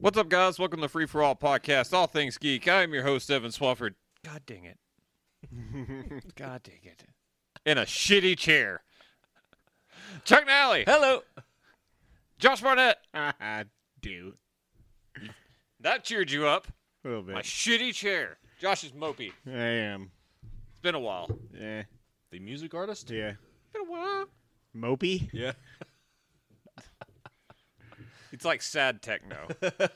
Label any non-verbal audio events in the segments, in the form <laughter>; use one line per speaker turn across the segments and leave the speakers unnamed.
What's up, guys? Welcome to Free For All Podcast, All Things Geek. I am your host, Evan Swafford. God dang it. God dang it. In a shitty chair. Chuck Nally,
Hello.
Josh Barnett. <laughs>
I do.
That cheered you up.
A little bit.
My shitty chair. Josh is mopey.
I am.
It's been a while.
Yeah.
The music artist? <laughs>
Yeah.
Been a while.
Mopey?
Yeah.
It's like sad techno.
It's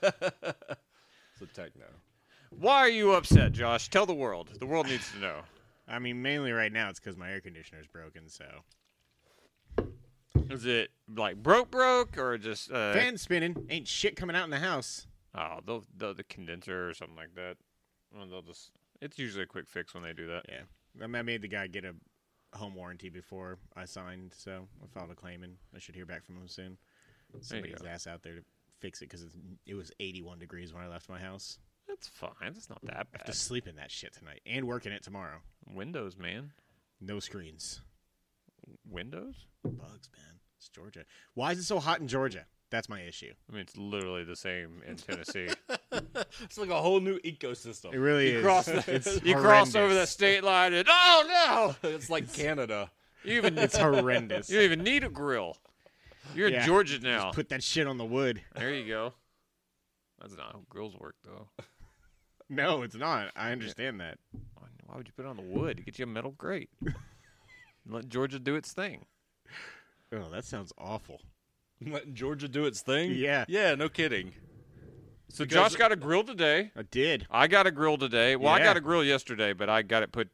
a techno.
Why are you upset, Josh? Tell the world. The world needs to know.
I mean, mainly right now it's because my air conditioner's broken, so.
Is it like broke, broke, or just uh,
Fan spinning. Ain't shit coming out in the house.
Oh, they'll, they'll the condenser or something like that. Well, they'll just. It's usually a quick fix when they do that.
Yeah. I mean, I made the guy get a home warranty before I signed, so I filed a claim and I should hear back from him soon. Somebody's
go.
ass out there to fix it because it was 81 degrees when I left my house.
That's fine. That's not that
I have
bad.
to sleep in that shit tonight and work in it tomorrow.
Windows, man.
No screens.
Windows.
Bugs, man. It's Georgia. Why is it so hot in Georgia? That's my issue.
I mean, it's literally the same in <laughs> Tennessee.
It's like a whole new ecosystem.
It really
you
is.
Cross the,
It's
<laughs> you cross over that
horrendous.
state line, and oh
<laughs> it's like Canada.
no! You even
It's
<laughs>
horrendous.
you don't even need a grill. You're
Yeah.
in Georgia now.
Just put that shit on the wood.
there you go. That's not how grills work, though.
No, it's not. I understand that.
<laughs> Why- Why would you put it on the wood? Get you a metal <laughs> grate. Let Georgia do its thing.
Oh, that sounds awful.
Letting Georgia do its thing?
Yeah.
Yeah, no kidding.
So
Because-
Josh got a grill today.
I did.
I got a grill today. Well, I
Yeah.
got a grill yesterday, but I got it put.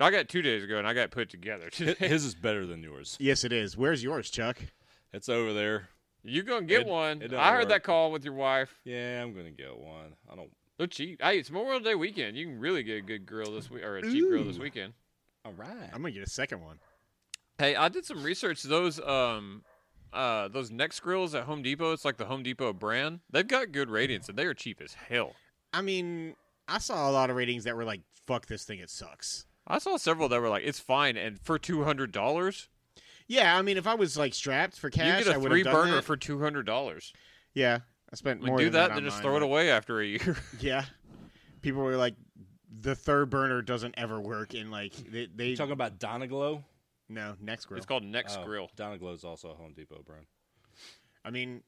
I got it two days ago, and I got it put together
Hi-
today.
His is better than yours.
Yes, it is. Where's yours, Chuck?
It's over there.
<laughs> you gonna get
It-
one?
it don't
I heard
work.
that call with your wife.
Yeah, I'm gonna get one. I don't
They're cheap. Hey, it's Memorial Day weekend. You can really get a good grill this week or a cheap grill this
Ooh.
weekend.
All right.
I'm gonna get a second one.
Hey, I did some research. Those um, uh, those next grills at Home Depot. It's like the Home Depot brand. They've got good ratings, and they are cheap as hell.
I mean, I saw a lot of ratings that were like, "Fuck this thing, it sucks."
I saw several that were like, "It's fine," and for two hundred dollars,
Yeah, I mean, if I was like strapped for
you
cash,
get a
I would
three
have done
burner
that.
for two hundred dollars.
Yeah, I spent more
Do
than
that,
that
then
on
just
mine,
throw it
but-
away after a year. <laughs>
Yeah, people were like, "The third burner doesn't ever work," and like they, they
You talking about Donaglow?
no next grill.
It's called Next
Oh,
Grill.
Donaglow's also a Home Depot brand.
I mean,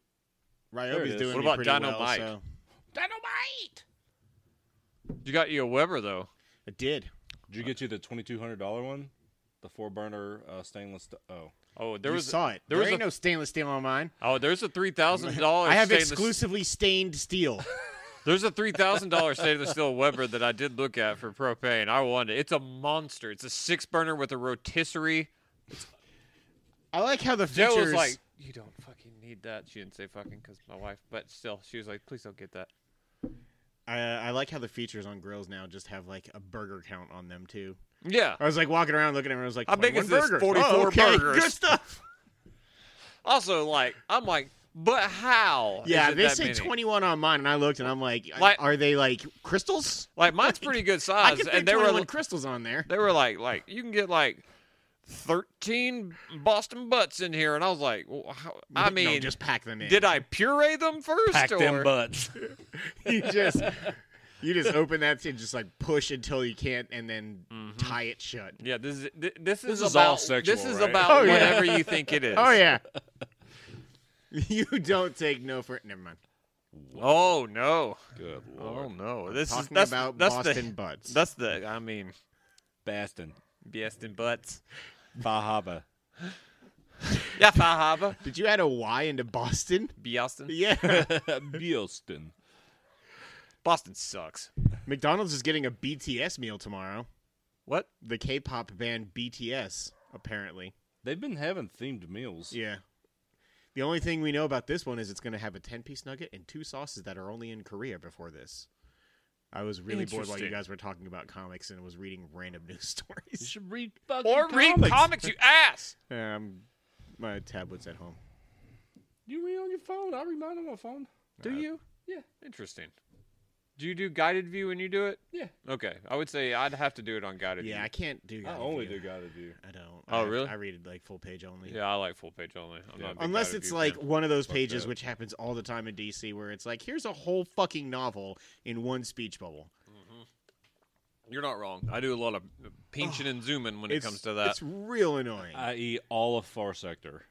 There it
Ryobi's
is.
doing
What
me
about
pretty
Dino
well,
Mike?
so
Dynamite!
You got you a Weber though.
I did.
Did you get you the twenty two hundred dollar one? The four burner uh, stainless st- oh.
Oh, there
you
was
saw it.
there
There,
was
ain't
a-
no stainless steel on mine.
oh, there's a three thousand dollar.
<laughs> I have exclusively
<laughs>
stained steel.
There's a three thousand dollar stainless steel Weber that I did look at for propane. I wanted. it. It's a monster. It's a six burner with a rotisserie.
I like how the
Joe
features.
was like, "You don't fucking need that." She didn't say fucking because my wife, but still, she was like, "Please don't get that."
I, I like how the features on grills now just have like a burger count on them too.
Yeah.
I was like walking around looking at them. I was like,
How big
21
is this?
burgers.
44
oh, okay.
burgers.
<laughs> Good stuff.
Also, like, I'm like, but how? <laughs> is
Yeah,
it
they
that
say
many?
21 on mine, and I looked and I'm like,
Like-
are they like crystals?
Like,
<laughs>
mine's pretty good
I
size,
could fit
and they were
21
like,
crystals on there.
They were like, like you can get like thirteen Boston butts in here, and I was like, well, how, I
No,
mean,
just pack them in.
did I puree them first?
Pack
or?
them
<laughs>
butts.
you just
<laughs>
you just open that and just like push until you can't, and then
Mm-hmm.
tie it shut.
Yeah, this is thi- this
This
is
is
about,
all sexual,
This is
right?
about
Oh, yeah.
whatever you think
<laughs>
it is. <laughs>
Oh yeah. you don't take no for never mind.
Oh no.
<laughs> Good
Oh
lord.
no. This is
Talking
that's,
about
that's
Boston
the
butts.
that's the I mean
Bastin.
Boston butts.
Bahaba. <laughs>
Yeah, Fahaba.
Did you add a Y
<laughs>
into Boston?
Boston.
Yeah.
Bielston.
Boston sucks.
McDonald's is getting a BTS meal tomorrow.
What?
The K-pop band BTS, apparently.
They've been having themed meals.
Yeah. The only thing we know about this one is it's going to have a 10-piece nugget and two sauces that are only in Korea before this. I was really bored while you
Interesting.
guys were talking about comics and was reading random <laughs> news
You
stories.
should read fucking
Or read comics, you ass.
Um, my tablet's at home.
You read on your phone. I read mine on my phone.
Do you?
Yeah.
Interesting. Do you do guided view when you do it?
Yeah.
Okay. I would say I'd have to do it on guided
Yeah, I
view.
can't do.
I
guided
only
view.
do guided view.
I don't.
Oh,
I,
really?
I read like full page only.
Yeah, I like full page only. I'm
Yeah.
not a big
Unless
guided
it's
view
like
fan.
one of those
Fuck
pages
that.
which happens all the time in DC, where it's like, here's a whole fucking novel in one speech bubble.
You're not wrong. I do a lot of pinching and zooming when it
Oh, It's-
comes to that.
it's real annoying.
E,
I.e., all of Far Sector.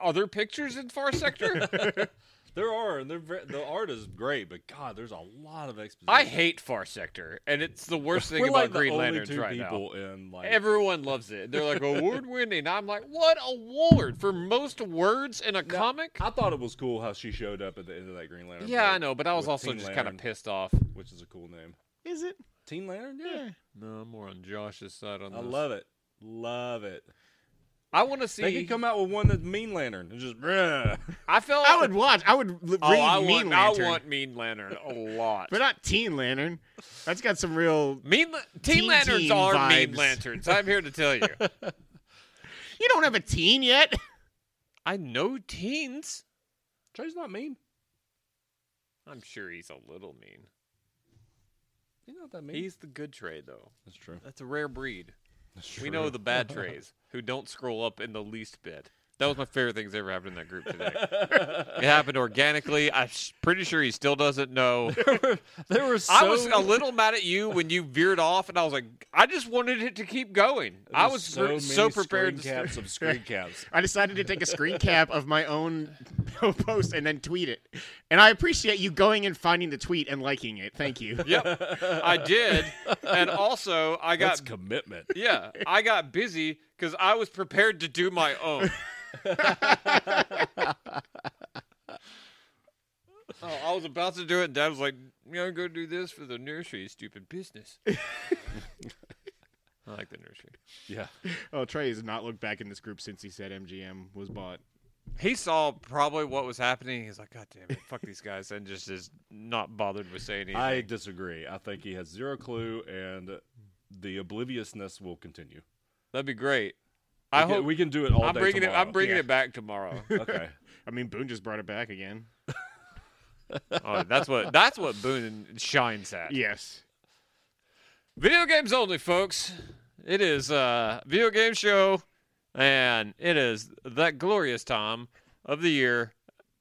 Are there pictures in Far Sector?
<laughs>
<laughs>
there are, and they're ver- the art is great, but God, there's a lot of exposition.
I hate Far Sector, and it's the worst thing
We're
about
like
Green
the only
Lanterns
two
right now.
people in like
Everyone loves it. They're like award winning. I'm like, what award for most words in a
Now,
comic?
I thought it was cool how she showed up at the end of that Green Lantern.
yeah,
book,
I know, but I was
with
also
Teen
just kind
Lantern,
of pissed off.
which is a cool name.
Is it?
Teen Lantern, yeah.
Yeah.
No, I'm more on Josh's side on
I
this.
love it, love it.
I want to see.
They could come out with one that's Mean Lantern and just. bruh.
I felt.
I would watch. I would l- read
Oh, I
Mean
want.
Lantern,
I want Mean Lantern a lot.
<laughs> but not Teen Lantern. That's got some real.
mean La- Teen,
Teen
Lanterns
Teen
are Mean
vibes.
Lanterns. I'm here to tell you.
You don't have a teen yet. <laughs>
I know teens.
Trey's not mean.
I'm sure he's a little mean.
He's not that mean.
He's the good trade though.
that's true.
That's a rare breed.
That's true.
We know the <laughs> bad trays who don't scroll up in the least bit. That was my favorite thing that's ever happened in that group today. it happened organically. I'm s- pretty sure he still doesn't know.
There were so
I was a little mad at you when you veered off, and I was like, I just wanted it to keep going. I
there were
was
so,
pre-
many
so prepared. To
Screen caps <laughs> of screen caps.
I decided to take a screen cap of my own <laughs> post and then tweet it. And I appreciate you going and finding the tweet and liking it. Thank <laughs> you.
<laughs>
Yep, I did, and also I got
That's <laughs> commitment.
yeah, I got busy because I was prepared to do my
<laughs>
own. oh, I was about to do it, and Dad was like, "You know, go do this for the nursery, you
<laughs>
stupid business." I like the nursery.
Yeah.
Oh, Trey has not looked back in this group since he said MGM was bought.
He saw probably what was happening. He's like, "God damn it, fuck these guys," and just is not bothered with saying anything.
I disagree. I think he has zero clue, and the obliviousness will continue.
That'd be great.
We
I
can,
hope
we can do it all
I'm
day
bringing it. I'm
tomorrow.
bringing
Yeah.
it back tomorrow.
<laughs> okay.
I mean, Boone just brought it back again.
oh, that's what. That's what Boone shines at.
Yes.
Video games only, folks. It is uh, video game show, and it is that glorious time of the year.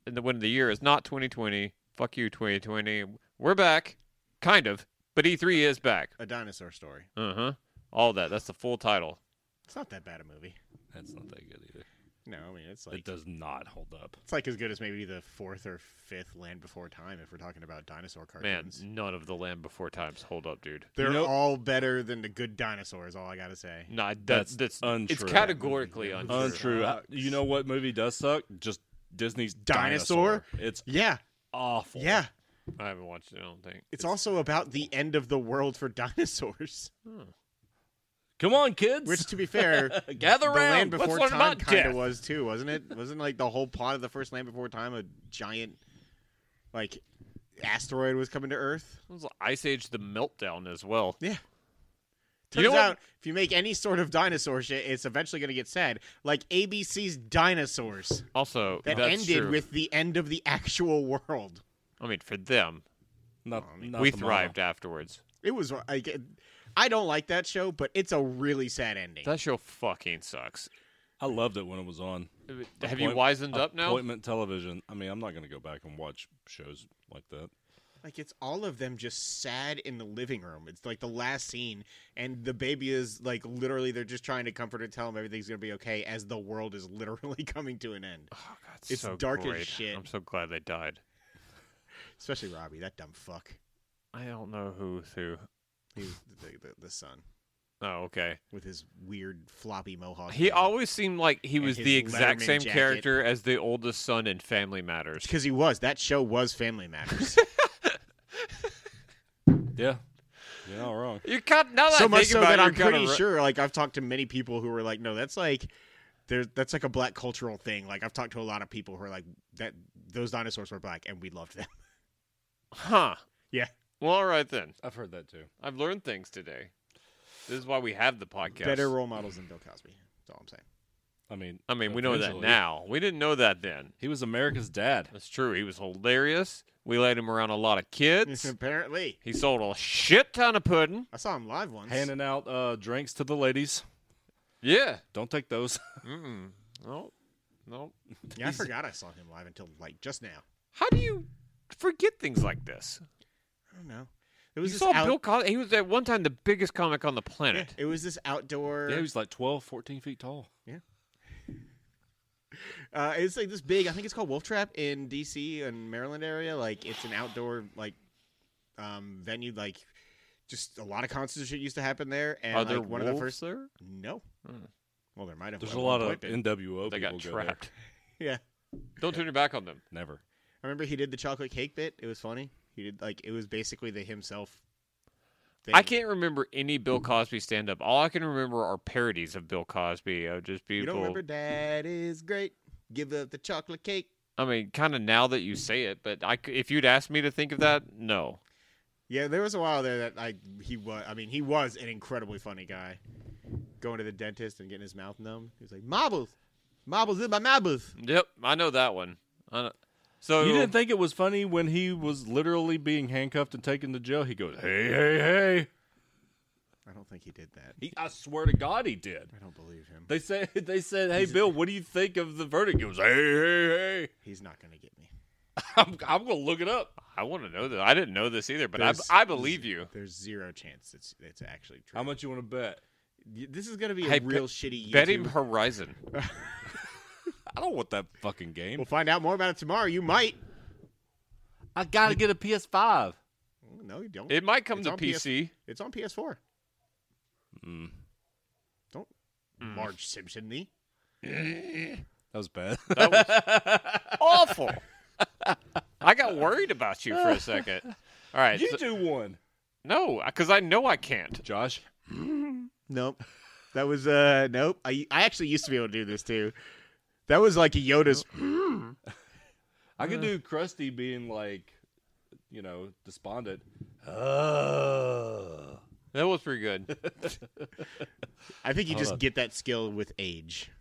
And the, when the year is not 2020, fuck you, 2020. We're back, kind of, but E3 is back.
A dinosaur story.
Uh
Uh-huh.
huh. All that. That's the full title.
It's not that bad a movie.
That's not that good either.
No, I mean it's
it
like
does not hold up.
it's like as good as maybe the fourth or fifth Land Before Time if we're talking about dinosaur
Man,
cartoons.
none of the Land Before Times hold up, dude.
They're
You know-
all better than the good dinosaurs. All I gotta say.
No, that,
That's
that's that's It's
untrue.
categorically untrue.
Untrue. I-
Sucks.
you know what movie does suck? Just Disney's
Dinosaur?
Dinosaur. It's
Yeah,
awful.
yeah.
I haven't watched it. I don't think.
It's also about the end of the world for <laughs> dinosaurs.
Come on, kids.
Which,
<laughs>
to be fair,
Gather
the
round.
Land
Let's
Before
learn
Time
about
kind
death.
of was too, wasn't it? Wasn't like the whole plot of the first Land Before Time a giant like asteroid was coming to Earth?
It was Ice Age: The Meltdown as well.
Yeah.
You
Turns
know what-
out, if you make any sort of dinosaur shit, it's eventually going to get sad. Like ABC's Dinosaurs
Also,
that
that's
ended
true.
with the end of the actual world.
I mean, for them,
Not, not
we
the
thrived afterwards.
It was like, I don't like that show, but it's a really sad ending.
That show fucking sucks.
model. I loved it when it was on.
Have you
Appoint-
wizened up now?
Appointment television. I mean, I'm not going to go back and watch shows like that.
Like it's all of them just sad in the living room. It's like the last scene, and the baby is like literally they're just trying to comfort and tell him everything's gonna be okay as the world is <laughs> literally coming to an end.
Oh, God,
It's
so
dark as
great.
shit.
I'm so glad they died.
Especially Robbie, that dumb fuck.
I don't know who's who.
He was the, the, the son
Oh, okay.
with his weird floppy mohawk.
He always seemed like he
And
was
his
the exact
Letterman
same
jacket.
character as the oldest son in Family Matters.
because he was that show was
<laughs>
Family Matters.
Yeah. You're not wrong.
You can't now that I
so much
think
so
about
that
it,
I'm
you're kinda
pretty
ri-
sure. Like I've talked to many people who were like, "No, that's like, there, that's like a black cultural thing." Like I've talked to a lot of people who are like, "That those dinosaurs were black, and we loved them."
Huh?
Yeah.
Well, all right then.
I've heard that too.
I've learned things today. This is why we have the podcast.
Better role models than Bill Cosby. That's all I'm saying.
I mean,
I mean, we know that
eventually.
now. We didn't know that then.
He was America's dad.
That's true. He was hilarious. We laid him around a lot of kids.
<laughs> Apparently,
he sold a shit ton of pudding.
I saw him live once.
Handing out uh, drinks to the ladies.
Yeah.
Don't take those.
Mm-mm. No. No.
yeah, I forgot I saw him live until like just now.
How do you forget things like this?
I don't know. It
You
was this
saw
out-
Bill Cosby. He was at one time the biggest comic on the
yeah, <laughs>
planet.
it was this outdoor.
<laughs> yeah, he was like 12, 14 feet tall.
Uh, it's like this big. I think it's called Wolf Trap in D.C. and Maryland area. Like it's an outdoor like um, venue. Like just a lot of concerts and shit used to happen there. And
Are
like,
there
one of
wolves
the first.
there?
No.
Hmm.
Well, there might have.
There's
at
a
one
lot of
point been.
NWO
They
people
got
go there.
trapped.
<laughs> Yeah,
Don't turn your back on them.
Never.
I remember he did the chocolate cake bit. It was funny. He did like it was basically the himself. Thing.
I can't remember any Bill Cosby stand up. All I can remember are parodies of Bill Cosby of just
You
people.
don't remember? Dad is great. Give up the chocolate cake.
I mean, kind of now that you say it, but I, c- if you'd asked me to think of that, no.
Yeah, there was a while there that I he was. I mean, he was an incredibly funny guy. Going to the dentist and getting his mouth numb. He was like, "Marbles, marbles in my marbles."
Yep, I know that one. I know. So
You didn't think it was funny when he was literally being handcuffed and taken to jail. He goes, "Hey, hey, hey!"
I don't think he did that.
He, I swear to God, he did.
I don't believe him.
They said, <laughs> "They said, hey, Bill, what do you think of the verdict?" He goes, "Hey, hey, <laughs> hey!"
He's not going to get me.
I'm, I'm gonna look it up.
I want to know that. I didn't know this either, but I,
There's-
I believe you.
There's zero chance it's it's actually true.
How much you want to bet?
Y- this is going to be a
Hey,
real
bet-
shitty.
Bet him
YouTube-
Horizon.
I don't want that fucking game.
We'll find out more about it tomorrow. You might.
I gotta get a PS5.
No, you don't.
It might come
It's
to
on PS
PC.
<laughs> it's on PS4.
Mm,
Don't Marge Simpson me.
<laughs> that was bad.
That was awful. I got worried about you for a second. All right. so-
do one,
no, because I know I can't.
Josh.
Nope. That was uh nope. I I actually used to be able to do this too. That was like a Yoda's.
I could do Krusty being like, you know, despondent. Uh,
That was pretty good.
I think you
Hold
just
on.
get that skill with age.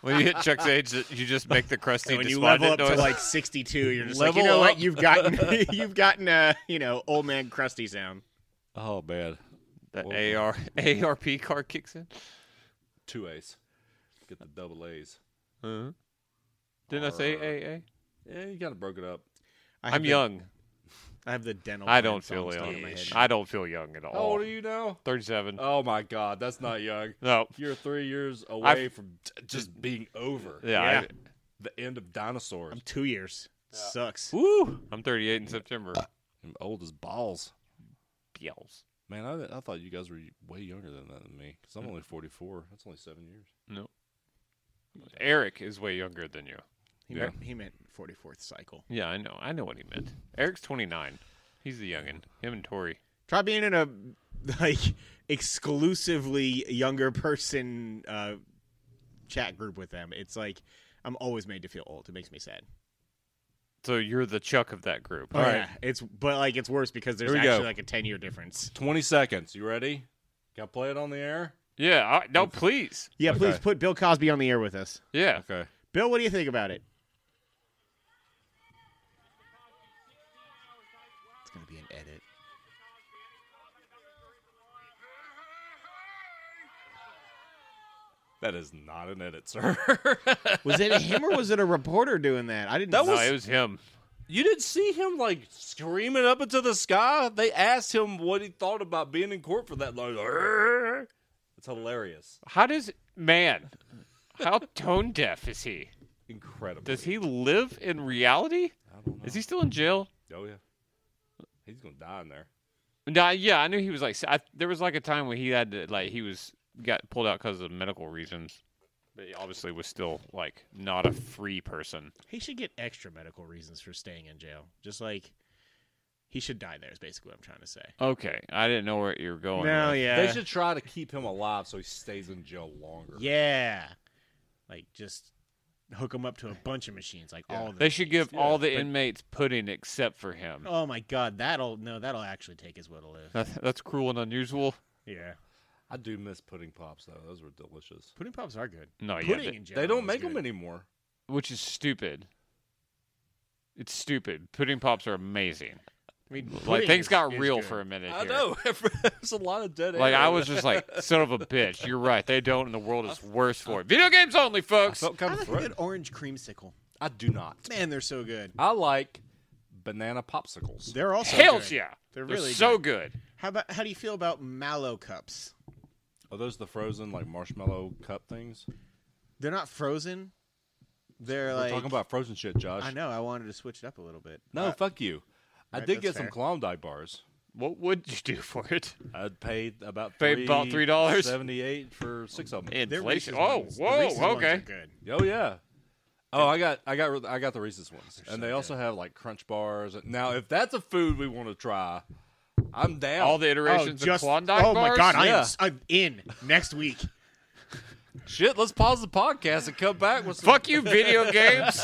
When you hit
<laughs>
Chuck's age, you just make the crusty
And when you level up
despondent
to
noise.
like 62, you're just like, you
Level
know what?
up.
You've gotten
<laughs>
<laughs> you've gotten uh, you know, old man crusty sound.
oh man,
that
Whoa.
AR ARP card kicks in.
two A's. Get the double A's.
Uh-huh. Didn't I say AA?
Yeah, you kind of broke it up.
I have
I'm
the-
young.
Oh, I have the dental.
I
plan
don't
song
feel
stuck
young.
in my head.
I don't feel young at all.
How old are you now?
37.
Oh my God, that's not young.
no.
You're three years away from t- just being over.
Yeah.
Yeah.
The end of dinosaurs.
I'm two years. Sucks.
I, woo. I'm 38 in September.
Uh, I'm old as balls.
Yells.
Man, I, I thought you guys were way younger than that than me because I'm only 44. That's only seven years.
No. Eric is way younger than you.
He,
Yeah.
meant, he meant 44th cycle.
Yeah, I know. I know what he meant. Eric's 29. He's the youngin. Him and Tori.
Try being in a like exclusively younger person uh, chat group with them. It's like I'm always made to feel old. It makes me sad.
So you're the Chuck of that group.
Oh,
All
yeah.
right.
It's but like it's worse because there's
Here we
actually
go.
like a ten year difference.
20 seconds. You ready? Can I play it on the air?
Yeah. I, no, please.
Yeah,
Okay.
please put Bill Cosby on the air with us.
Yeah.
Okay.
Bill, what do you think about it? It's gonna be an edit.
That is not an edit, sir. <laughs>
Was it him or was it a reporter doing that? I didn't.
That
No,
was-
it was him.
you didn't see him like screaming up into the sky. They asked him what he thought about being in court for that long. <laughs> It's hilarious.
How does man? How tone deaf is he?
Incredible.
Does he live in reality?
I don't know.
Is he still in jail?
Oh yeah, he's gonna die in there.
No, yeah, I knew he was like. I, there was like a time when he had to like he was got pulled out because of medical reasons, but he obviously was still like not a free person.
He should get extra medical reasons for staying in jail. Just like he should die there is basically what I'm trying to say.
Okay, I didn't know where you were going.
no,
with.
yeah.
they should try to keep him alive so he stays in jail longer.
Yeah. Like just hook him up to a bunch of machines, Oh like all of them.
They should give all the
but-
inmates pudding except for him. <laughs>
Oh my god, that'll no, that'll actually take his will to live.
That's, that's cruel and unusual.
Yeah.
I do miss pudding pops though. Those were delicious.
Pudding pops are good.
No, yeah,
Pudding
th-
in general.
They don't
is
make
good.
them anymore.
which is stupid. It's stupid. Pudding pops are amazing.
I mean,
like
pudding
things
is-
got
is
real
good.
for a minute.
I
here.
know. <laughs> There's a lot of dead.
Like
air. <laughs>
I was just like, son of a bitch. You're right. They don't, and the world
<laughs>
is worse for it. Video games only,
I
folks.
felt
I
kind of
like a good
threatened.
orange creamsicle.
I do not.
Man, they're so good.
I like banana popsicles.
They're also
Hells
good.
yeah,
They're really
so good.
How about how do you feel about mallow cups?
Are those the frozen like marshmallow cup things?
They're not frozen. They're
We're
like
talking about frozen shit, Josh.
I know. I wanted to switch it up a little bit.
No,
Uh,
fuck you. I
right,
did get
that's
some
fair.
Klondike bars.
What would you do for it?
I paid about
Paid
three,
about $3?
seventy-eight for six of them.
their
Inflation.
Reese's
Oh,
ones- the
whoa,
Reese's ones are
okay.
good.
Oh yeah. Oh, I got I got I got the Reese's ones,
They're
and
so
they also have like Crunch bars. Now, if that's a food we want to try, I'm down.
All the iterations
oh, just,
of Klondike
oh my
bars?
god, I
Yeah.
am, s- I'm in next week.
shit. Let's pause the podcast and come back with some
<laughs> Fuck you,
<laughs>
video games.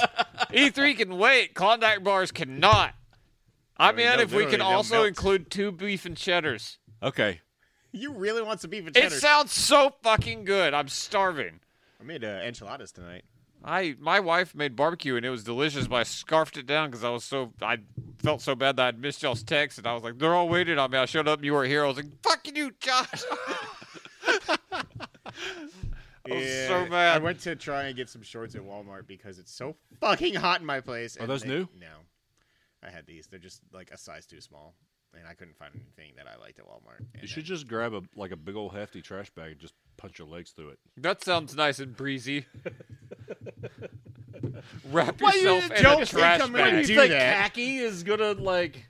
E3 can wait. Klondike bars cannot. I mean,
they'll
if we
literally-
can
they'll
also
melt.
include two beef and cheddars.
Okay,
<laughs> You really want some beef and
It
cheddar?
sounds so fucking good. I'm starving.
I made uh, enchiladas tonight.
I my wife made barbecue and it was delicious, but I scarfed it down because I was so I felt so bad that I'd missed y'all's text and I was like, they're all waiting on me. I showed up and you were here. I was like, fucking you, Josh. I was
Yeah,
so mad.
I went to try and get some shorts at Walmart because it's so fucking hot in my place. and
those
they-
new?
No, I had these. They're just like a size too small, and I couldn't find anything that I liked at Walmart.
you
And
should
then-
just grab a like a big old hefty trash bag and just punch your legs through it.
that sounds nice and breezy. Wrap
Why you
yourself in
don't
a
think
trash
I'm gonna
bag.
do that.
khaki is gonna like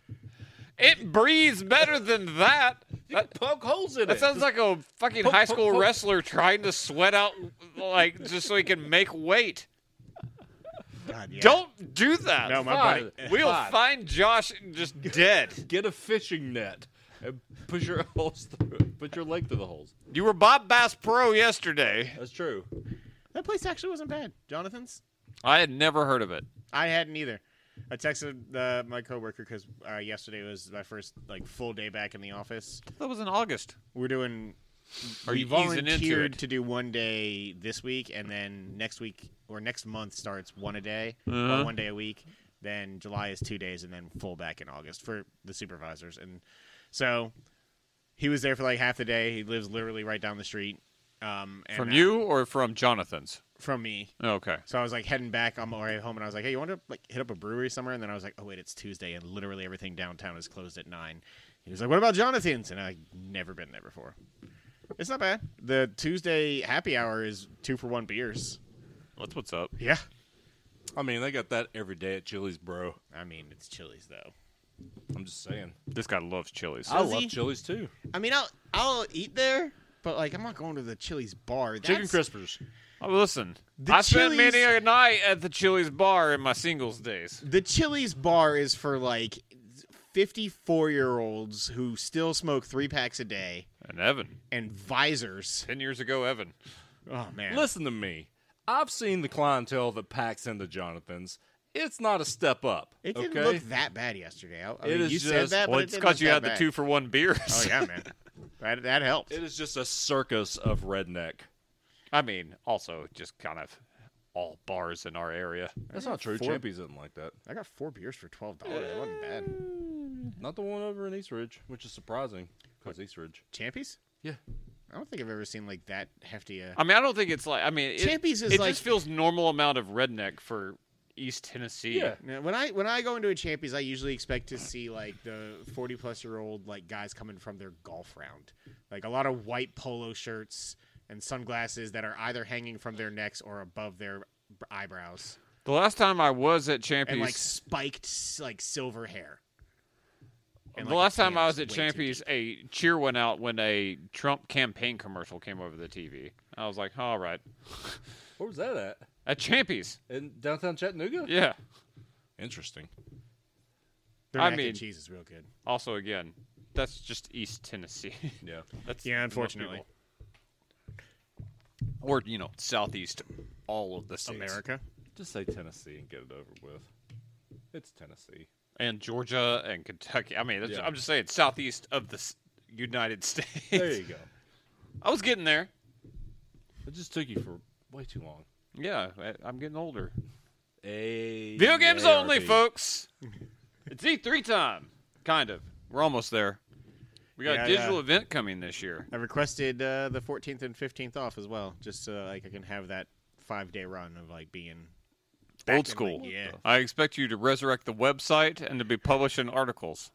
It breathes better than that. That,
poke holes in <laughs>
that sounds like a fucking
Poke,
high
poke,
school
poke.
wrestler trying to sweat out like just so he can make weight.
God, yeah.
Don't do that.
No, my
Fine.
<laughs>
buddy.
We'll
Fine.
find Josh just dead.
Get a fishing net and push your <laughs> holes through it. Put your leg through the holes.
You were Bob Bass Pro yesterday.
That's true.
That place actually wasn't bad. Jonathan's.
I had never heard of it.
I hadn't either. I texted uh, my coworker because uh, yesterday was my first like full day back in the office.
That was in August.
We're doing.
Are
we
you easing into
volunteered
it?
to do one day this week, and then next week or next month starts one a day, or
Uh-huh.
one day a week. Then July is two days, and then full back in August for the supervisors. And so he was there for like half the day. He lives literally right down the street um, and
From
I-
you or from Jonathan's?
from me.
Okay.
So I was like heading back on my way home, and I was like, "Hey, you want to like hit up a brewery somewhere?" And then I was like, "Oh wait, it's Tuesday, and literally everything downtown is closed at 9. He was like, "What about Jonathan's?" And I never been there before. It's not bad. The Tuesday happy hour is two for one beers.
That's what's up.
Yeah,
I mean, they got that every day at Chili's, bro.
I mean it's Chili's though.
I'm just saying.
This guy loves chilies.
I
Does
love
he?
Chili's too.
I mean I'll I'll eat there, but like I'm not going to the Chili's bar. That's,
Chicken crispers.
Oh, listen,
The
I spent
Chili's-
many a night at the Chili's bar in my singles days.
The Chili's bar is for like fifty-four year olds who still smoke three packs a day
And Evan,
and visors.
10 years ago, Evan.
Oh man.
Listen to me. I've seen the clientele that packs into Jonathan's. It's not a step up.
It didn't
okay?
look that bad yesterday. I, I
It
mean,
is
you
just-
said that,
well,
but
it's
it didn't
because you had
look
the
that
two for one beers.
bad. Oh yeah, man, that that helped.
It is just a circus of redneck.
<laughs> I mean, also just kind of all bars in our area.
That's not true. Champions isn't like that.
I got four beers for twelve dollars. It wasn't bad.
Not the one over in East Ridge, which is surprising because East Ridge.
Champies?
Yeah.
I don't think I've ever seen like that hefty. Uh,
I mean, I don't think it's like. I mean, it,
Champions is
it
like-
just feels normal amount of redneck for East Tennessee.
Yeah.
Now, when I when I go into a Champions, I usually expect to see like the forty plus year old like guys coming from their golf round, like a lot of white polo shirts and sunglasses that are either hanging from their necks or above their eyebrows,
The last time I was at
and like
Champions,
spiked like silver hair. and,
the
like, a
last time
tan
I
is
was at
way too
Champions, a cheer went out when a Trump campaign commercial came over the TV. I was like, all right,
Where was that at?
at Champions,
In downtown Chattanooga?
yeah.
Interesting.
Their
I
mac
mean-
and cheese is real good.
Also, again, that's just East Tennessee. <laughs>
Yeah.
that's
Yeah,
most
unfortunately.
people. Or you know, southeast, all of the states.
America.
Just say Tennessee and get it over with. It's <laughs> Tennessee.
and Georgia and Kentucky. I mean, that's,
Yeah.
I'm just saying southeast of the s- United <laughs> States.
There you go.
I was getting there.
It just took you for way too long.
Yeah, I, I'm getting older.
Hey,
Video games only,
<laughs>
folks. It's E3 time, kind of. We're almost there. We got
Yeah,
a digital
yeah.
event coming this year.
I requested uh, the 14th and 15th off as well, just so like I can have that five day run of like being back
Old
in,
school.
Like, yeah,
I expect you to resurrect the website and to be publishing articles.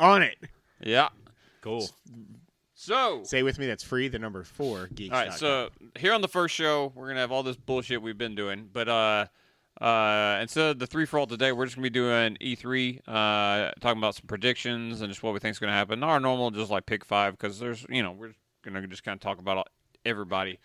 on it.
Yeah.
Cool.
So,
Say with me, that's free. The number four geeks.
all right. So here on the first show, we're gonna have all this bullshit we've been doing, but uh, uh, instead of the three for all today, we're just gonna be doing E3, uh, talking about some predictions and just what we think's gonna happen. Not our normal, just like pick five, because there's you know we're gonna just kind of talk about all- everybody.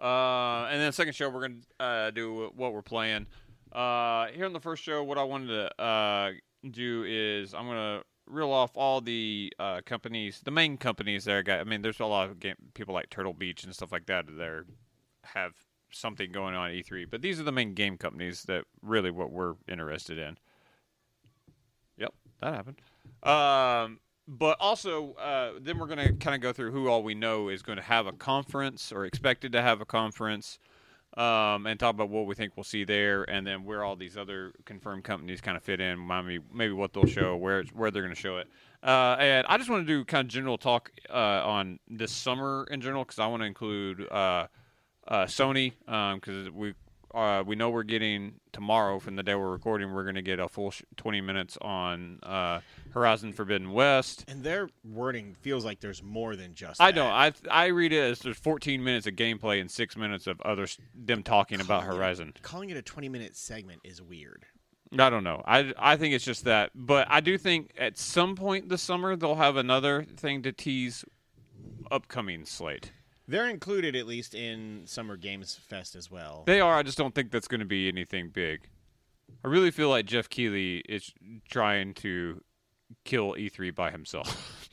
Uh, and then the second show, we're gonna uh, do what we're playing. Uh, here on the first show, what I wanted to uh, do is I'm gonna reel off all the uh, companies, the main companies there. Got, I mean, there's a lot of game, people like Turtle Beach and stuff like that that are, have something going on at E3, but these are the main game companies that really what we're interested in. Yep, that happened. Um, but also, uh, then we're going to kind of go through who all we know is going to have a conference or expected to have a conference um, and talk about what we think we'll see there and then where all these other confirmed companies kind of fit in, maybe, maybe what they'll show, where, it's, where they're going to show it. Uh, and I just want to do kind of general talk uh, on this summer in general because I want to include uh, uh, Sony because we uh, we know we're getting tomorrow from the day we're recording. We're going to get a full sh- 20 minutes on uh, Horizon Forbidden West.
and their wording feels like there's more than just.
I
that.
don't. I I read it as there's 14 minutes of gameplay and six minutes of others them talking about
Calling it-
Horizon.
calling it a 20 minute segment is weird.
I don't know. I I think it's just that, but I do think at some point this summer they'll have another thing to tease upcoming slate.
They're included at least in Summer Games Fest as well.
They are. I just don't think that's going to be anything big. I really feel like Jeff Keighley is trying to kill E3 by himself.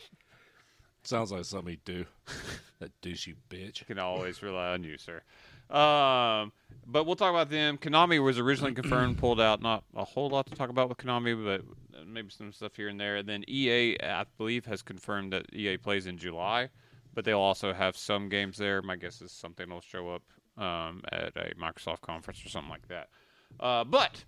Sounds like something he'd do. <laughs> that douchey bitch.
Can always rely on you, sir. Um, but we'll talk about them. Konami was originally confirmed, pulled out. Not a whole lot to talk about with Konami, but maybe some stuff here and there. And then EA, I believe, has confirmed that EA plays in July, but they'll also have some games there. My guess is something will show up um, at a Microsoft conference or something like that. Uh, but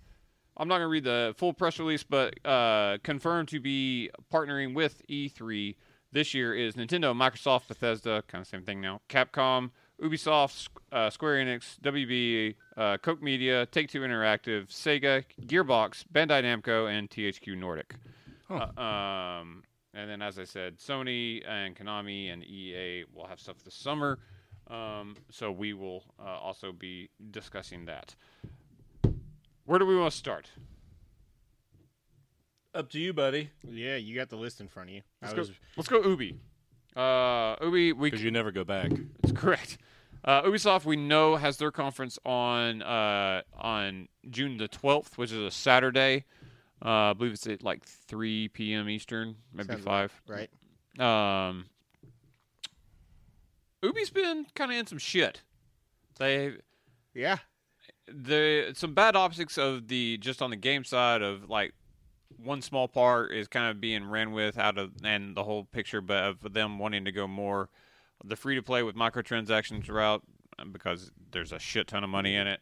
I'm not going to read the full press release, but uh, confirmed to be partnering with E3 this year is Nintendo, Microsoft, Bethesda, kind of same thing now, Capcom, Ubisoft, uh, Square Enix, WB, uh, Koch Media, Take Two Interactive, Sega, Gearbox, Bandai Namco, and THQ Nordic.
Huh.
Uh, um, and then, as I said, Sony and Konami and EA will have stuff this summer. Um, so we will uh, also be discussing that. Where do we want to start?
Up to you, buddy.
Yeah, you got the list in front of you. I
Let's
was
go. Let's go. Ubi. Uh, Ubi. We
Because you never go back.
That's <laughs> correct. Uh, Ubisoft, we know, has their conference on uh, on June the twelfth, which is a Saturday. Uh, I believe it's at like three p.m. Eastern, maybe
Sounds
five.
right.
Um, Ubi's been kind of in some shit. They
Yeah,
the some bad optics of the just on the game side of like one small part is kind of being ran with out of and the whole picture, but of them wanting to go more the free to play with microtransactions route uh, because there's a shit ton of money in it.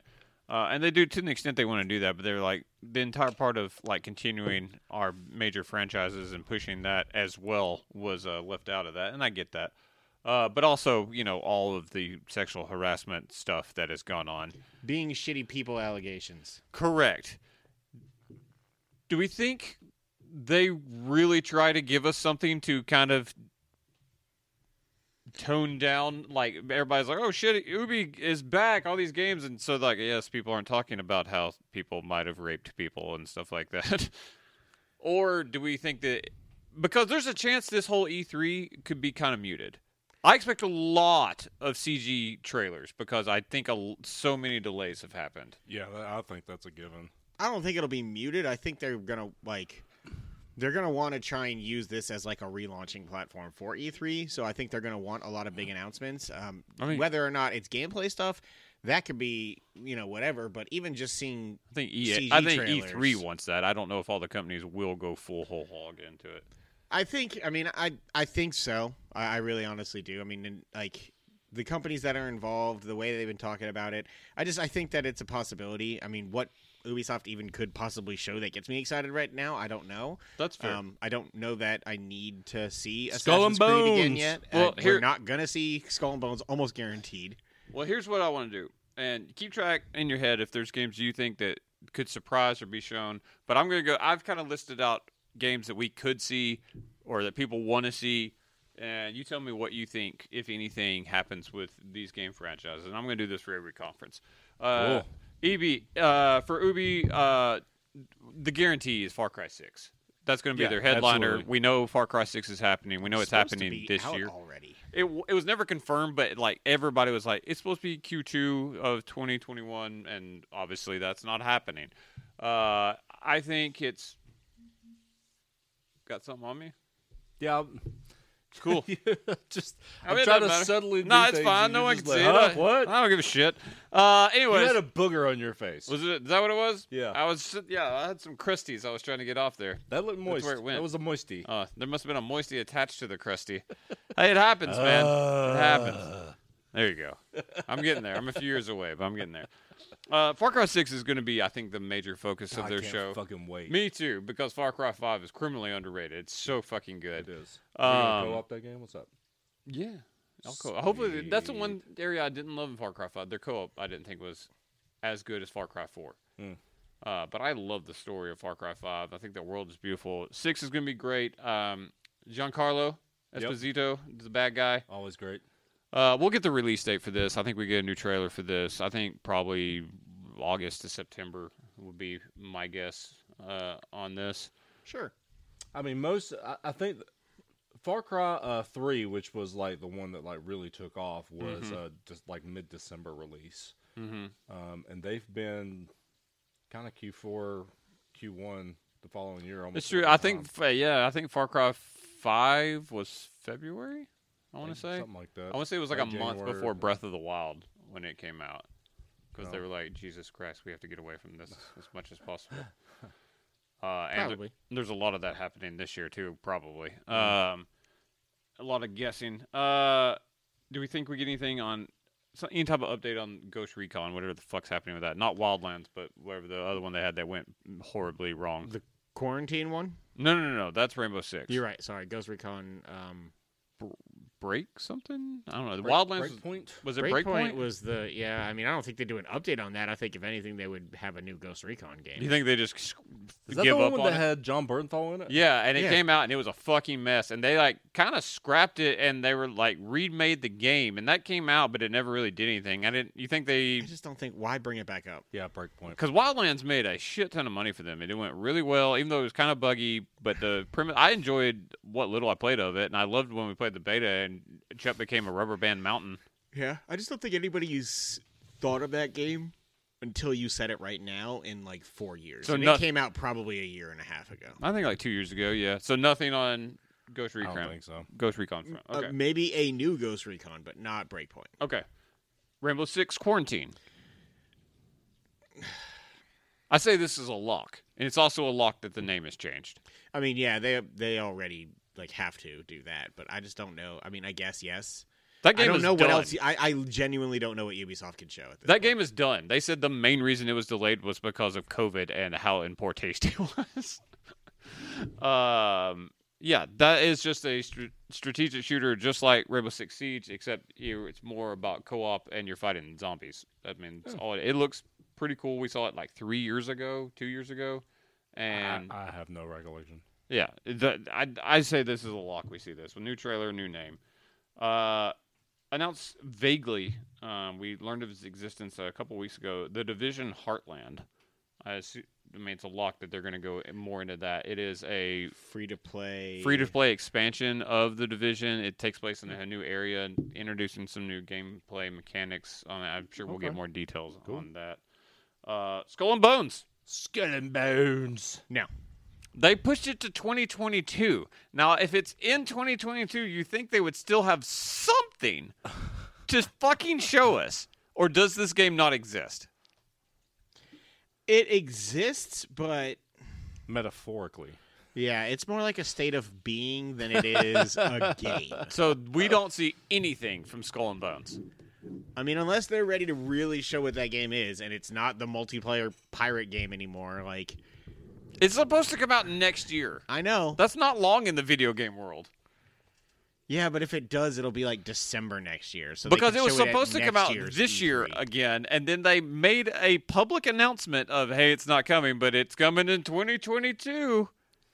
Uh, and they do to an extent they want to do that, but they're like the entire part of like continuing our major franchises and pushing that as well was uh, left out of that, and I get that. Uh, but also, you know, all of the sexual harassment stuff that has gone on.
being shitty people allegations.
Correct. Do we think they really try to give us something to kind of tone down? Like everybody's like, "Oh shit, Ubi is back!" All these games, and so like, yes, people aren't talking about how people might have raped people and stuff like <laughs> that. or do we think that because there's a chance this whole E3 could be kind of muted? I expect a lot of CG trailers because I think a l so many delays have happened.
Yeah, that, I think that's a given.
I don't think it'll be muted. I think they're gonna like they're gonna want to try and use this as like a relaunching platform for E3. So I think they're gonna want a lot of big announcements. Um,
I mean-
whether or not it's gameplay stuff, that could be you know whatever. But even just seeing
I think EA,
CG
I think E E3
trailers.
wants that. I don't know if all the companies will go full whole hog into it.
I think. I mean, I I think so. I, I really honestly do. I mean, and, like the companies that are involved, the way they've been talking about it. I just I think that it's a possibility. I mean, what Ubisoft even could possibly show that gets me excited right now, I don't know.
That's fair.
Um, I don't know that I need to see
Skull
Assassin's
and
Creed again
Bones.
yet.
Well,
Uh,
here-
we're not gonna see Skull and Bones, almost guaranteed.
Well, here's what I want to do, and keep track in your head if there's games you think that could surprise or be shown. But I'm gonna go. I've kind of listed out games that we could see or that people want to see, and you tell me what you think if anything happens with these game franchises. And I'm gonna do this for every conference. Uh,
Cool.
EB uh, for Ubi, uh, the guarantee is Far Cry Six. That's going to be
Yeah,
their headliner.
absolutely.
We know Far Cry Six is happening. We know it's
supposed to
happening
be
this
out
year
already.
it, w- it was never confirmed, but like everybody was like, it's supposed to be Q2 of 2021, and obviously that's not happening. Uh, I think it's got something on me.
Yeah. I'm-
Cool.
<laughs> just
I mean, it
I'm trying
doesn't
to
matter.
subtly.
No,
do
it's
things
fine.
and
No
you're
one
just
can
like,
see
huh,
it.
<laughs>
I-
What?
I don't give a shit. Uh,
You
anyways,
had a booger on your face.
was it? Is that what it was?
Yeah.
I was. Yeah, I had some crusties. I was trying to get off there.
that looked moist.
where it went.
That was a moisty.
Uh, there must have been a moisty attached to the crusty. hey, it happens, man.
Uh,
It happens. There you go. I'm getting there. I'm a few years away, but I'm getting there. Uh, Far Cry 6 is going to be, I think, the major focus of
I
their
can't
show.
Fucking wait.
Me too, because Far Cry 5 is criminally underrated. It's so fucking
It
good.
is.
Um,
go up that game. What's up?
Yeah. I'll co- Hopefully, that's the one area I didn't love in Far Cry 5. Their co op I didn't think was as good as Far Cry 4.
Mm.
Uh, but I love the story of Far Cry 5. I think the world is beautiful. 6 is going to be great. Um, Giancarlo
Yep.
Esposito is the bad guy.
Always great.
Uh, we'll get the release date for this. I think we get a new trailer for this. I think probably August to September would be my guess uh, on this.
Sure.
I mean, most. I, I think Far Cry uh, Three, which was like the one that like really took off, was uh, just like mid December release,
Mm-hmm.
um, and they've been kind of Q four, Q one the following year. Almost
It's true.
every
I think
time.
f- yeah. I think Far Cry Five was February. I want to say.
something like that.
I want to say it was like a
Late
month
January.
before Breath of the Wild when it came out, because they
Oh.
were like, Jesus Christ, we have to get away from
<laughs>
this as much as possible. Uh, and th-
Probably.
there's a lot of that happening this year too, probably.
Mm-hmm.
Um, a lot of guessing. Uh, do we think we get anything on so any type of update on Ghost Recon, whatever the fuck's happening with that? Not Wildlands, but whatever the other one they had that went horribly wrong.
The quarantine one?
No, no, no, no. That's Rainbow Six.
You're right. Sorry, Ghost Recon. Um,
Break something? I don't know. The
Break-
Wildlands was-
Breakpoint.
was, it
Breakpoint,
Breakpoint?
was the yeah. I mean, I don't think they do an update on that. I think if anything, they would have a new Ghost Recon
Do you
game.
think they just s-
Is that
give
the
up
one
on
that
it?
had John Bernthal in it?
Yeah, and it
Yeah.
came out and it was a fucking mess. And they like kind of scrapped it and they were like remade the game and that came out, but it never really did anything. I didn't. You think
I
they?
just don't think why bring it back up.
Yeah, Breakpoint.
Because Wildlands made a shit ton of money for them. and It went really well, even though it was kind of buggy. But the premise, I enjoyed what little I played of it, and I loved when we played the beta. And Chuck became a rubber band mountain.
Yeah, I just don't think anybody's thought of that game until you said it right now in like four years.
So
and
not-
it came out probably a year and a half ago.
I think like two years ago. Yeah. So nothing on Ghost
I don't
Recon.
think so.
Ghost Recon. Front.
Uh,
Okay.
maybe a new Ghost Recon, but not Breakpoint.
Okay. Rainbow Six Quarantine. <sighs> I say this is a lock, and it's also a lock that the name has changed.
I mean, yeah, they they already like have to do that, but I just don't know. I mean, I guess yes.
That game
I don't
is
know
done.
what else. I, I genuinely don't know what Ubisoft can show at this.
that game is done. They said the main reason it was delayed was because of COVID and how in poor taste <laughs> it was. um, yeah, that is just a str- strategic shooter, just like Rainbow Six Siege, except you it's more about co-op and you're fighting zombies. I mean, it's all, it looks pretty cool. We saw it like three years ago, two years ago, and
I, I have no recollection.
Yeah, the, I I say this is a lock. We see this with new trailer, new name, uh, announced vaguely. Um, we learned of its existence a couple weeks ago. The Division Heartland. I, assu- I mean, it's a lock that they're going to go more into that. It is a
free to play.
free to play expansion of the division. It takes place in a new area, introducing some new gameplay mechanics. Um, I'm sure we'll get
Okay.
more details
Cool.
on that. Uh, Skull and Bones.
Skull and bones.
No,
They pushed it to 2022. Now, if it's in 2022, you think they would still have something to fucking show us, or does this game not exist?
it exists, but
Metaphorically.
Yeah, it's more like a state of being than it
<laughs>
is a game.
So we don't see anything from Skull and Bones.
I mean, unless they're ready to really show what that game is, and it's not the multiplayer pirate game anymore. Like,
It's supposed to come out next year.
I know.
That's not long in the video game world.
Yeah, but if it does, it'll be like December next year. So they
because
can
it was
show at
supposed to come
next
out
year's E
this year uh,
E3.
again and then they made a public announcement of hey it's not coming but it's coming in 2022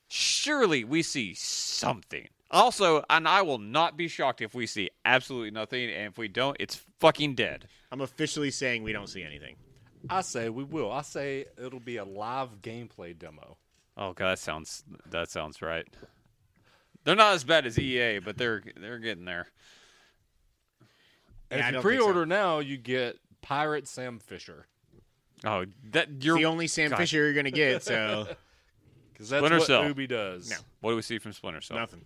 surely we see something also and i will not be shocked if we see absolutely nothing and if we don't it's fucking dead
I'm officially saying we don't see anything.
I say we will. I say it'll be a live gameplay demo.
oh god that sounds that sounds right they're not as bad as ea but they're they're getting there
And
Yeah, I
if you
don't think so.
pre-order now, you get Pirate Sam Fisher
oh that
It's
you're
the only Sam
God.
Fisher you're gonna
<laughs>
get. So
because that's
Splinter
what
Cell.
Ubi does.
No.
what do we see from splinter cell
nothing.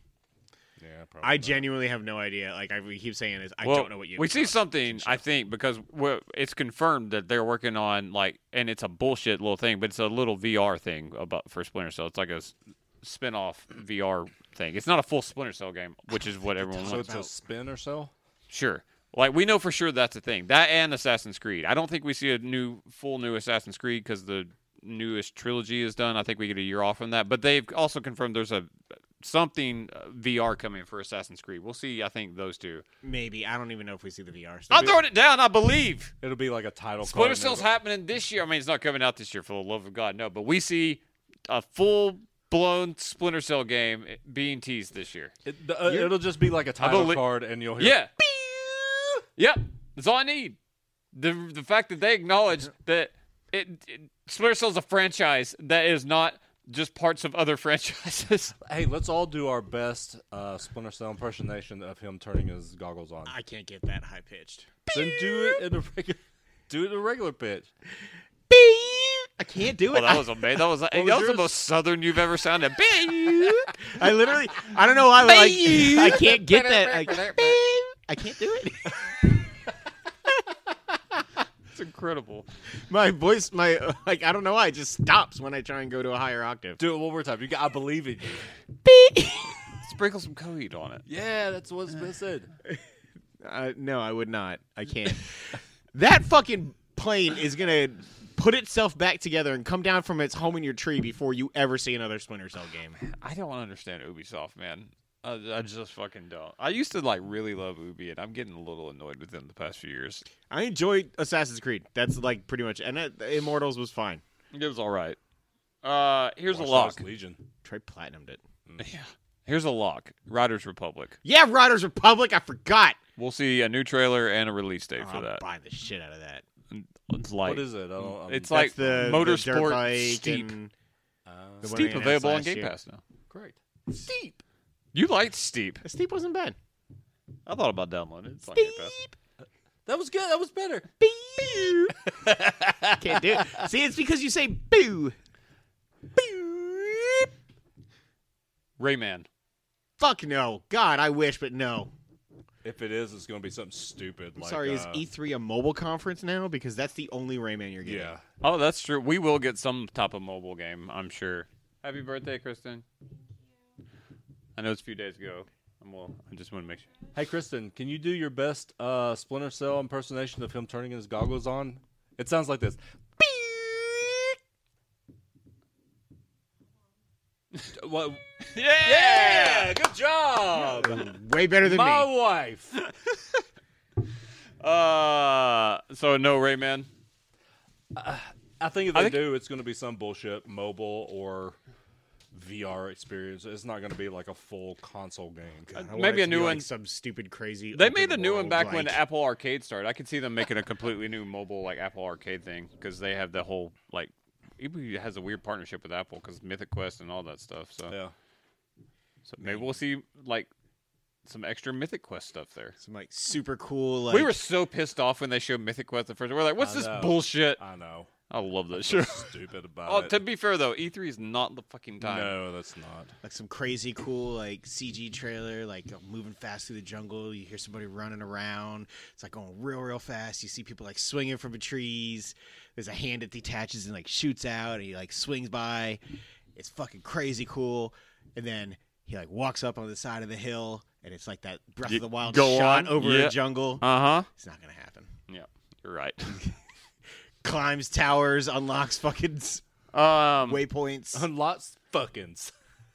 Yeah, probably.
I
not.
genuinely have no idea. Like I we keep saying this, I don't know what you.
We see something, I think, because we it's confirmed that they're working on like, and it's a bullshit little thing, but it's a little VR thing about for Splinter Cell. It's like a s- spin-off VR thing. It's not a full Splinter Cell game, which is
<laughs>
what everyone
So
wants.
it's a spin or so.
Sure, like we know for sure that's a thing. That and Assassin's Creed. I don't think we see a new full new Assassin's Creed because the newest trilogy is done. I think we get a year off from that, but they've also confirmed there's a something uh, VR coming for Assassin's Creed. We'll see. I think those two.
Maybe I don't even know if we see the VR. Stuff.
I'm throwing it down. I believe.
It'll be like a title.
Splinter
card
Cell's
novel.
happening this year. I mean, it's not coming out this year, for the love of God, no. But we see a full blown Splinter Cell game being teased this year.
It, the- uh, it'll just be like a title
believe-
card, and you'll hear.
Yeah. Yep. That's all I need. The the fact that they acknowledge that it, it Splinter Cell's a franchise that is not just parts of other <laughs> franchises.
Hey, let's all do our best uh, Splinter Cell impersonation of him turning his goggles on.
I can't get that high pitched.
Then do it in a regular, do it in a regular pitch.
I can't do
Well,
it.
that was amazing. That was, <laughs> that
was
was the
yours?
most southern you've ever <laughs> sounded. Beep.
<laughs> I, I literally, I don't know why, but like, I can't get that.
<laughs>
I, I can't do it. <laughs>
It's incredible.
My voice, my like, I don't know why, it just stops when I try and go to a higher octave.
Do it one more time. You, got- I believe in you.
Sprinkle some Coheed on it.
Yeah, that's what's missing.
Uh, no, I would not. I can't. <laughs> that fucking plane is gonna put itself back together and come down from its home in your tree before you ever see another Splinter Cell game.
I don't understand Ubisoft, man. I, I just fucking don't. I used to like really love Ubi, and I'm getting a little annoyed with them the past few years.
I enjoy Assassin's Creed. That's like pretty much, and uh, Immortals was fine.
It was all right. Uh, here's a
Watch
lock.
those Legion.
Trey platinumed it.
<laughs> Yeah. Here's a lock. Riders Republic.
Yeah, Riders Republic. I forgot.
We'll see a new trailer and a release date for
I'll
that.
buy the shit out of that.
It's like
What is it? I don't, I'm-
it's like
The the dirt
motorsport
bike
steep.
and
uh,
the one we
Steep
announced
available on
last
Game
year.
Pass now.
correct.
Steep.
You liked Steep.
Steep wasn't bad.
I thought about downloading it. It's on Game Pass.
That was good. That was better.
<laughs> Can't do it. See, it's because you say boo. Boo.
Rayman.
Fuck no. God, I wish, but no.
If it is, it's going to be something stupid.
I'm
like,
sorry,
uh,
E
is E3 a mobile conference now? Because that's the only Rayman you're getting.
Yeah.
Oh, that's true. We will get some type of mobile game, I'm sure. Happy birthday, Kristen. I know it's a few days ago. I'm well. I just want to make sure.
Hey, Kristen, can you do your best uh, Splinter Cell impersonation of him turning his goggles on? It sounds like this. What?
<laughs> Yeah!
Yeah, good job,
<laughs> Way better than
my
me.
wife.
Uh, so no Rayman.
I think if they
I think-
do, it's going to be some bullshit mobile or VR experience. It's not going to be like a full console game.
I want
Maybe
it
a
to
new
be,
one.
Like some stupid crazy.
They made a
open
new one
world,
back when
like-
Apple Arcade started. I could see them making a completely new mobile like Apple Arcade thing because they have the whole like. Ubi has a weird partnership with Apple because Mythic Quest and all that stuff. So,
Yeah.
so maybe we'll see like some extra Mythic Quest stuff there.
Some like super cool. Like,
we were so pissed off when they showed Mythic Quest the first. We're like, "What's
I
this
know.
bullshit?"
I <laughs> know.
I love that show.
Stupid about
Oh,
it.
to be fair though, E3 is not the fucking time.
no, that's not.
like some crazy cool like CG trailer, like uh, moving fast through the jungle. You hear somebody running around. It's like going real, real fast. You see people like swinging from the trees. There's a hand that detaches and like shoots out, and he like swings by. It's fucking crazy cool. And then he like walks up on the side of the hill, and it's like that Breath
Y-
of the Wild
go on.
shot over
Yeah.
a jungle.
Uh huh.
it's not gonna happen.
Yeah, you're right.
<laughs>
Climbs towers, unlocks fucking s-
Um,
<laughs>
waypoints.
Unlocks fuckings.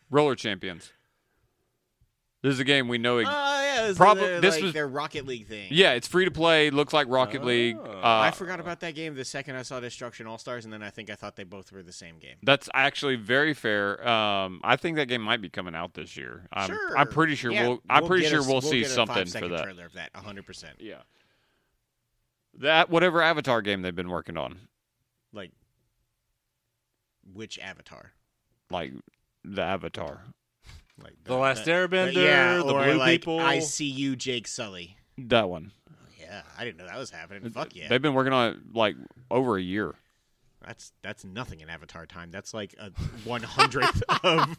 Roller Champions. This is a game we know.
Oh
Ex-
yeah, it was
Probab-
their,
this
like,
was-
their Rocket League thing.
yeah, it's free to play. Looks like Rocket League.
Oh.
Uh,
I forgot about that game the second I saw Destruction All Stars, and then I think I thought they both were the same game.
That's actually very fair. Um, I think that game might be coming out this year. I'm,
Sure.
I'm pretty sure
Yeah,
we'll. I'm pretty
get
sure
a-
we'll, see
get a
something for
five-second
that.
Trailer of that, hundred percent.
Yeah. That whatever Avatar game they've been working on,
Like, which Avatar?
like the Avatar.
Like
The Last Airbender,
yeah,
the
or
Blue
like,
People.
I see you, Jake Sully. Oh,
That one.
Yeah, I didn't know that was happening.
uh,
Fuck yeah,
They've been working on it like over a year.
that's that's nothing in Avatar time. That's like a one hundredth <laughs> of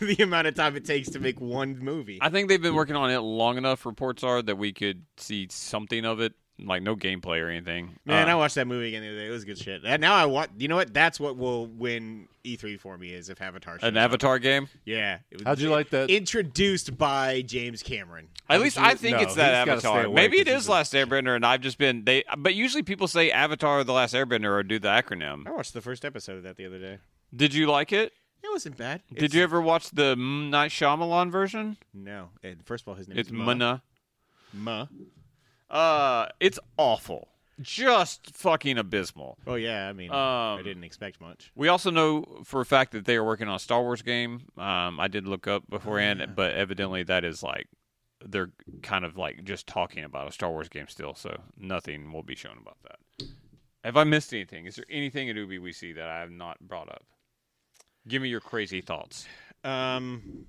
the amount of time it takes to make one movie.
I think they've been working on it long enough. Reports are that we could see something of it, like no gameplay or anything.
Man,
Uh,
I watched that movie again the other day. It was good shit. And now I want. You know what? That's what will win E3 for me is if Avatar. shows
an
up.
Avatar game.
Yeah. It was-
How'd you like that?
Introduced by James Cameron.
At least
you-
I think
no,
it's that
he's gotta stay
Avatar.
away
Maybe it
'cause
is
he's a-
Last Airbender, and I've just been they. But usually people say Avatar, or The Last Airbender, or do the acronym.
I watched the first episode of that the other day.
Did you like it?
It wasn't bad.
Did
It's-
you ever watch the M. Night Shyamalan version?
No. And first of all, his name
It's
is Ma.
Mana.
Ma.
Uh, it's awful. Just fucking abysmal.
Oh yeah. I mean,
Um,
I didn't expect much.
We also know for a fact that they are working on a Star Wars game. Um, I did look up beforehand, but evidently that is like they're kind of like just talking about a Star Wars game still, so nothing will be shown about that. Have I missed anything? Is there anything at Ubi we see that I have not brought up? Give me your crazy thoughts
Um.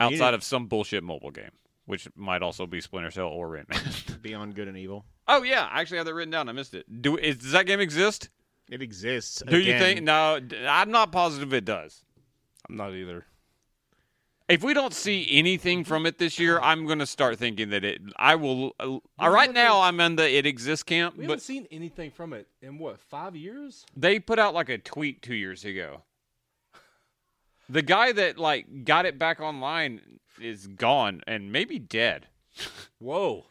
outside of some bullshit mobile game, which might also be Splinter Cell or Rain Man.
<laughs> Beyond Good and Evil.
oh yeah, I actually have that written down. I missed it. Do is, does that game exist?
It exists.
Do you
Again,
think? No, d- I'm not positive it does.
I'm not either.
If we don't see anything from it this year, I'm going to start thinking that it. I will. Uh, uh, right now, I'm in the it exists camp,
We
but
haven't seen anything from it in what five years?
they put out like a tweet two years ago. The guy that like got it back online is gone and maybe dead.
Whoa,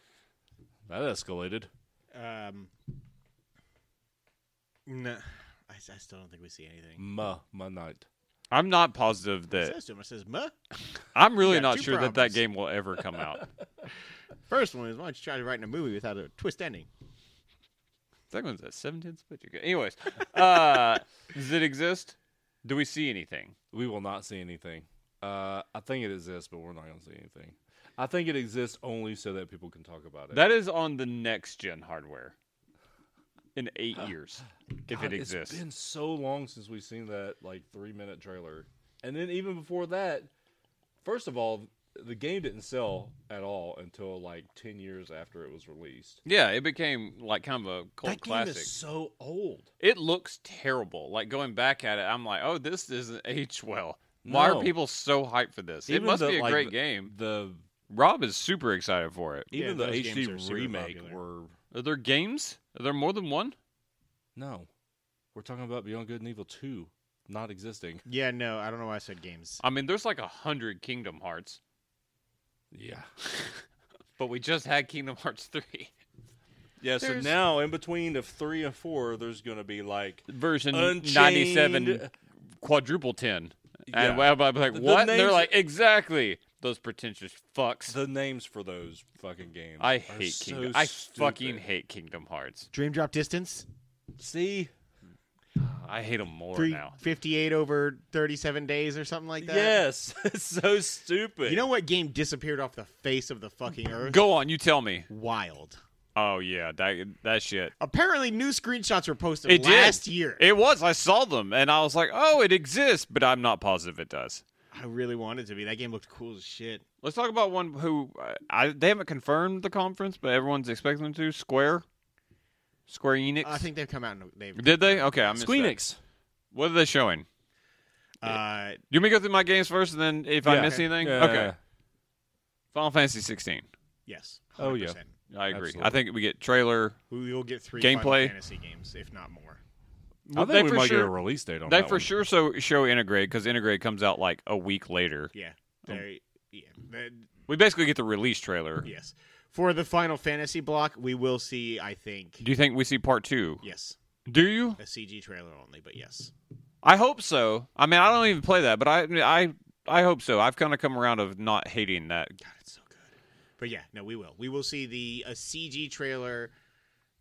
that escalated.
Um. No. I, I still don't think we see anything.
Ma, my night.
I'm not positive
It
that
says to him, it says, Ma.
I'm really
got
not
two
sure that that
problems.
game will ever come out.
First one is why don't you try writing a movie without a twist ending?
Second one's a seven tenths pitch. Anyways, uh, does it exist? Do we see anything?
We will not see anything. Uh, I think it exists, but we're not going to see anything. I think it exists only so that people can talk about it.
That is on the next gen hardware in eight years, if
God,
it exists.
It's been so long since we've seen that like three minute trailer, and then even before that, first of all, the game didn't sell at all until like ten years after it was released.
Yeah, it became like kind of a cult
that
classic.
game is so old.
It looks terrible. Like going back at it, I'm like, oh, this doesn't age well. Why are
No.
people so hyped for this?
Even
it must
the,
be a
like,
great
the-
game.
The
Rob is super excited for it.
Yeah,
even the
those games are
HD
super
remake
popular.
were
Are there games? Are there more than one?
no. We're talking about Beyond Good and Evil two not existing.
Yeah, no, I don't know why I said games.
I mean, there's like a hundred Kingdom Hearts,
Yeah.
but we just had Kingdom Hearts three
Yeah,
There's-
so now in between of three and four, there's gonna be like
version
Unchained.
ninety seven quadruple ten. And
Yeah.
I'm like,
The- the
what? And they're
names-
like, exactly. Those pretentious fucks.
the names for those fucking games.
I
are
hate
so
Kingdom. I fucking
stupid.
hate Kingdom Hearts.
Dream Drop Distance,
See,
I hate them more now.
358 over 37 days or something like that.
yes, <laughs> it's so stupid.
You know what game disappeared off the face of the fucking earth?
Go on, you tell me.
Wild.
Oh yeah, that that shit.
Apparently, new screenshots were posted
It did.
last year.
It was. I saw them and I was like, oh, it exists, but I'm not positive it does.
I really wanted to be. That game looked cool as shit.
Let's talk about one who uh, I they haven't confirmed the conference, but everyone's expecting them to. Square, Square Enix.
I think they've come out and they've.
Did they? Okay, I'm
Squeenix.
What are they showing?
Uh,
You want me to go through my games first, and then if I
Yeah.
miss anything,
Yeah.
okay. Final Fantasy 16.
yes. 100%.
Oh, yeah.
I agree. I
Absolutely.
think we get trailer,
We will get three
Gameplay.
Final fantasy games, if not more.
I
they
think we
for
might
sure,
get a release date on
They
that
for
one.
sure so show Integrate because Integrate comes out like a week later.
Yeah.
Oh.
Very, yeah. that-
We basically get the release trailer.
yes. For the Final Fantasy block, we will see, I think,
Do you think we see part two?
yes,
Do you?
a CG trailer only, but yes.
I hope so. I mean, I don't even play that, but I I I hope so. I've kind of come around of not hating that.
God, it's so good. But yeah, no, we will. We will see the a CG trailer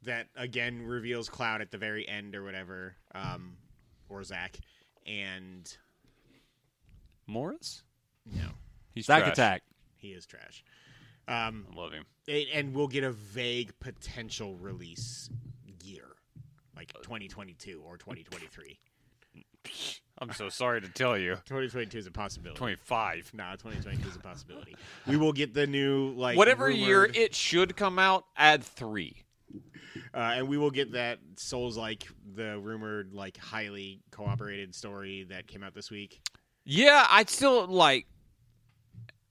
that again reveals Cloud at the very end or whatever, um, or Zach, and
Morris?
no,
He's
Zack
trash.
Attack.
he is trash. Um,
I love him.
it, and we'll get a vague potential release year, like 2022 or 2023.
I'm so sorry to tell you.
2022 is a possibility.
25.
Nah, 2022 is a possibility. We will get the new like
Whatever year
rumored-
it should come out, add three.
uh, and we will get that Souls like the rumored like highly cooperated story that came out this week.
Yeah, I'd still like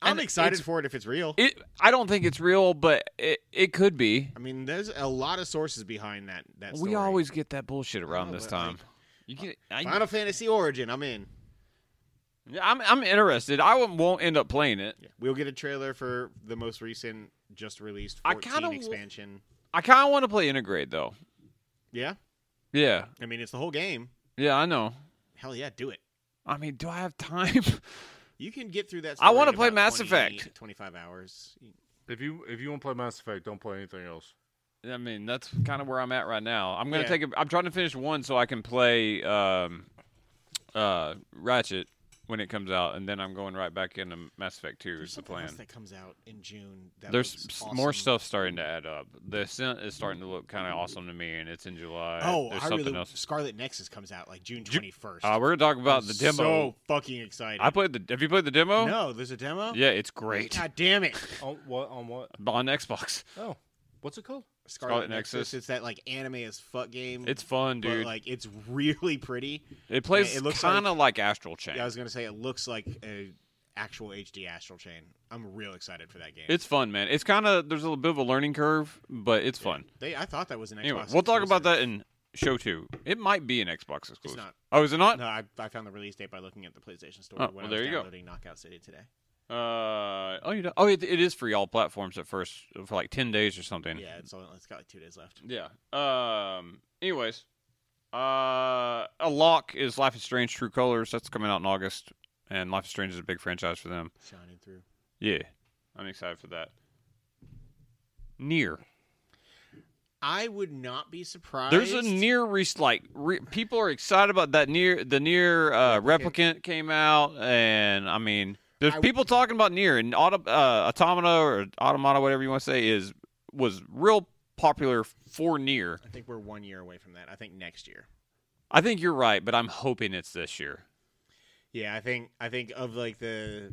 I'm
And
excited
it's-
for it if it's real.
it. I don't think it's real, but it, it could be.
I mean, there's a lot of sources behind that. That
We
story.
always get that bullshit around
No,
this
but,
time.
like,
you get, I,
Final Fantasy Origin. I'm in.
I'm I'm interested. I won't, won't end up playing it.
We'll get a trailer for the most recent just released
I
14
kinda w-
expansion.
I kind of want to play Integrate though.
Yeah,
Yeah,
I mean it's the whole game.
yeah, I know.
Hell yeah, do it.
I mean, do I have time? <laughs>
You can get through that.
I
story
wanna
in
play
about
Mass
20
Effect.
25 hours.
If you if you want to play Mass Effect, don't play anything else.
I mean, that's kind of where I'm at right now. I'm gonna
Yeah.
take. A, I'm trying to finish one so I can play um, uh, Ratchet when it comes out, and then I'm going right back into Mass Effect Two.
There's
Is the
something else
plan?
that comes out in June. That
There's s-
looks
more
awesome.
stuff starting to add up. The Ascent is starting to look kind of awesome to me, and it's in July.
Oh,
There's
I
something
really.
else.
Scarlet Nexus comes out like June 21st.
Uh, we're gonna talk about the demo.
So fucking excited.
I played the. Have you played the demo?
no, there's a demo.
Yeah, it's great
God damn it.
On what? On what?
<laughs> on Xbox.
Oh, what's it called?
Scarlet
Nexus.
Nexus. It's that like anime as fuck game.
It's fun,
but,
dude.
like it's really pretty.
it plays
it looks
kind of like, Astral Chain.
Yeah, I was gonna say it looks like a actual HD Astral Chain. I'm real excited for that game.
It's fun, man. It's kind of there's a little bit of a learning curve, but it's fun.
they, I thought that was an Xbox.
Anyway, we'll talk about
exclusive.
that in show two. It might be an Xbox exclusive.
not.
Oh, is it not?
No, I, I found the release date by looking at the PlayStation Store
Oh,
when
well,
I
there
was
you go.
downloading Knockout City today.
Uh, oh, you don't. Oh, it, it is for all platforms at first for like ten days or something.
Yeah, it's, all- it's got like two days left.
Yeah. Um. Anyways, uh, a lock is Life is Strange: True Colors. That's coming out in August, and Life is Strange is a big franchise for them.
Shining through.
Yeah, I'm excited for that. Near.
I would not be surprised.
There's a near re- like re- people are excited about that near the near uh, replicant came out, and I mean, there's
I-
people talking about near and auto, uh, automata or automata, whatever you want to say, is was real popular for near.
I think we're one year away from that. I think next year.
I think you're right, but I'm hoping it's this year.
Yeah, I think I think of like the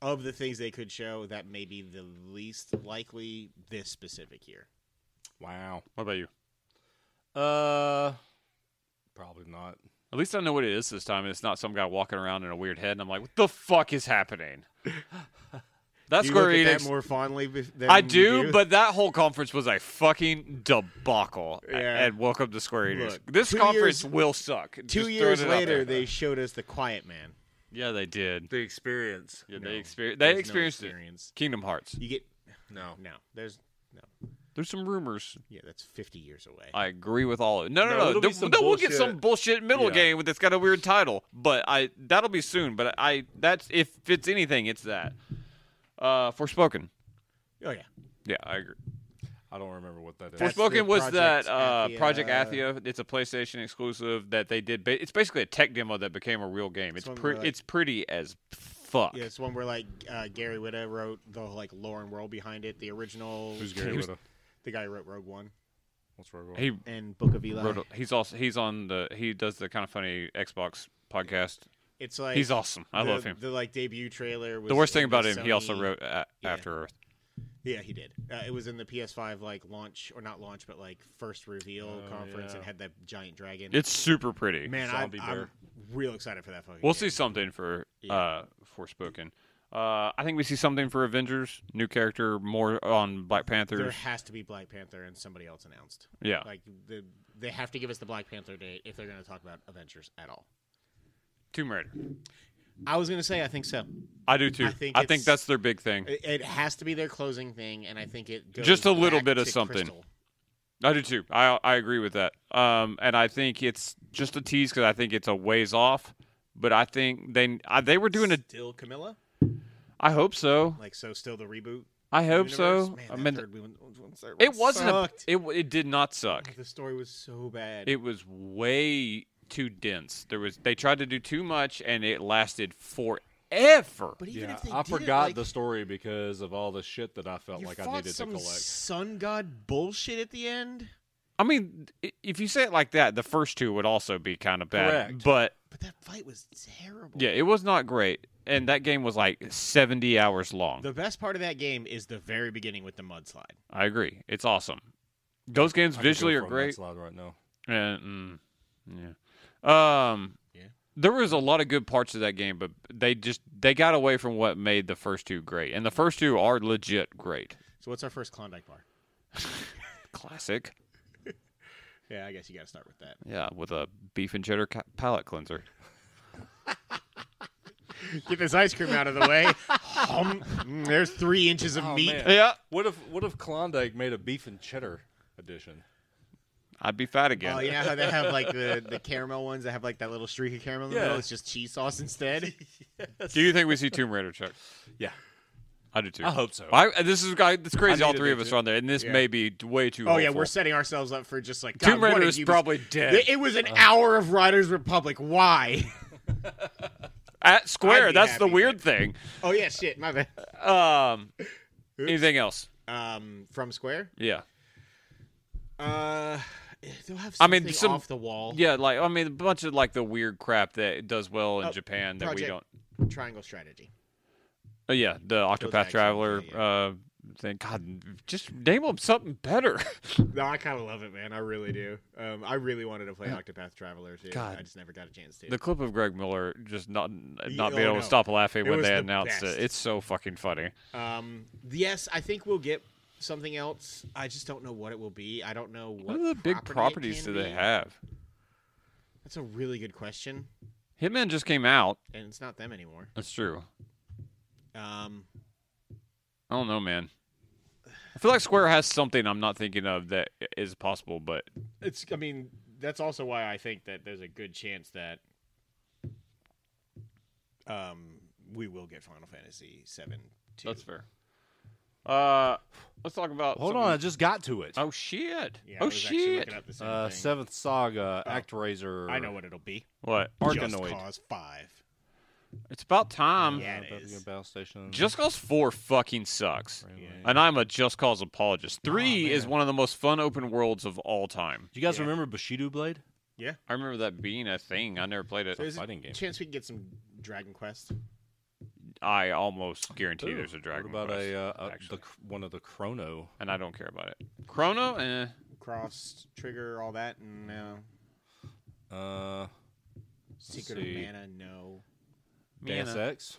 of the things they could show, that may be the least likely this specific year.
Wow.
What about you?
Uh, probably not.
At least I know what it is this time, and it's not some guy walking around in a weird head, and I'm like, what the fuck is
<laughs>
happening? That's
you look
Square
at that
Enix.
more fondly bef- than
I
you
do, but that whole conference was a fucking debacle.
<laughs> Yeah.
And welcome to Square Enix.
Look,
this
two
conference
years-
will suck.
two years later they showed us the Quiet Man.
yeah, they did.
The experience.
Yeah,
No,
they experienced.
there's
They
no
experienced it.
experience.
Kingdom Hearts.
You get
No.
no. There's no.
There's some rumors.
Yeah, that's 50 years away.
I agree with all of it. No,
No,
no, no.
it'll
There-
be some
no, we'll get
bullshit.
some bullshit middle
Yeah.
game that's got a weird title, but I that'll be soon. But I that's if it's anything, it's that. Uh, Forspoken.
oh yeah.
Yeah, I agree.
I don't remember what that is.
That's the
Forspoken was that
Project
uh,
Athia-
Project Athia. It's a PlayStation exclusive that they did. Ba- it's basically a tech demo that became a real game. It's
It's one
pre-
where, like-
it's pretty as fuck.
Yeah, it's one where like uh, Gary Whitta wrote the like lore and world behind it, the original
Who's Gary Whitta?
the guy who wrote Rogue One
What's Rogue One?
He
and Book of Eli.
wrote. a- he's also he's on the he does the kind of funny Xbox podcast.
it's like
he's awesome. I
the-
love him.
The like debut trailer was
The worst thing
in
about
the
him, he also
Sony-
wrote a-
yeah.
After Earth.
Yeah, he did. Uh, it was in the PS5 like launch or not launch, but like first reveal
Oh,
conference
yeah.
and had that giant dragon.
It's super pretty.
man, I,
zombie
I'm
bear.
real excited for that fucking.
We'll
game.
see something for
Yeah.
uh Forspoken. Uh, I think we see something for Avengers, new character, more on Black
There
Panther.
has to be Black Panther and somebody else announced.
Yeah,
Like the they have to give us the Black Panther date if they're going to talk about Avengers at all.
Tomb Raider.
I was going to say I think so.
I do too.
I
I
think
think, I think
it's-
that's their big thing.
It, it has to be their closing thing, and I think it goes
Just a little
back
bit of
to
something.
Crystal.
I do too. I I agree with that. Um, and I think it's just a tease because I think it's a ways off. But I think they I, they were doing a.
still Camilla,
I hope so.
like so, still the reboot.
I hope so.
Man,
I
that
mean,
third one- one- third
it
one
wasn't. A,
sucked.
it it did not suck.
the story was so bad.
It was way too dense. There was they tried to do too much and it lasted forever.
but even
Yeah,
if they
I
did,
forgot
like,
the story because of all the shit that I felt
you
like
fought
I needed to
some
collect.
sun god bullshit at the end.
I mean, i- if you say it like that, the first two would also be kind of bad.
Correct.
But
But that fight was terrible.
yeah, it was not great. And that game was like 70 hours long.
The best part of that game is the very beginning with the mudslide.
I agree. It's awesome. Those games
I could go
visually
for
are
a
great.
mudslide right now.
And, mm, yeah. Um,
Yeah.
There was a lot of good parts of that game, but they just they got away from what made the first two great. And the first two are legit great.
So what's our first Klondike bar?
Classic.
Yeah, I guess you got to start with that.
Yeah, with a beef and cheddar ca- palate cleanser.
<laughs> Get this ice cream out of the way. <laughs> Hum. Mm, there's three inches of
Oh,
meat.
man.
Yeah.
What if what if Klondike made a beef and cheddar edition?
I'd be fat again.
Oh, you know how they have like the, the caramel ones that have like that little streak of caramel in the
Yeah.
middle? It's just cheese
<laughs>
sauce instead.
Do you think we see Tomb Raider, Chuck?
Yeah,
I do too.
I hope so.
I, this is guy. It's crazy.
I
All
need
three
to
of
do
us
too.
are on there, and this
Yeah.
may be d- way too.
oh yeah,
hopeful.
we're setting ourselves up for just like God,
Tomb
what
Raider
a
is
Ubisoft-
probably dead. Uh.
It was an hour of Riders Republic. Why?
at
I'd
Square.
be
That's the
happy,
weird thing.
<laughs> oh yeah, shit. My bad.
Um, anything else?
Um, from Square.
Yeah,
Uh, they'll have
I
something
mean, some-
off the wall.
yeah. Like I mean, a bunch of like the weird crap that does well in
Oh,
Japan that we don't.
Project Triangle Strategy.
Oh, yeah, the Octopath
actually-
Traveler.
yeah,
Uh, thing. God, just name them something better. <laughs>
No, I kind of love it, man. I really do. Um, I really wanted to play Octopath Traveler too.
God.
I just never got a chance to.
the clip of Greg Miller just not
Yeah,
not
oh,
being able
no.
to stop laughing
It
when
was
they
the
announced
best.
it. It's so fucking funny.
Um, yes, I think we'll get something else. I just don't know what it will be. I don't know what,
What, other big
property it
properties do
can
they
be.
have?
That's a really good question,
Hitman just came out.
and it's not them anymore.
That's true.
Um,
I don't know, man. I feel like Square has something I'm not thinking of that is possible, but
it's. I mean, that's also why I think that there's a good chance that um we will get Final Fantasy Seven. Too.
fair. Uh, let's talk about.
Hold
something-
on, I just got to it.
Oh shit!
Yeah, I
oh
was actually
shit!
looking up the same
Uh,
thing.
Seventh Saga,
Oh.
Actraiser.
I know what it'll be.
What?
Just
Arkanoid.
Cause Five.
It's about time.
Uh,
Yeah, it
Bethlehem
is.
Battle Station.
Just Cause Four fucking sucks,
Railway.
Yeah.
and I'm a Just Cause apologist. Three
Oh, man.
is one of the most fun open worlds of all time.
Do you guys
Yeah.
remember Bushido Blade?
I remember that being a thing. I never played it.
So is
fighting
it
game.
chance we can get some Dragon Quest?
I almost guarantee
Ooh.
there's a Dragon
What about
Quest,
a, uh, a the,
actually.
cr- one of the Chrono?
and I don't care about it. Chrono, eh.
Cross trigger, all that, no.
Uh,
Secret of
see.
Mana, no.
Deus
Mana.
Ex.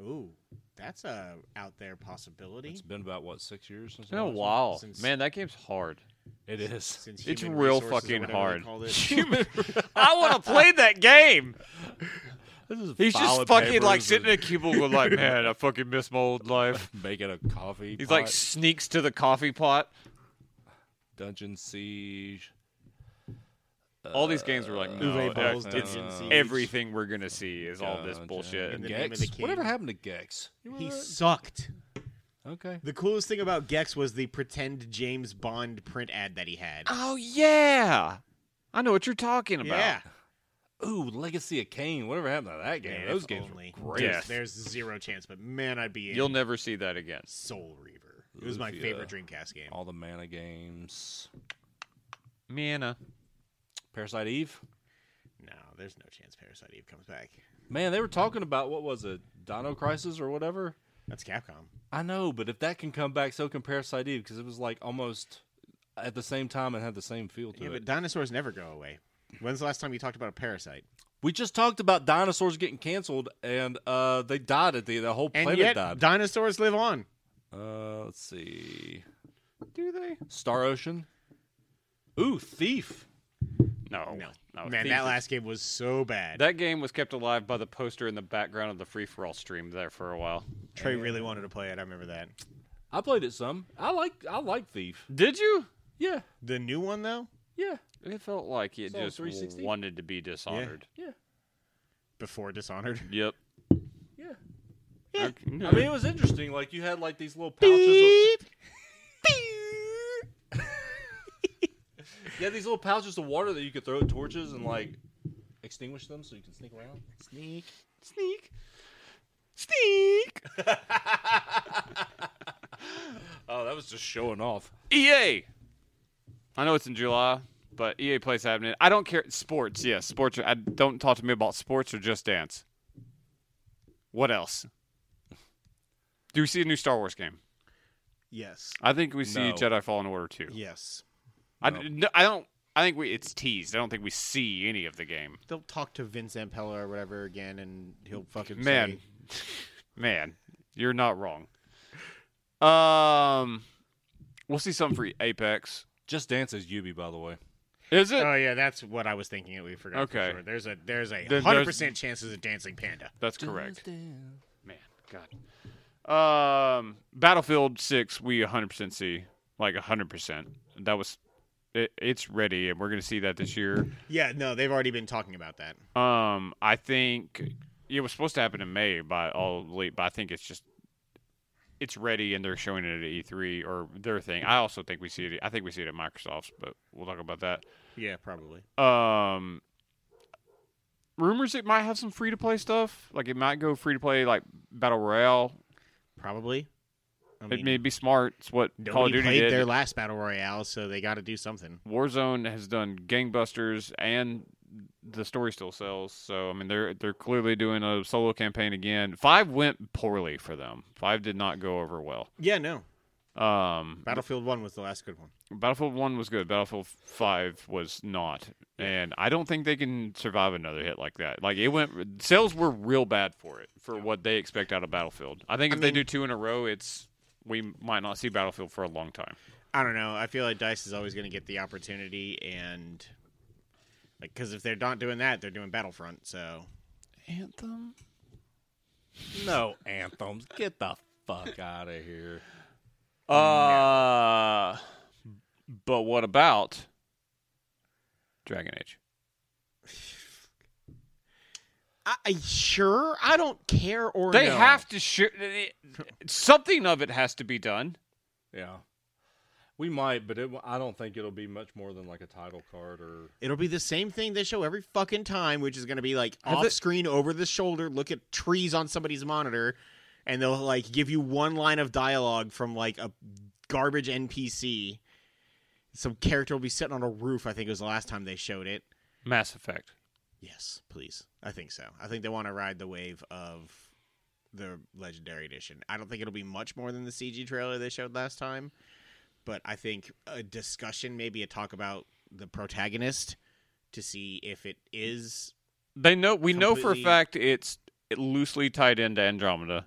Ooh, that's a out there possibility.
It's been about what six years since.
It's been a
that was?
while.
Since-
Man, that game's hard.
It is.
Since
It's
human
real
resources or
fucking
whatever they
hard. <laughs>
call this-
Human- I want to play that game.
<laughs> This is
He's
file
just
of
fucking like
papers
sitting in a cubicle, like, man, I fucking miss my old life.
and <laughs> making a coffee.
He's like
pot.
sneaks to the coffee pot.
Dungeon Siege.
All these games were like, no,
Uh, Uwe Boll's
it's-
Dungeon
it's
Siege.
everything we're gonna see is all this
Gotcha.
bullshit.
In the name of
Gex.
the king.
Whatever happened to Gex? You
He
remember that?
sucked.
okay.
The coolest thing about Gex was the pretend James Bond print ad that he had.
oh yeah, I know what you're talking about.
Yeah,
Ooh, Legacy of Kane. Whatever happened to that game?
Man,
Those
if
games
only.
were great.
Yes.
There's zero chance, but man, I'd be in
You'll never see that again.
Soul Reaver. It was my
Lufia.
favorite Dreamcast game.
All the Mana games.
Mana.
Parasite Eve.
No, there's no chance Parasite Eve comes back.
Man, they were talking about what was it, Dino Crisis or whatever.
That's Capcom.
I know, but if that can come back, so can Parasite Eve because it was like almost at the same time and had the same feel to
Yeah,
it.
but dinosaurs never go away. When's the last time you talked about a parasite?
we just talked about dinosaurs getting canceled, and uh, they died at the the whole
And
planet
yet,
died.
dinosaurs live on.
uh, let's see,
Do they?
Star Ocean. Ooh, Thief.
No,
No,
no
man,
Thief
that
is-
last game was so bad.
that game was kept alive by the poster in the background of the free for all stream there for a while.
Trey really wanted to play it. I remember that.
I played it some. I like I like Thief.
Did you?
Yeah,
The new one though,
yeah,
It felt like it
It's on
just
360.
wanted to be dishonored.
yeah,
before Dishonored.
<laughs> Yep.
yeah.
Okay, no.
I mean, it was interesting. Like you had like these little pouches.
<laughs>
Of, you had these little pouches of water that you could throw at torches and like extinguish them, so you can sneak around. Sneak.
sneak, sneak.
Oh, that was just showing off.
EA. E I know it's in July, but EA Play's happening. I don't care. Sports, yes, sports. I don't talk to me about sports or Just Dance. What else? Do we see a new Star Wars game?
Yes.
I think we see
No.
Jedi Fallen Order too.
Yes.
I, no, I don't. I think we it's teased. I don't think we see any of the game.
They'll talk to Vince Ampella or whatever again, and he'll fucking
Man, <laughs>
say-
man, you're not wrong. Um, we'll see something for Apex.
Just Dance is Yubi, by the way.
Is it?
Oh yeah, that's what I was thinking. That we forgot.
Okay.
For sure. There's a there's a
there's-
hundred percent chances of dancing panda.
That's correct. Man, God. Um, Battlefield Six, we 100% see, like 100%. That was, it, it's ready, and we're gonna see that this year.
Yeah. No, they've already been talking about that.
Um, I think it was supposed to happen in May by all late, but I think it's just, it's ready, and they're showing it at E3 or their thing. I also think we see it. I think we see it at Microsoft's, but we'll talk about that.
Yeah, probably.
um rumors it might have some free to play stuff like it might go free to play like battle royale
Probably. I
it
mean,
may be smart it's what call of
nobody
duty
played
did
their last battle royale, so they got to do something.
warzone has done gangbusters and the story still sells so i mean they're they're clearly doing a solo campaign again five went poorly for them five did not go over well
Yeah. No.
um
Battlefield One was the last good one.
battlefield 1 was good battlefield 5 was not and i don't think they can survive another hit like that like it went sales were real bad for it for what they expect out of battlefield i think if they do two in a row it's we might not see battlefield for a long time
I don't know. I feel like Dice is always going to get the opportunity, and like because if they're not doing that, they're doing Battlefront. So
anthem
No anthems. Get the fuck out of here.
uh but what about dragon age
I, I sure I don't care or
they
no.
have to shoot something of it has to be done
Yeah. We might, but it, I don't think it'll be much more than like a title card or.
It'll be the same thing they show every fucking time, which is going to be like off
they-
screen, over the shoulder, look at trees on somebody's monitor, and they'll like give you one line of dialogue from like a garbage NPC. Some character will be sitting on a roof. I think it was the last time they showed it.
mass effect
Yes, please. I think so. I think they want to ride the wave of the Legendary Edition. I don't think it'll be much more than the CG trailer they showed last time, but I think a discussion, maybe a talk about the protagonist to see if it is.
They know we know for a
completely-
fact it's loosely tied into Andromeda,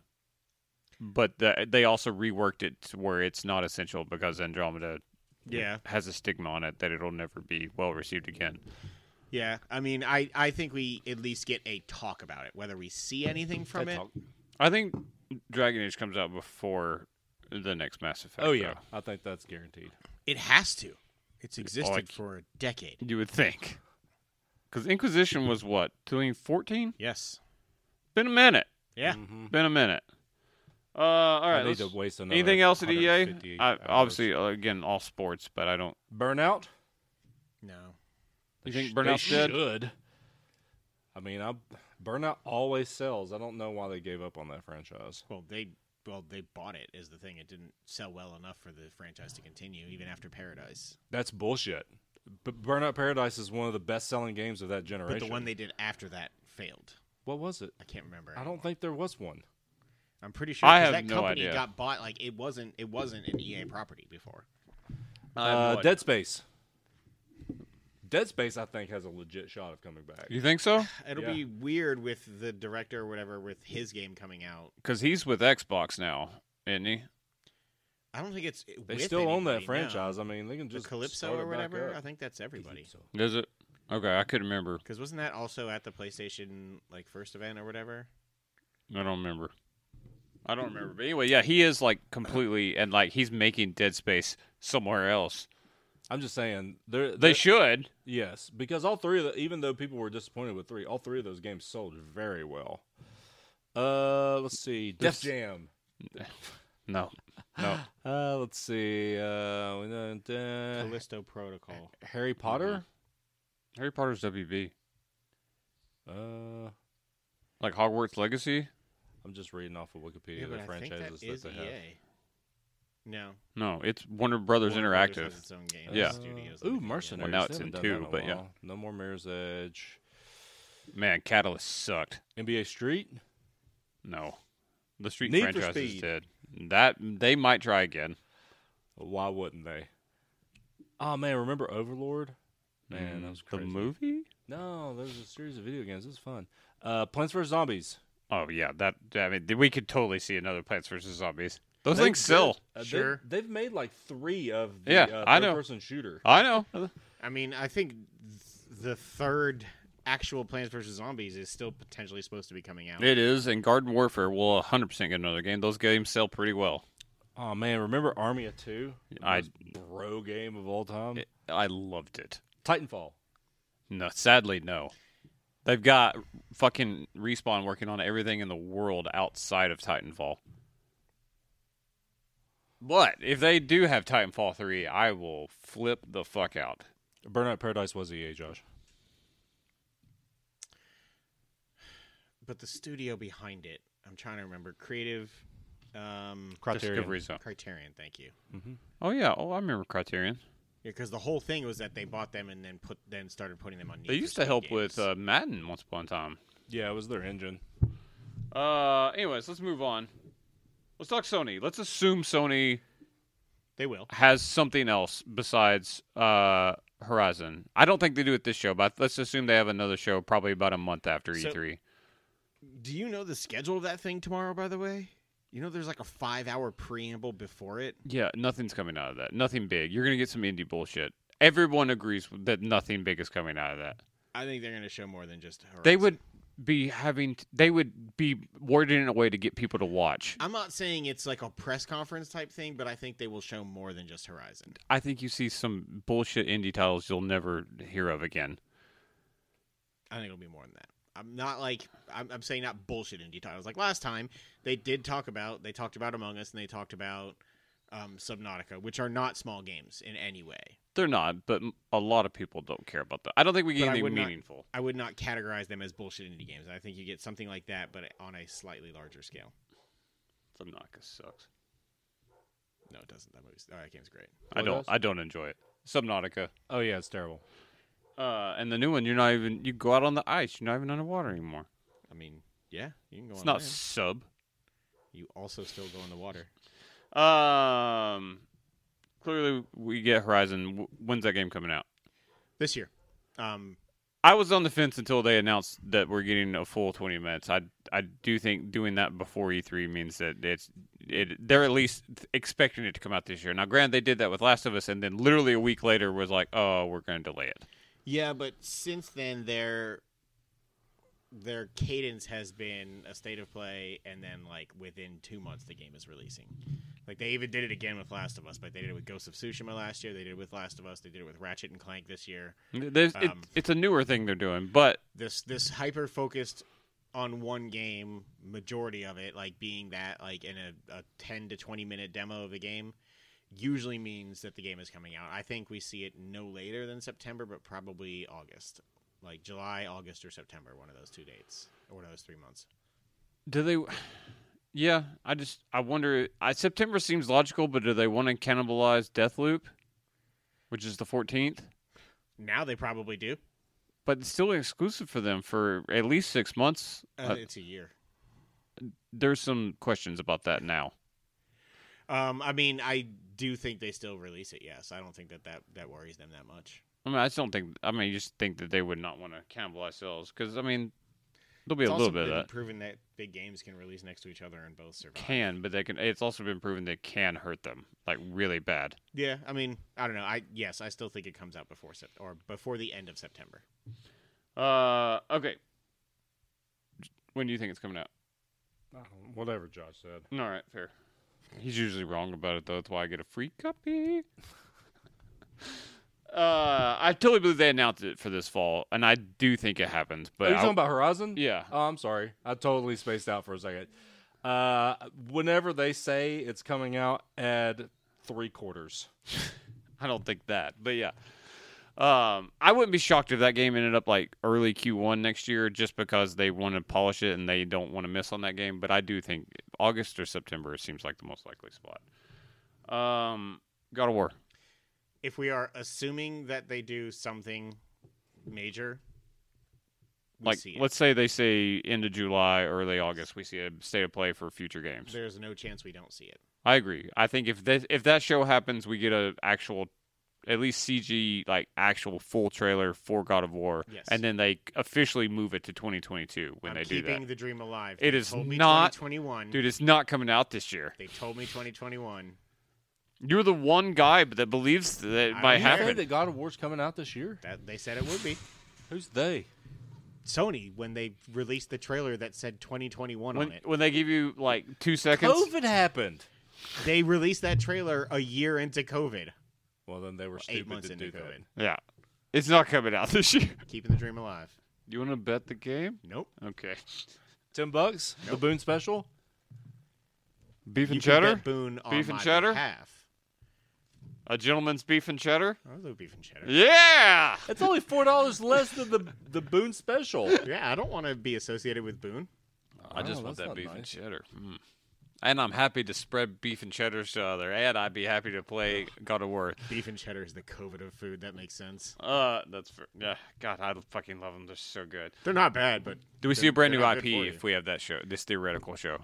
but the, they also reworked it to where it's not essential because Andromeda
Yeah.
has a stigma on it that it'll never be well received again.
Yeah. I mean, I, I think we at least get a talk about it, whether we see anything from
They
it.
talk-
I think Dragon Age comes out before the next Mass Effect.
Oh yeah,
though.
I think that's guaranteed.
It has to. It's existed
like-
for a decade.
you would think because Inquisition was what 2014.
Yes. Mm.
Been a minute.
Yeah.
Been a minute. Uh, all right.
Mm-hmm. I need to
let's-
waste another.
anything else at EA?
150
I,
hours.
obviously, uh, again, all sports, but I don't.
burnout.
No.
You think
They
Burnout's dead?
should. I mean, I, burnout always sells. I don't know why they gave up on that franchise.
Well, they well they bought it is the thing. It didn't sell well enough for the franchise to continue even after Paradise.
That's bullshit. But Burnout Paradise is one of the best-selling games of that
But
generation.
the one they did after that failed.
what was it?
I can't remember.
I don't think there was one.
I'm pretty sure
I
'cause
have
that
no
company
idea.
got bought like it wasn't it wasn't an EA property before.
Uh, Dead Space. Dead Space, I think, has a legit shot of coming back.
You think so?
It'll
Yeah.
be weird with the director or whatever with his game coming out.
Because he's with Xbox now, isn't he?
I don't think it's.
They
with
still own that
anybody now.
franchise. I mean, they can
The
just
Calypso
start it
or
back
whatever.
up.
I think that's everybody.
Is it? Okay, I couldn't remember.
Because wasn't that also at the PlayStation like first event or whatever?
I don't remember. I don't remember. But anyway, yeah, he is like completely and like he's making Dead Space somewhere else.
I'm just saying they're,
They
they
should.
yes because all three of the even though people were disappointed with three, all three of those games sold very well. Uh, let's see, Def
Let's-
Jam.
No. No.
Uh, let's see, uh, we know, uh,
Callisto Protocol.
Harry Potter.
Harry Potter's WB. Mm-hmm.
Uh,
Like Hogwarts Legacy?
I'm just reading off of Wikipedia
Yeah, but
the
I think
franchises
that
that,
is E
they
EA.
have.
No,
No, it's Warner Brothers
Warner
Interactive.
Brothers has its own game
Yeah.
studios.
Uh, ooh, Mercenaries.
now
They
it's in
haven't done
two,
that a
but yeah.
while. No more Mirror's Edge.
Man, Catalyst sucked.
NBA Street.
No. The Street
Need for
franchise is
Speed.
dead. That they might try again.
Why wouldn't they? Oh man, remember Overlord? Man, that was
Mm, the
crazy.
movie?
No, there's a series of video games. It was fun. Uh, Plants vs Zombies.
Oh yeah, that I mean we could totally see another Plants vs Zombies. Those
They
things
did-
sell.
uh, they-
Sure.
They've, made like three of the
Yeah,
uh,
I know.
person shooter.
I know.
I mean, I think th- the third actual Plants vs Zombies is still potentially supposed to be coming out.
It is, and Garden Warfare will 100% get another game. Those games sell pretty well.
Oh man, remember Armia Two?
I-
bro game of all time.
I loved it.
Titanfall.
No, sadly, no. They've got fucking Respawn working on everything in the world outside of Titanfall. But if they do have Titanfall 3, I will flip the fuck out.
Burnout Paradise was EA, Josh.
but the studio behind it, I'm trying to remember. Creative um,
Criterion.
Discovery Zone.
Criterion, thank you.
Oh, yeah. Oh, I remember Criterion.
Yeah, because the whole thing was that they bought them and then put then started putting them on. Need
They
for
used to
Speed
help
games.
with uh, Madden once upon a time.
Yeah, it was their engine.
Uh, anyways, let's move on. Let's talk Sony. Let's assume Sony
they will.
has something else besides uh, Horizon. I don't think they do it this show, but let's assume they have another show probably about a month after E
So-
E3.
Do you know the schedule of that thing tomorrow? By the way, you know there's like a five hour preamble before it.
Yeah, nothing's coming out of that. Nothing big. You're going to get some indie bullshit. Everyone agrees that nothing big is coming out of that.
I think they're going to show more than just. Horizon.
They would be having they would be wording it in a way to get people to watch.
I'm not saying it's like a press conference type thing, but I think they will show more than just Horizon.
I think you see some bullshit indie titles you'll never hear of again.
I think it'll be more than that. I'm not like I'm, I'm saying not bullshit indie titles. Like last time, they did talk about they talked about Among Us and they talked about um, Subnautica, which are not small games in any way.
They're not, but a lot of people don't care about that. I don't think we get
But I
anything
would not-
meaningful.
I would not categorize them as bullshit indie games. I think you get something like that, but on a slightly larger scale.
Subnautica sucks.
No, it doesn't. That movie's oh, that game's great.
I
What
don't.
else?
I don't enjoy it. Subnautica.
Oh yeah, it's terrible.
Uh, and the new one, you're not even. You go out on the ice. You're not even underwater anymore.
I mean, yeah, you can go
It's
on
not
land.
sub.
You also still go in the water.
Um, clearly we get Horizon. W- When's that game coming out?
This year, um,
I was on the fence until they announced that we're getting a full 20 minutes. I I do think doing that before E3 means that it's it they're at least expecting it to come out this year. Now, granted, they did that with Last of Us, and then literally a week later was like, oh, we're going to delay it.
Yeah, but since then their their cadence has been a state of play and then like within 2 months the game is releasing. Like they even did it again with Last of Us, but they did it with Ghost of Tsushima last year, they did it with Last of Us, they did it with Ratchet and Clank this year.
There's- it-
Um.
it's a newer thing they're doing, but
This this hyper focused on one game majority of it like being that like in a, a 10 to 20 minute demo of the game usually means that the game is coming out i think we see it no later than september but probably august like july august or september one of those two dates or one of those three months
Do they? Yeah, I just I wonder. I, September seems logical, but do they want to cannibalize Deathloop, which is the fourteenth?
now they probably do
But it's still exclusive for them for at least six months.
uh,
Uh,
it's a year
there's some questions about that now.
um, i mean i do think they still release it yes i don't think that that, that worries them that much
I mean, I just don't think. I mean, I just think that they would not want to cannibalize sales because I mean,
There'll be
It's
a
also
little bit of
been
that.
Proven that big games can release next to each other and both survive.
Can, but they can. It's also been proven they can hurt them like really bad.
Yeah, I mean, I don't know. I yes, I still think it comes out before Sep- or before the end of September.
Uh, okay. When do you think it's coming out?
I don't- Uh, Whatever Josh said.
All right, fair. He's usually wrong about it though. That's why I get a free copy. <laughs> uh, I totally believe they announced it for this fall, and I do think it happens.
Are
But
you
I-
talking about Horizon?
yeah,
Oh, I'm sorry. I totally spaced out for a second. Uh, whenever they say it's coming out, add three quarters.
I don't think that, but yeah. Um, I wouldn't be shocked if that game ended up like early Q1 next year, just because they want to polish it and they don't want to miss on that game. But I do think August or September seems like the most likely spot. Um, God of War.
If we are assuming that they do something major, we
like
see it.
let's say they say end of July, early August, we see a state of play for future games.
There's no chance we don't see it.
I agree. I think if that if that show happens, we get a actual, at least CG like actual full trailer for God of War,
Yes.
and then they officially move it to 2022 when
I'm
they do
keeping
that.
the dream alive.
It
They
is
told me
not-
2021.
Dude, it's not coming out this year.
They told me 2021.
You're the one guy that believes that it
I
might
don't care
happen.
that God of War's coming out this year?
That they said it would be
Who's they?
Sony when they released the trailer that said 2021
when,
on it.
when they give you like two seconds,
COVID happened.
They released that trailer a year into COVID,
Well, then they were
eight
stupid
months
to
into
do
COVID.
that.
yeah, it's not coming out <laughs> this year.
Keeping the dream alive.
You want to bet the game?
Nope.
Okay,
Ten bucks. The Boone special.
beef and
you
cheddar.
Can get Boone on
Beef and
my
cheddar?
Behalf.
A gentleman's beef and cheddar?
I love beef and cheddar.
Yeah!
It's only four dollars less than the the Boone <laughs> special.
Yeah, I don't want to be associated with Boone.
I just
Oh, that's
want that
not
beef and
nice.
cheddar. Mm. And I'm happy to spread beef and cheddars to other, and I'd be happy to play God of War.
Beef and cheddar is the COVID of food. That makes sense.
Uh, that's for yeah. God, I fucking love them. They're so good.
They're not bad, but
Do we
they're-
see a brand
they're
new
not good
IP
for you.
if we have that show, this theoretical show?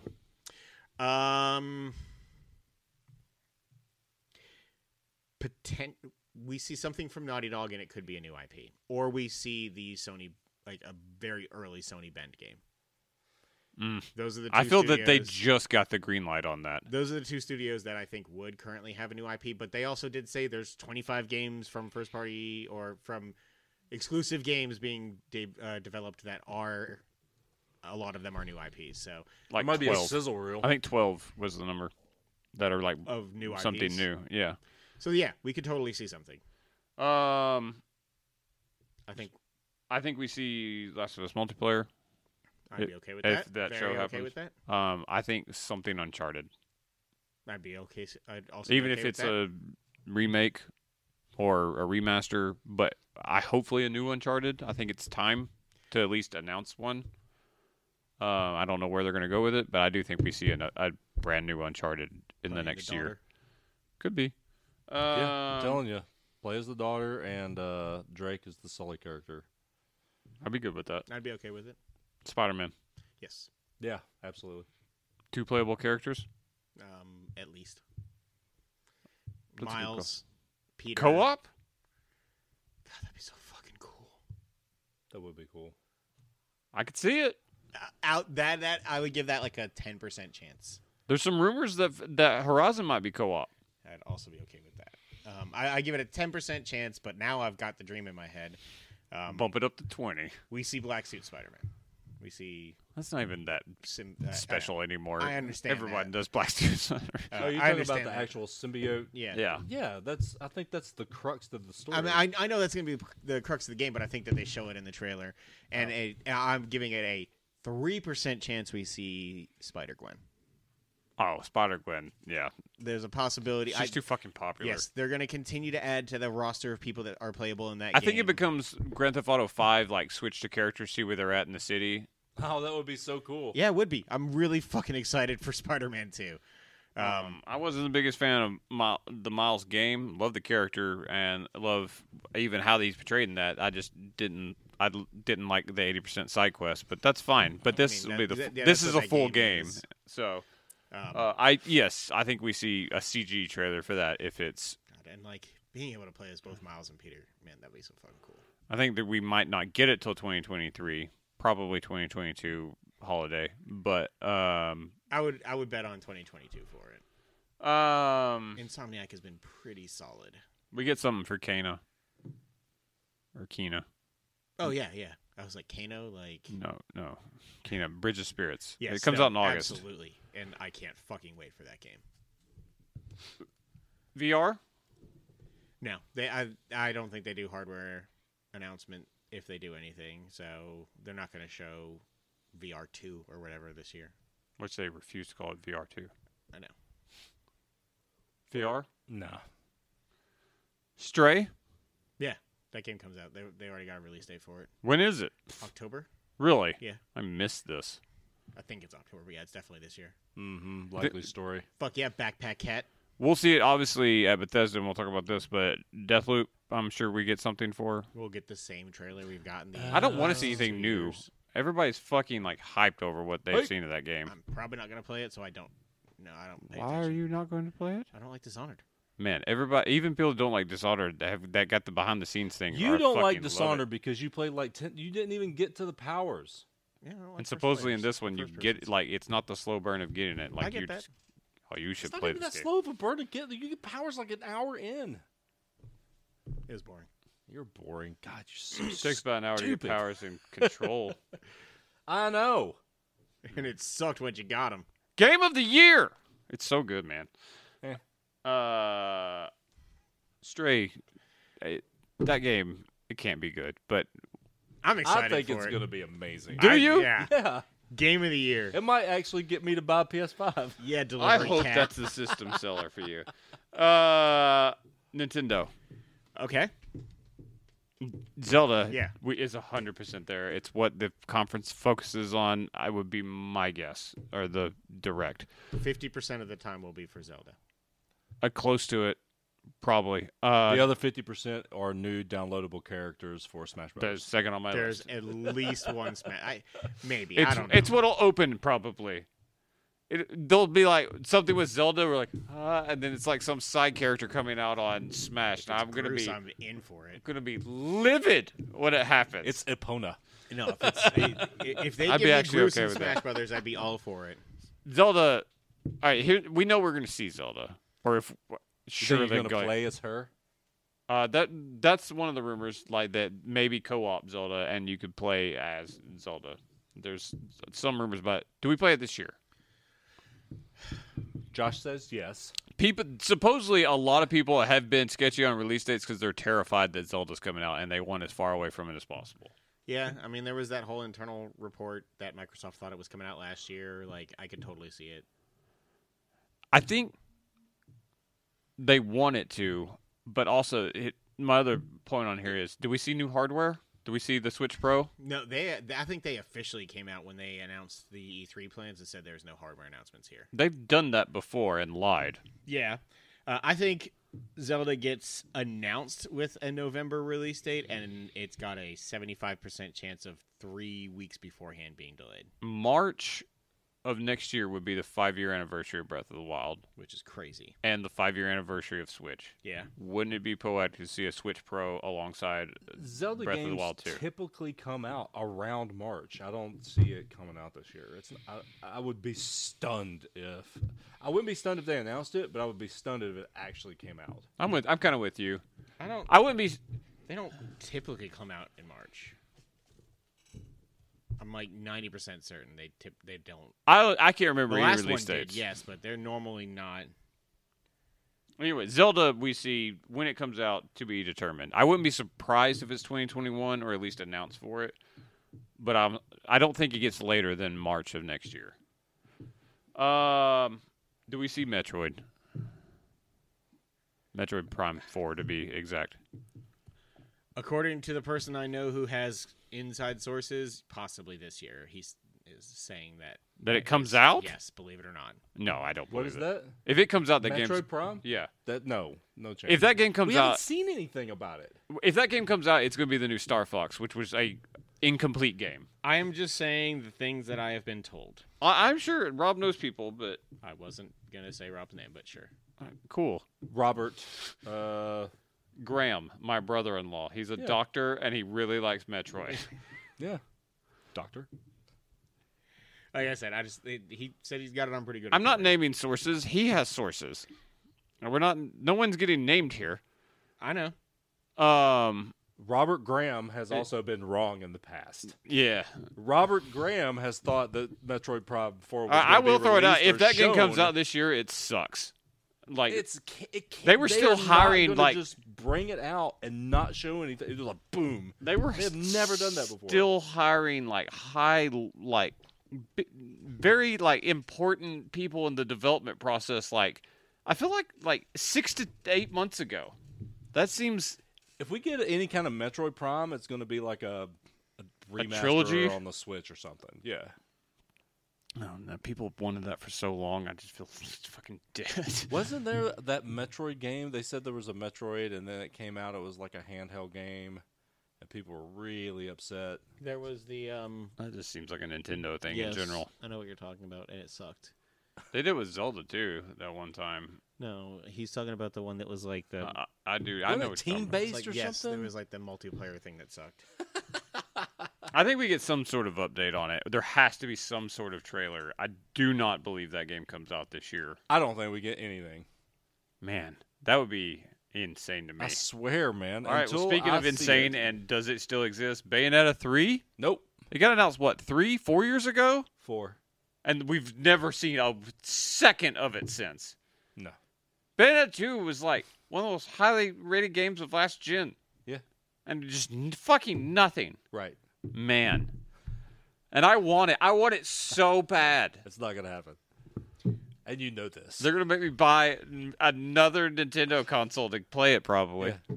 Um, potent. We see something from Naughty Dog, and it could be a new IP, or we see the Sony, like a very early Sony Bend game.
Mm.
Those are the. Two
I feel that they
studios-
just got the green light on that.
Those are the two studios that I think would currently have a new IP, but they also did say there's 25 games from first party or from exclusive games being de- uh, developed that are a lot of them are new IPs. So
Like
might be a
twelve.
sizzle reel.
I think twelve was the number that are like
of new IPs.
something new. Yeah.
So yeah, we could totally see something.
Um,
I think
I think we see Last of Us multiplayer.
I'd be okay with
If
that.
that
Very
show
okay
happens.
with that.
Um, I think something Uncharted.
I'd be okay. s- I'd also be
even
okay
if
with
it's uh,
that.
a remake or a remaster but i hopefully a new uncharted i think it's time to at least announce one uh, i don't know where they're going to go with it but i do think we see an, a brand new uncharted in
Playing
the next year
daughter.
could be uh,
yeah, I'm telling you. Play as the daughter, and uh, Drake is the Sully character.
i'd be good with that
I'd be okay with it.
spider-man
Yes.
Yeah, absolutely.
two playable characters
Um, at least.
That's a good call.
Miles, Peter.
co-op
God, that'd be so fucking cool.
That would be cool.
i could see it
Uh, out that that I would give that like a ten percent chance.
there's some rumors that that horizon might be co-op
I'd also be okay with that. Um, I, I give it a ten percent chance, but now I've got the dream in my head. Um,
bump it up to 20
we see black suit Spider-Man. We see
that's not even that
sim, uh,
special anymore
I understand
everyone
that.
does black <laughs> suits
Uh,
oh, you're
I
talking about the
understand that.
actual symbiote.
Yeah.
yeah
Yeah, that's. I think that's the crux of the story.
I mean, I, I know that's going to be the crux of the game, but I think that they show it in the trailer, and a, I'm giving it a three percent chance we see Spider Gwen.
Oh, Spider Gwen. Yeah,
There's a possibility.
she's
I,
too fucking popular.
yes, they're going to continue to add to the roster of people that are playable in that.
I think
game.
it becomes Grand Theft Auto Five. Like switch to characters, see where they're at in the city.
<laughs> oh, that would be so cool.
Yeah, it would be. I'm really fucking excited for Spider Man 2. Um,
Um, I wasn't the biggest fan of My- the Miles game. Love the character and love even how he's portrayed in that. I just didn't. I l- didn't like the eighty percent side quest, but that's fine. But this
mean,
will be
that-
the f
that- yeah,
this
that's
is a
what that
full
game
game.
is.
So
um,
uh, I yes, I think we see a CG trailer for that. If it's,
God, and like being able to play as both Miles and Peter, man, that'd be so fucking cool.
I think that we might not get it till twenty twenty three. probably 2022 holiday, but um,
I would I would bet on 2022 for it.
um,
Insomniac has been pretty solid.
we get something for Kana or Kina.
Oh
Mm.
yeah, yeah. I was like Kano, like
No, no, Kina. Bridge of Spirits.
yes,
Mm. it comes
no,
out in August.
Absolutely, and I can't fucking wait for that game.
VR.
No, they I I don't think they do hardware announcement if they do anything, so they're not going to show VR two or whatever this year.
which they refuse to call it VR two.
I know.
VR
Nah.
Stray.
Yeah, that game comes out. They they already got a release date for it.
When is it?
October,
Really?
Yeah.
I missed this.
I think it's October. But yeah, it's definitely this year.
Mm-hmm. Likely story.
Fuck yeah, Backpack Cat.
We'll see it obviously at Bethesda, and we'll talk about this. But Deathloop, I'm sure we get something for.
We'll get the same trailer we've gotten. The
I don't want to
last
see anything
two
new.
years.
Everybody's fucking like hyped over what they've
Hey.
seen of that game.
I'm probably not going to play it, so I don't. No, I don't. Pay
Why are
attention.
you not going to play it?
I don't like Dishonored.
Man, everybody, even people who don't like Dishonored, that, have, that got the behind the scenes thing.
You
are
don't
fucking love
like
it.
Dishonored because you played like ten. You didn't even get to the powers.
Yeah, I don't like
And
first
supposedly in
players,
this one, you
first
get
persons.
like it's not the slow burn of getting it. Like
I get
you,
that.
just- oh, you should
It's not
play
gonna be
this
that
game.
slow of a burn to get. You get powers like an hour in.
It was boring. <laughs>
You're boring. God,
<clears throat>
you're so.
Takes about an hour to
Stupid.
get
<laughs>
powers and control.
I know.
and it sucked when you got him.
Game of the year. It's so good, man.
Eh.
Uh, Stray. eh, that game. It can't be good, but
I'm excited
I think
for
it's
it.
gonna be amazing.
Do
I-
you?
Yeah.
<laughs> yeah,
Game of the year.
it might actually get me to buy PS5.
Yeah,
I
delivery
hope
cat.
that's the system seller for you. Uh, Nintendo.
Okay.
Zelda
Yeah.
we, is 100% there. It's what the conference focuses on, I would be my guess, or the direct.
Fifty percent of the time will be for Zelda.
Uh, close to it, probably. Uh,
the other fifty percent are new downloadable characters for Smash
there's
Bros.
second on my
There's
list.
at least one smash. I, maybe I
It's,
don't know.
it's what'll open probably. It, they'll be like something with Zelda. We're like, uh, and then it's like some side character coming out on Smash. Now I'm gonna
Bruce,
be
I'm in for it.
gonna be livid when it happens.
It's Epona.
No, if,
<laughs>
it's, i- if they
I'd be
give me
actually
Bruce
okay
and
with
Smash
that.
Brothers, I'd be all for it.
Zelda. All right, here we know we're gonna see Zelda, or if
Sure,
sure
you're
they're
gonna
going.
play as her.
Uh, that that's one of the rumors, like that maybe co-op Zelda, and you could play as Zelda. There's some rumors, but do we play it this year?
Josh says yes.
people supposedly a lot of people have been sketchy on release dates because they're terrified that zelda's coming out and they want as far away from it as possible
Yeah, I mean, there was that whole internal report that Microsoft thought it was coming out last year. Like, I could totally see it.
i think they want it to but also it, my other point on here is do we see new hardware do we see the switch pro
No, they. I think they officially came out when they announced the E3 plans and said there's no hardware announcements here.
they've done that before and lied
Yeah, uh, I think Zelda gets announced with a November release date, and it's got a 75% chance of three weeks beforehand being delayed,
march of next year would be the five year anniversary of breath of the wild
which is crazy.
and the five year anniversary of switch
Yeah,
wouldn't it be poetic to see a switch pro alongside
Zelda
Breath of the
games
Wild 2.
typically come out around March. I don't see it coming out this year. It's I, I would be stunned if I wouldn't be stunned if they announced it, but I would be stunned if it actually came out.
i'm with i'm kind of with you
I don't.
i wouldn't be
They don't typically come out in March. I'm like 90% certain they tip. They don't.
I I can't remember
The
any
last one
release
did,
dates.
yes, but they're normally not.
Anyway, Zelda we see when it comes out to be determined. I wouldn't be surprised if it's 2021 or at least announced for it. But I'm I don't think it gets later than March of next year. Um, do we see Metroid? Metroid Prime 4 to be exact.
According to the person I know who has inside sources, possibly this year, he's is saying that.
That it comes out?
Yes, believe it or not.
No, I don't believe
What is
it.
that?
If it comes out the game
Metroid Prime?
Yeah.
That no, no chance.
If that game
we
comes
haven't
out
seen anything about it.
if that game comes out, it's going to be the new Star Fox, which was a incomplete game.
I am just saying the things that I have been told.
I- I'm sure Rob knows people, but
I wasn't gonna say Rob's name, but sure.
cool.
Robert, uh,
Graham, my brother-in-law, he's a
Yeah.
doctor and he really likes Metroid.
yeah, <laughs> Doctor.
Like I said, I just it, he said he's got it on pretty good.
I'm not
authority.
naming sources. He has sources. And we're not. No one's getting named here.
I know.
Um.
Robert Graham has also been wrong in the past.
Yeah.
Robert Graham has thought that Metroid Prime 4 was
I, I
gonna be
will throw it out.
released
If
or
that game comes
shown.
out this year, it sucks. Like
it's ca- it can't,
They were still
are not
hiring,
gonna
like-
just bring it out and not show anything. It was like boom.
they were.
They have never done that before.
Still hiring like high, like b- very like important people in the development process. Like I feel like like six to eight months ago. That seems
If we get any kind of Metroid Prime, it's going to be like a, a remaster
trilogy?
on the Switch or something. Yeah.
No, no, people have wanted that for so long. I just feel <laughs> fucking dead.
Wasn't there that Metroid game? They said there was a Metroid, and then it came out. It was like a handheld game, and people were really upset.
There was the um.
<laughs> That just seems like a Nintendo thing
yes,
in general.
I know what you're talking about, and it sucked.
They did with Zelda too that one time.
No, he's talking about the one that was like the.
I, I do. I
Wasn't
know.
it
what
team
you're talking about.
it's
based
like,
or
yes,
something.
there was like the multiplayer thing that sucked.
I think we get some sort of update on it. There has to be some sort of trailer. I do not believe that game comes out this year.
I don't think we get anything.
Man, that would be insane to me.
I swear, man.
All right.
Until
Well, speaking
I
of
see
insane,
it-
and does it still exist? Bayonetta three.
nope,
It got announced what three, four years ago,
four.
and we've never seen a second of it since.
No,
Bayonetta 2 was like one of those highly rated games of last gen.
Yeah.
And just n- fucking nothing.
right.
Man. And I want it. I want it so bad.
It's not gonna happen. And you know this.
They're going to make me buy n- another Nintendo console to play it, probably.
Yeah.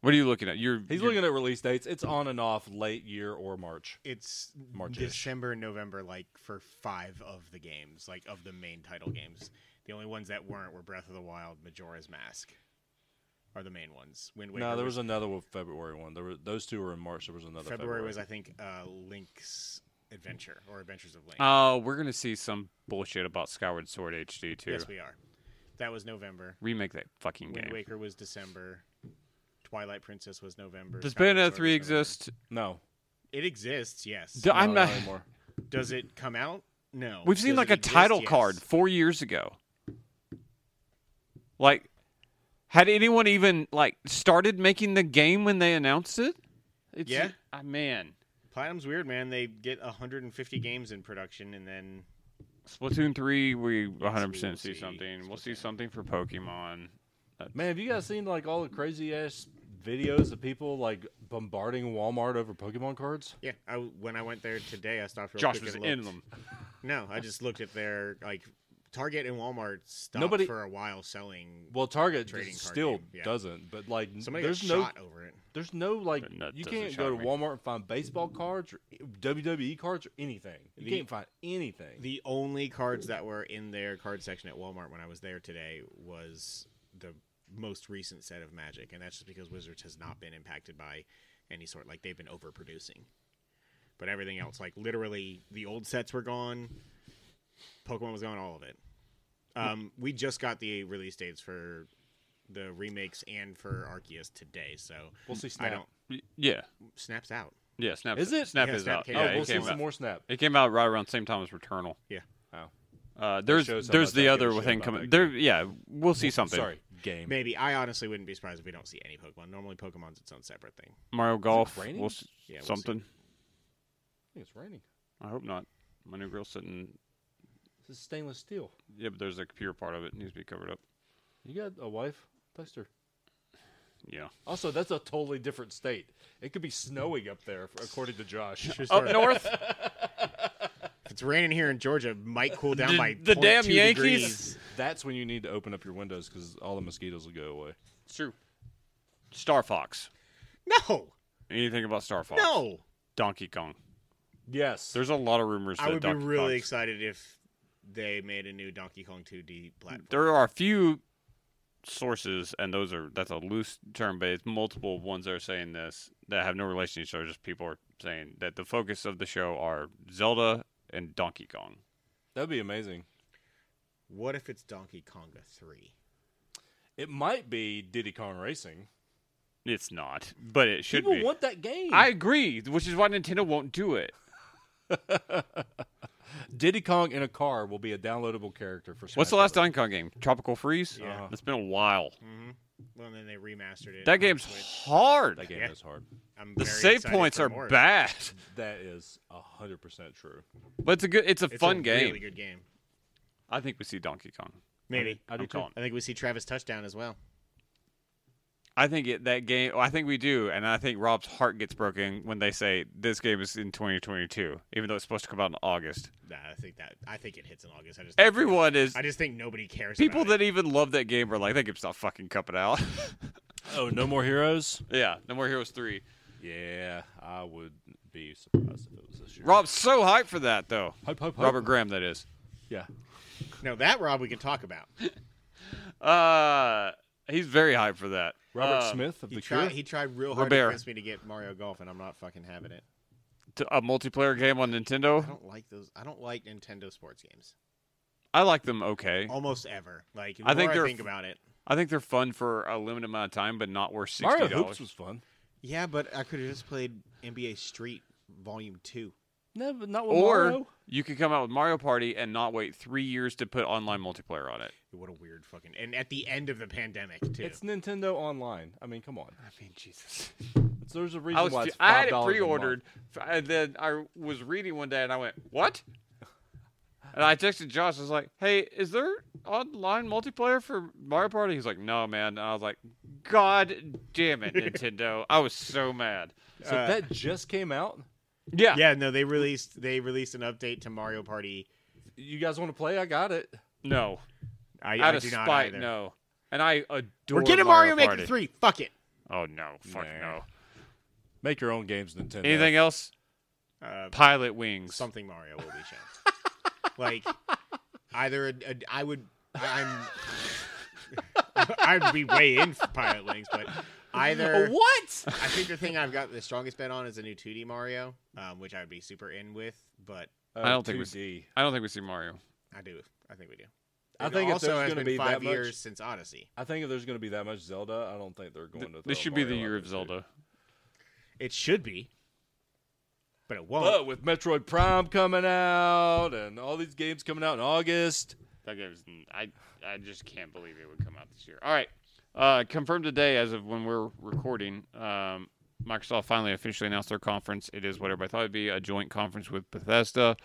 What are you looking at? You're,
He's
you're-
looking at release dates. It's on and off late year or March.
It's
March-ish.
December, November, like for five of the games, like of the main title games. The only ones that weren't were Breath of the Wild, Majora's Mask, are the main ones. Wind Waker
no, there
was
was another one, February one. There were those two were in March. There was another
February
February.
was, I think, uh, Link's Adventure or Adventures of Link.
Oh, we're going to see some bullshit about Skyward Sword HD, too.
yes, we are. That was November.
Remake that fucking
Wind
game.
Waker was December. Twilight Princess was November.
Does
Skyward Sword
Bayonetta
was
3
November.
exist?
no,
It exists, yes.
Do- I'm
No,
not.
anymore.
Does it come out? No.
We've seen
Does
like
it
a
exist?
title
Yes.
card four years ago. Like, had anyone even like started making the game when they announced it? It's,
Yeah.
Ah, man,
Platinum's weird, man. They get 150 games in production and then
Splatoon three, we
will
100 percent see
see
something. We'll see
Splatoon.
something for Pokemon.
Man, have you guys seen like all the crazy ass videos of people like bombarding Walmart over Pokemon cards?
yeah. I, when I went there today, I stopped. Real
Josh
quick
was
and
in
looked.
them.
No, I just looked at their like Target and Walmart stopped
Nobody-
for a while selling.
Well, Target
Trading
just
card
still
game, yeah.
doesn't, but like n-
Somebody
there's
got
no
shot over it.
there's no like
That- that
you
doesn't
can't go to
shock me.
Walmart and find baseball cards or WWE cards or anything. You
The-
can't find anything.
The only cards that were in their card section at Walmart when I was there today was the most recent set of Magic, and that's just because Wizards has not been impacted by any sort. Like they've been overproducing, but everything else, like literally, the old sets were gone. Pokemon was gone, all of it. Um, we just got the release dates for the remakes and for Arceus today, so
we'll see
I
Snap.
don't.
Y- Yeah,
Snaps out.
yeah. Snap
Is it?
Snap
Yeah,
is
Snap
out.
came
Yeah,
out.
oh,
it
we'll see
came
some
out.
more Snap.
It came out right around the same time as Returnal.
Oh,
Uh, there's
shows how
there's
much
the
I
other
give a shit
thing
about
coming.
that
There, yeah, we'll see something.
sorry, game.
Maybe I honestly wouldn't be surprised if we don't see any Pokemon. Normally, Pokemon's its own separate thing.
Mario Golf.
raining?
We'll s-
Yeah, we'll see.
something.
I think it's raining.
I hope not. My new grill's sitting
This is stainless steel.
Yeah, but there's a computer part of it. needs to be covered up.
You got a wife? Text her.
Yeah.
Also, that's a totally different state. It could be snowing up there, according to Josh.
Up north, <laughs>
If it's raining here in Georgia, it might cool down
The-
by
the damn
0.2
Yankees.
degrees.
<laughs> That's when you need to open up your windows because all the mosquitoes will go away.
it's true. Star Fox.
No,
Anything about Star Fox?
no.
Donkey Kong.
Yes.
There's a lot of rumors.
I
that
would be
Donkey
really
Kong's-
excited if they made a new Donkey Kong 2D platform.
There are a few sources, and those are that's a loose term, but it's multiple ones that are saying this that have no relation to each other. Just people are saying that the focus of the show are Zelda and Donkey Kong.
That'd be amazing.
What if it's Donkey Konga 3?
It might be Diddy Kong Racing.
It's not, but it should
People
be.
want that game.
I agree, which is why Nintendo won't do it.
Diddy Kong in a car will be a downloadable character for. Smash
What's the last Donkey Kong game? Tropical Freeze.
Yeah.
Uh-huh. it's been a while.
Well, and then they remastered it.
That
on
game's
Switch.
hard.
That game
Yeah.
is hard.
I'm
The
very
save
excited
points
for
are
more.
bad,
That is hundred percent true.
but it's a good. It's a
It's
fun
a
game.
Really good game.
I think we see Donkey Kong.
Maybe.
I do
I'm
too.
calling.
I think we see Travis touchdown as well.
I think it, that game. I think we do, and I think Rob's heart gets broken when they say this game is in 2022, even though it's supposed to come out in August.
Nah, I think that. I think it hits in August. I just
Everyone is.
I just think nobody cares.
People
about
that even love that game are like, that game's not fucking coming out. <laughs>
Oh, no more heroes.
yeah, No More Heroes 3.
Yeah, I would be surprised if it was this year.
Rob's so hyped for that, though.
Hype, hype, hype.
Robert Uh, Graham, that is.
Yeah.
it. no, that Rob we can talk about.
Uh, he's very hyped for that.
Robert
Uh,
Smith of
He
the
tried.
Cure.
He tried real hard
Robert.
to convince me to get Mario Golf, and I'm not fucking having it.
to- a multiplayer game on Nintendo.
I don't like those. I don't like Nintendo sports games
I like them okay.
almost ever. Like the
I think
more
they're
I think
f-
about it.
I think they're fun for a limited amount of time, but not worth sixty
Mario Hoops
dollars.
was fun.
Yeah, but I could have just played NBA Street Volume Two.
No, but not with
Or
Mario.
you could come out with Mario Party and not wait three years to put online multiplayer on it.
What a weird fucking and at the end of the pandemic too.
It's Nintendo Online. I mean, come on.
I mean, Jesus.
It's, there's a reason
I was
why
ju-
it's
I had
$5
it
a month.
pre-ordered, f- and then I was reading one day and I went, "What?" And I texted Josh. I was like, "Hey, is there online multiplayer for Mario Party?" He's like, "No, man." And I was like, "God
<laughs>
damn it, Nintendo!" I was so mad.
So
Uh,
that just came out.
Yeah,
yeah, no, they released they released an update to Mario Party.
You guys want to play? I got it.
no.
I,
out
I
of
do not
spite,
either.
no. And I adore.
We're getting
Mario,
Mario, Maker
Party.
Three. Fuck it.
Oh no, fuck
Nah.
no.
Make your own games, Nintendo.
Anything else?
Uh,
Pilot Wings.
something Mario will be shown. like either a, a, I would I'm I'd be way in for Pilot Wings, but either
What?
I think the thing I've got the strongest bet on is a new 2D Mario, um, which I would be super in with, but
Oh,
I don't think we-
2D.
I don't think we see Mario.
I do I think we do.
I
And
think if
also
there's
has
gonna
been
be
five
that much-
years since Odyssey.
I think if there's going to be that much Zelda, I don't think they're going to.
This
throw
should be the
Mario out
year of
there,
Zelda.
It should be, but it
too.
won't.
But with Metroid Prime coming out and all these games coming out in August,
That game's I I just can't believe it would come out this year. All right. Uh, confirmed today as of when we're recording. Um, Microsoft finally officially announced their conference. It is what everybody thought it'd be, a joint conference with Bethesda.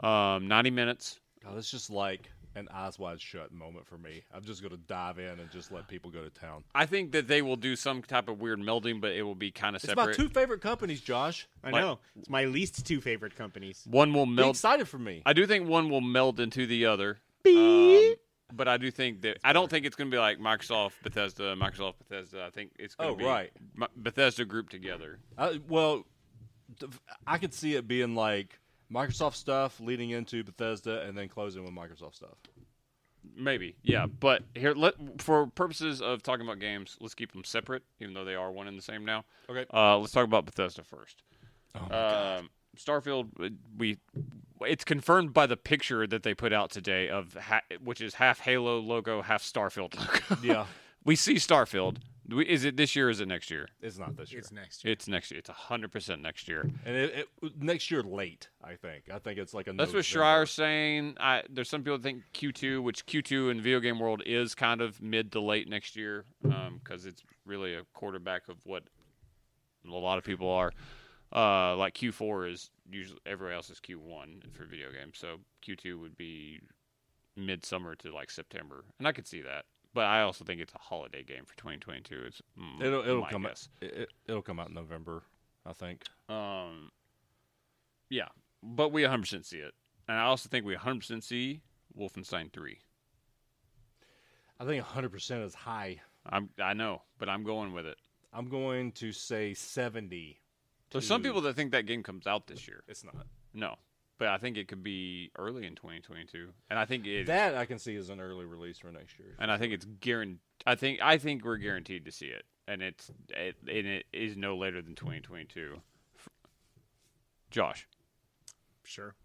Um, 90 minutes.
God, that's just like an eyes wide shut moment for me. I'm just going to dive in and just let people go to town.
I think that they will do some type of weird melding, but it will be kind of
It's
separate.
my two favorite companies, Josh.
I
like-
know it's my least two favorite companies.
One will
Be
meld
excited for me.
I do think one will meld into the other. um, but I do think that I don't think it's going to be like Microsoft Bethesda, Microsoft Bethesda. I think it's going
Oh,
to be
right.
Mi- Bethesda group together.
I, well, th- I could see it being like Microsoft stuff leading into Bethesda and then closing with Microsoft stuff.
Maybe, yeah. But here, let for purposes of talking about games, let's keep them separate, even though they are one and the same now.
Okay.
Uh, let's talk about Bethesda first.
Oh my
um, Starfield, uh, we it's confirmed by the picture that they put out today of ha- which is half Halo logo, half Starfield logo.
Yeah,
<laughs> we see Starfield. We, is it this year? or Is it next year?
it's not this year.
It's next year.
It's next year. It's hundred percent next year.
and it, it, next year late, I think. I think it's like a.
That's what
November.
Schreier's saying. I, there's some people that think Q2, which Q2 in video game world is kind of mid to late next year, because it's really a quarterback of what a lot of people are. Uh, like Q4 is usually everywhere else is Q1 for video games, so Q2 would be midsummer to like September, and I could see that. But I also think it's a holiday game for 2022. It's mm,
It'll it'll
my
come
guess.
out. It, it- it'll come out in November, I think.
Um, yeah, but we 100% see it, and I also think we 100% see Wolfenstein 3.
I think 100 percent is high.
I'm I know, but I'm going with it.
I'm going to say 70.
There's some people that think that game comes out this year.
It's not.
No, but I think it could be early in 2022, and I think it.
That I can see is an early release for next year.
and I think it's guaranteed. I think I think we're guaranteed to see it, and it's it, and it is no later than 2022. Josh,
Sure.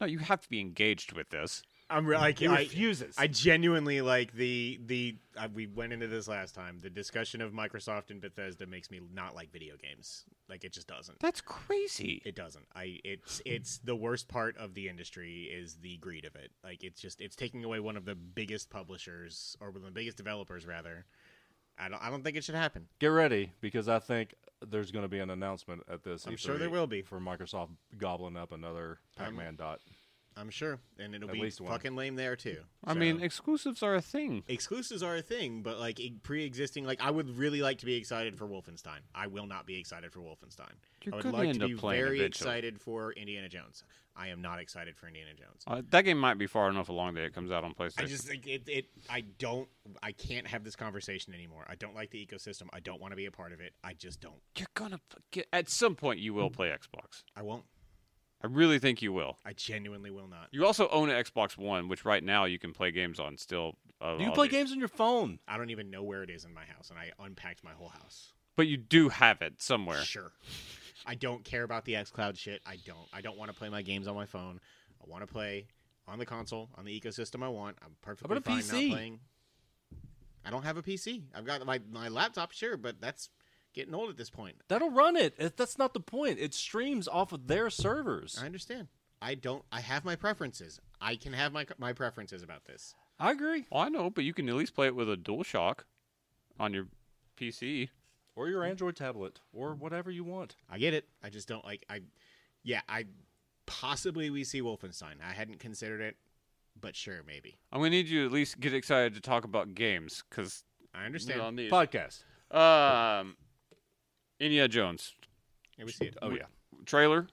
no, you have to be engaged with this.
I'm re- like
He
I,
refuses.
I genuinely like the the uh, we went into this last time. The discussion of Microsoft and Bethesda makes me not like video games. Like it just doesn't.
That's crazy.
It doesn't. I it's it's the worst part of the industry is the greed of it. Like it's just it's taking away one of the biggest publishers or one of the biggest developers rather. I don't I don't think it should happen.
Get ready because I think there's going to be an announcement at this.
I'm
E3
sure there will be.
for Microsoft gobbling up another Pac-Man dot.
I'm sure, and it'll
At
be
least one.
fucking lame there too.
I
So-
mean, exclusives are a thing.
exclusives are a thing, but like e- pre-existing, like I would really like to be excited for Wolfenstein. I will not be excited for Wolfenstein.
You're
I would
gonna
like
end
to
up
be
playing
very
eventually.
excited for Indiana Jones. I am not excited for Indiana Jones.
Uh, that game might be far enough along that it comes out on PlayStation.
I just think it, it. I don't. I can't have this conversation anymore. I don't like the ecosystem. I don't want to be a part of it. I just don't.
You're gonna p- get, at some point you will play Xbox.
I won't.
I really think you will.
I genuinely will not.
You also own an Xbox One, which right now you can play games on still. Uh,
Do you
all
play
the-
games on your phone?
I don't even know where it is in my house, and I unpacked my whole house.
but you do have it somewhere.
Sure. I don't care about the xCloud shit. I don't. I don't want to play my games on my phone. I want to play on the console, on the ecosystem I want. I'm perfectly
about a
fine
PC?
not playing. I don't have a PC. I've got my, my laptop, sure, but that's getting old at this point.
That'll run it. It- That's not the point. It streams off of their servers.
I understand. I don't. I have my preferences. I can have my my preferences about this.
I agree.
Well, Oh, I know, but you can at least play it with a DualShock on your PC.
Or your Android tablet, or whatever you want.
I get it. I just don't like. I, yeah. I possibly we see Wolfenstein. I hadn't considered it, but sure, maybe.
I'm gonna need you to at least get excited to talk about games because
I understand.
on these.
Podcast.
Um, Indiana Jones
Yeah, we see it.
Oh yeah.
trailer,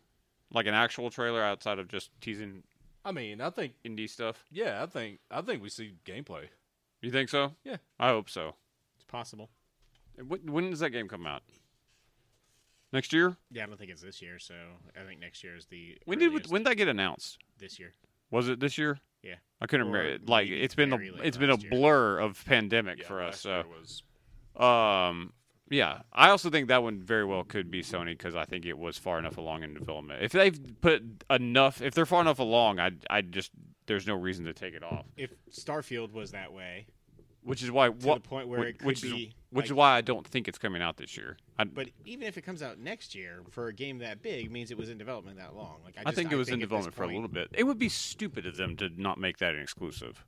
like an actual trailer outside of just teasing
I mean, I think
indie stuff.
yeah, I think I think we see gameplay.
You think so?
Yeah.
I hope so.
It's possible.
When, when does that game come out? Next year?
Yeah, I don't think it's this year. So I think next year is the.
When did
earliest.
when did that get announced?
this year?
Was it this year?
Yeah.
I couldn't
Or
remember. Like
maybe
it's been a
very late
it's been a
last year.
blur of pandemic for us. So um yeah, I also think that one very well could be Sony because I think it was far enough along in development. If they've put enough, if they're far enough along, I I just there's no reason to take it off.
If Starfield was that way,
Which is why
to
what
the point where
which,
it could
which
be.
is which is
like-
why I don't think it's coming out this year. I,
But even if it comes out next year for a game that big, means it was in development that long. Like I,
I
just,
think it was in
at this
development for a
point- Hmm.
little bit. It would be stupid of them to not make that an exclusive.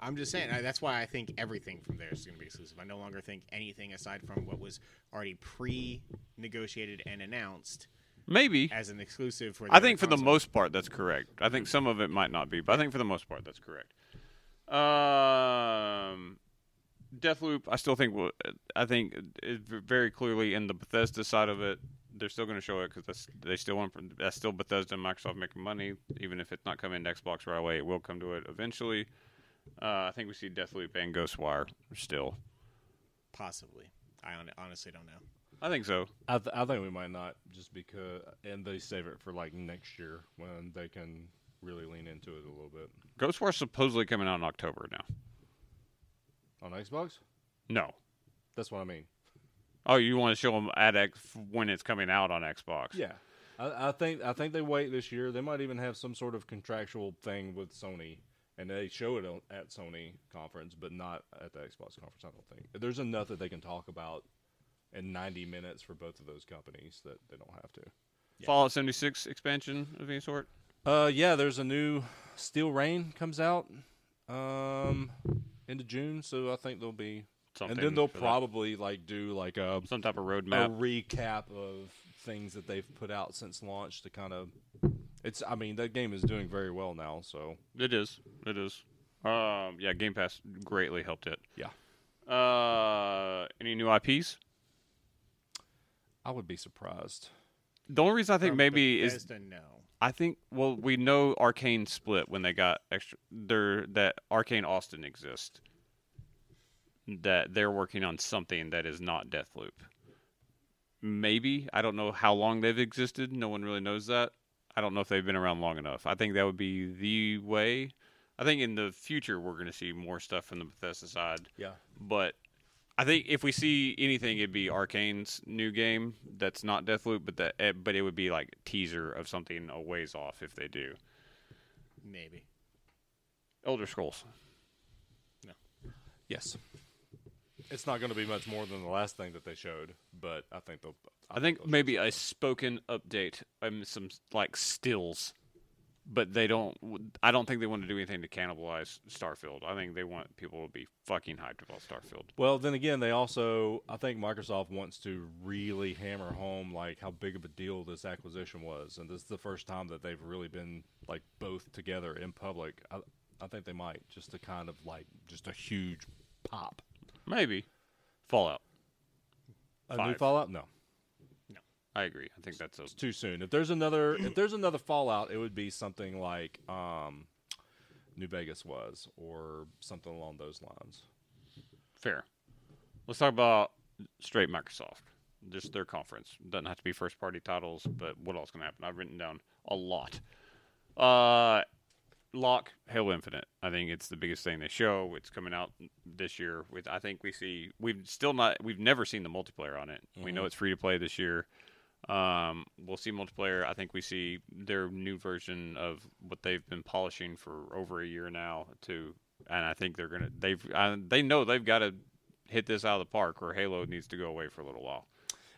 I'm just saying I, that's why I think everything from there is going to be exclusive. I no longer think anything aside from what was already pre-negotiated and announced
Maybe.
as an exclusive for.
I think for the
console.
most part that's correct. I think some of it might not be, but I think for the most part that's correct. Um, Deathloop, I still think will- I think it, very clearly in the Bethesda side of it, they're still going to show it because they still want that's still Bethesda and Microsoft making money, even if it's not coming to Xbox right away, it will come to it eventually. Uh, I think we see Deathloop and Ghostwire still.
possibly. I hon- honestly don't know.
I think so.
I, th- I think we might not just because, and they save it for like next year when they can really lean into it a little bit
Ghostwire supposedly coming out in October now.
on Xbox.
No.
That's what I mean.
Oh, you want to show them at X when it's coming out on Xbox?
Yeah, I, I think I think they wait this year. They might even have some sort of contractual thing with Sony, and they show it on, at Sony conference, but not at the Xbox conference. I don't think there's enough that they can talk about in 90 minutes for both of those companies that they don't have to.
Fallout 76 expansion of any sort.
Uh, yeah, there's a new Steel Rain comes out um into June, so I think they'll be and
Something
then they'll
for that.
probably like do like a,
Some type of
a
roadmap.
recap of things that they've put out since launch to kind of it's I mean that game is doing very well now, so
It is. It is. Um, yeah, Game Pass greatly helped it.
yeah.
Uh, any new IPs?
I would be surprised.
The only reason I think
From
maybe is
Bethesda, no.
I think well we know Arcane split when they got extra their that Arcane Austin exists. That they're working on something that is not Deathloop. Maybe I don't know how long they've existed. No one really knows that. I don't know if they've been around long enough. I think that would be the way. I think in the future we're going to see more stuff from the Bethesda side
Yeah.
but I think if we see anything, it'd be Arcane's new game that's not Deathloop, but that eh, but it would be like teaser of something a ways off if they do.
Maybe.
Elder Scrolls.
Yes. It's not going to be much more than the last thing that they showed, but I think they'll.
I think
they'll-
maybe a spoken update and some like stills, but they don't. I don't think they want to do anything to cannibalize Starfield. I think they want people to be fucking hyped about Starfield.
Well, then again, they also I think Microsoft wants to really hammer home like how big of a deal this acquisition was, and this is the first time that they've really been like both together in public. I, I think they might just to kind of like just a huge pop.
Maybe Fallout.
A new
Five.
Fallout? No,
I agree. I think that's a
it's too soon. If there's another, if there's another Fallout, it would be something like um, New Vegas was, or something along those lines.
fair. Let's talk about straight Microsoft. Just their conference doesn't have to be first party titles, but what else can happen? I've written down a lot. Uh, Lock Halo Infinite. I think it's the biggest thing they show. It's coming out this year. With I think we see we've still not we've never seen the multiplayer on it. We know it's free to play this year. Um, we'll see multiplayer. I think we see their new version of what they've been polishing for over a year now. To and I think they're gonna they've uh, they know they've got to hit this out of the park, or Halo needs to go away for a little while.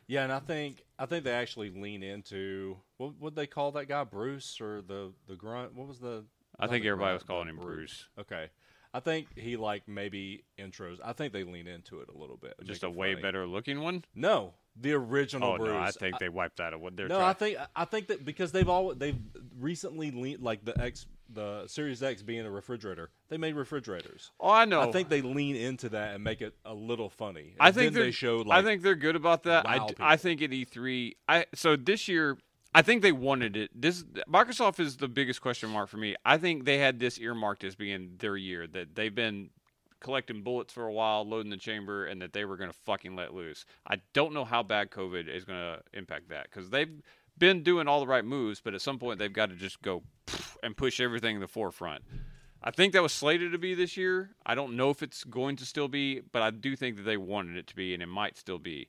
Yeah, and I think I think they actually lean into what would they call that guy Bruce or the the grunt? What was the?
I
not
think
the
everybody was
grunt, but
calling him Bruce.
Okay, I think he like maybe intros. I think they lean into it a little bit. and
Just
make
a
it
way
funny.
better looking one.
No, the original
Oh
Bruce.
no, I think they wiped that out. What they're
no,
trying.
I think I think that because they've all they've recently leaned like the X the Series X being a refrigerator. They made refrigerators.
oh, I know.
I think they lean into that and make it a little funny.
I
And
think
then
they're-
they showed like
I think they're good about that. I,
wow
d- I
people.
think at E3, I so this year, I think they wanted it. This Microsoft is the biggest question mark for me. I think they had this earmarked as being their year that they've been collecting bullets for a while, loading the chamber, and that they were going to fucking let loose. I don't know how bad COVID is going to impact that because they've been doing all the right moves, but at some point they've got to just go and push everything in the forefront. I think that was slated to be this year. I don't know if it's going to still be, but I do think that they wanted it to be, and it might still be.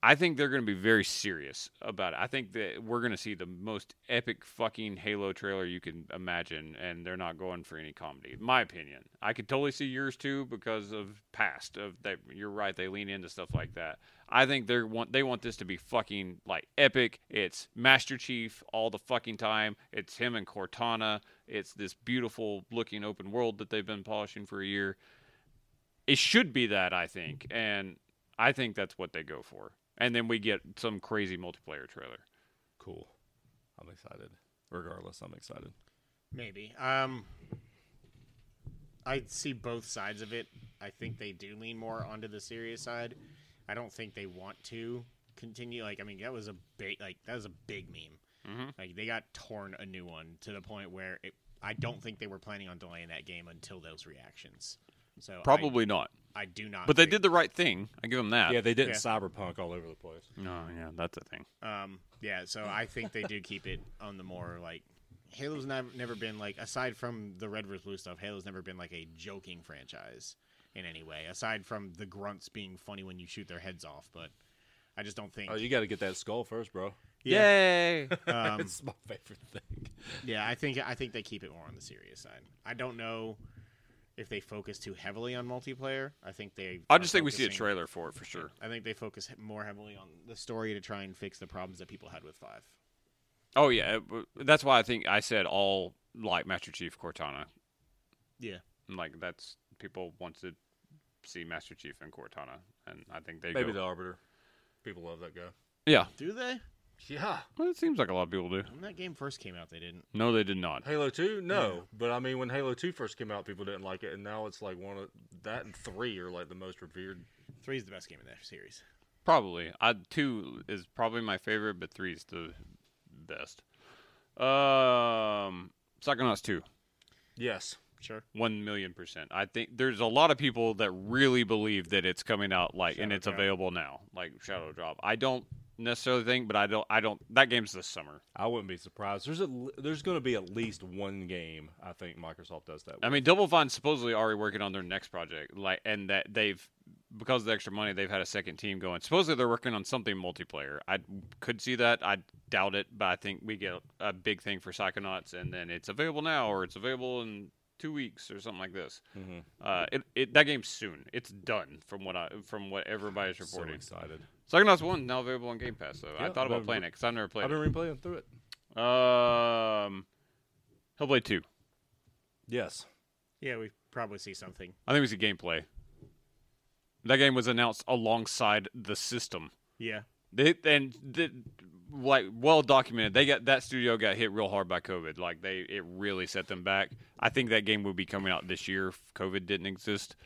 I think they're going to be very serious about it. I think that we're going to see the most epic fucking Halo trailer you can imagine, and they're not going for any comedy. in My opinion. I could totally see yours too because of past of that. You're right. They lean into stuff like that. I think they want they want this to be fucking like epic. It's Master Chief all the fucking time. It's him and Cortana. It's this beautiful looking open world that they've been polishing for a year. It should be that I think, and I think that's what they go for. And then we get some crazy multiplayer trailer.
cool. I'm excited. Regardless, I'm excited.
Maybe. Um, I see both sides of it. I think they do lean more onto the serious side. I don't think they want to continue. Like, I mean, that was a big, like, that was a big meme.
Mhm.
Like, they got torn a new one to the point where it, I don't think they were planning on delaying that game until those reactions. So I-
Probably not,
I, do not.
but they
think-
did the right thing. I give them that.
Yeah, they didn't
Yeah.
cyberpunk all over the place.
No, Oh, yeah, that's a thing.
Um, yeah, so I think they do keep it on the more like Halo's never never been like aside from the Red vs Blue stuff. Halo's never been like a joking franchise in any way, aside from the grunts being funny when you shoot their heads off. But I just don't think.
Oh, you got to get that skull first, bro.
Yay!
<laughs> um,
it's my favorite thing.
yeah, I think I think they keep it more on the serious side. I don't know if they focus too heavily on multiplayer. I think they.
I
are
just think we see a
focusing-
trailer for it for sure.
I think they focus more heavily on the story to try and fix the problems that people had with five.
Oh yeah, it w- that's why I think I said all like Master Chief Cortana.
Yeah.
Like that's people want to see Master Chief and Cortana, and I think they
Maybe
go,
the arbiter. People love that guy.
yeah.
Do they?
Yeah.
Well, it seems like a lot of people do.
When that game first came out, they didn't.
No, they did not.
Halo Two, no, but I mean, when Halo Two first came out, people didn't like it, and now it's like one of that and three are like the most revered.
Three's the best game in that series.
Probably. I two is probably my favorite, but three's the best. Um, Psychonauts two.
Yes.
Sure.
One million percent. I think there's a lot of people that really believe that it's coming out like and
Shadow
it's
Drop.
available now, like Shadow Drop. I don't necessarily think, but I don't. I don't. That game's this summer.
I wouldn't be surprised. There's a, there's going to be at least one game I think Microsoft does that.
I mean, Double Fine's supposedly already working on their next project, like, and that they've because of the extra money, they've had a second team going. Supposedly they're working on something multiplayer. I could see that. I doubt it, but I think we get a big thing for Psychonauts, and then it's available now, or it's available in two weeks or something like this.
Mhm.
Uh, it, it that game's soon. It's done from what I from what everybody's
So
reporting.
excited.
Psychonauts One now available on Game Pass. So I
Yeah,
thought about
I've-
playing it because I've never played
I've been replaying through it.
it. Um, Hellblade Two.
Yes.
Yeah, we probably see something.
I think we see gameplay. That game was announced alongside the system.
Yeah.
They and the, like well documented, they got that studio got hit real hard by COVID. Like they, it really set them back. I think that game would be coming out this year if COVID didn't exist,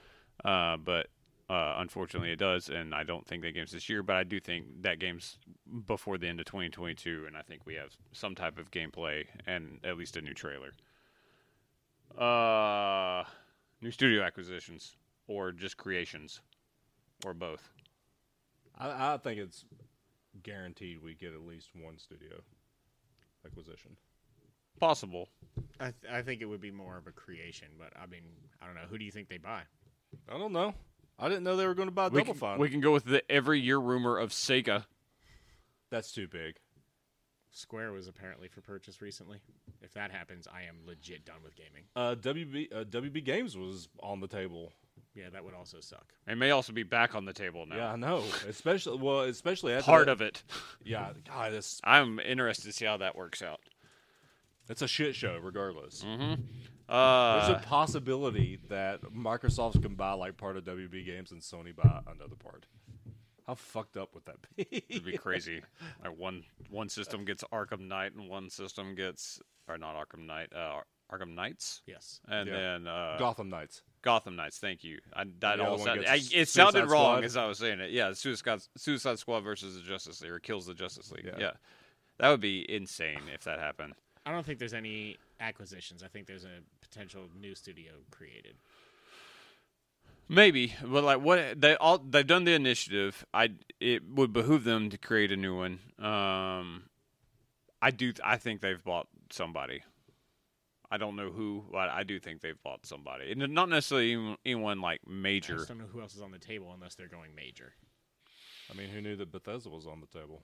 uh, but uh, unfortunately it does, and I don't think that game's this year. But I do think that game's before the end of 2022, and I think we have some type of gameplay and at least a new trailer. Uh, new studio acquisitions or just creations or both.
I, I think it's guaranteed we get at least one studio acquisition.
Possible.
I, th- I think it would be more of a creation, but I mean, I don't know. Who do you think they buy?
I don't know. I didn't know they were going to buy
we
Double
can,
Fine.
we can go with the every year rumor of Sega.
That's too big.
Square was apparently for purchase recently. If that happens, I am legit done with gaming.
Uh, WB uh, WB Games was on the table.
Yeah, that would also suck.
It may also be back on the table now.
Yeah, I
<laughs>
know. Especially well, especially after
Part
that-
of it.
Yeah, God, it's
I'm interested to see how that works out.
it's a shit show. Regardless, there's
Mm-hmm. Uh,
a possibility that Microsoft can buy like part of WB Games and Sony buy another part. How fucked up would that be?
it'd be
<laughs>
crazy. Like one one system gets Arkham Knight and one system gets or not Arkham Knight, uh, Arkham Knights,
Yes.
and
Yeah.
then uh,
Gotham Knights.
Gotham Knights. Thank you. I, that
other
all
one
sounded,
gets
I,
Suicide
it sounded wrong
Squad.
as I was saying it. Yeah, Suicide Suicide Squad versus the Justice League or kills the Justice League.
Yeah.
yeah. that would be insane if that happened.
I don't think there's any acquisitions. I think there's a potential new studio created.
Maybe, but like what they all they've done the initiative. I it would behoove them to create a new one. Um, I do. I think they've bought somebody. I don't know who, but I do think they've bought somebody, and not necessarily anyone- anyone like
I
major.
just don't know who else is on the table unless they're going major.
I mean, who knew that Bethesda was on the table?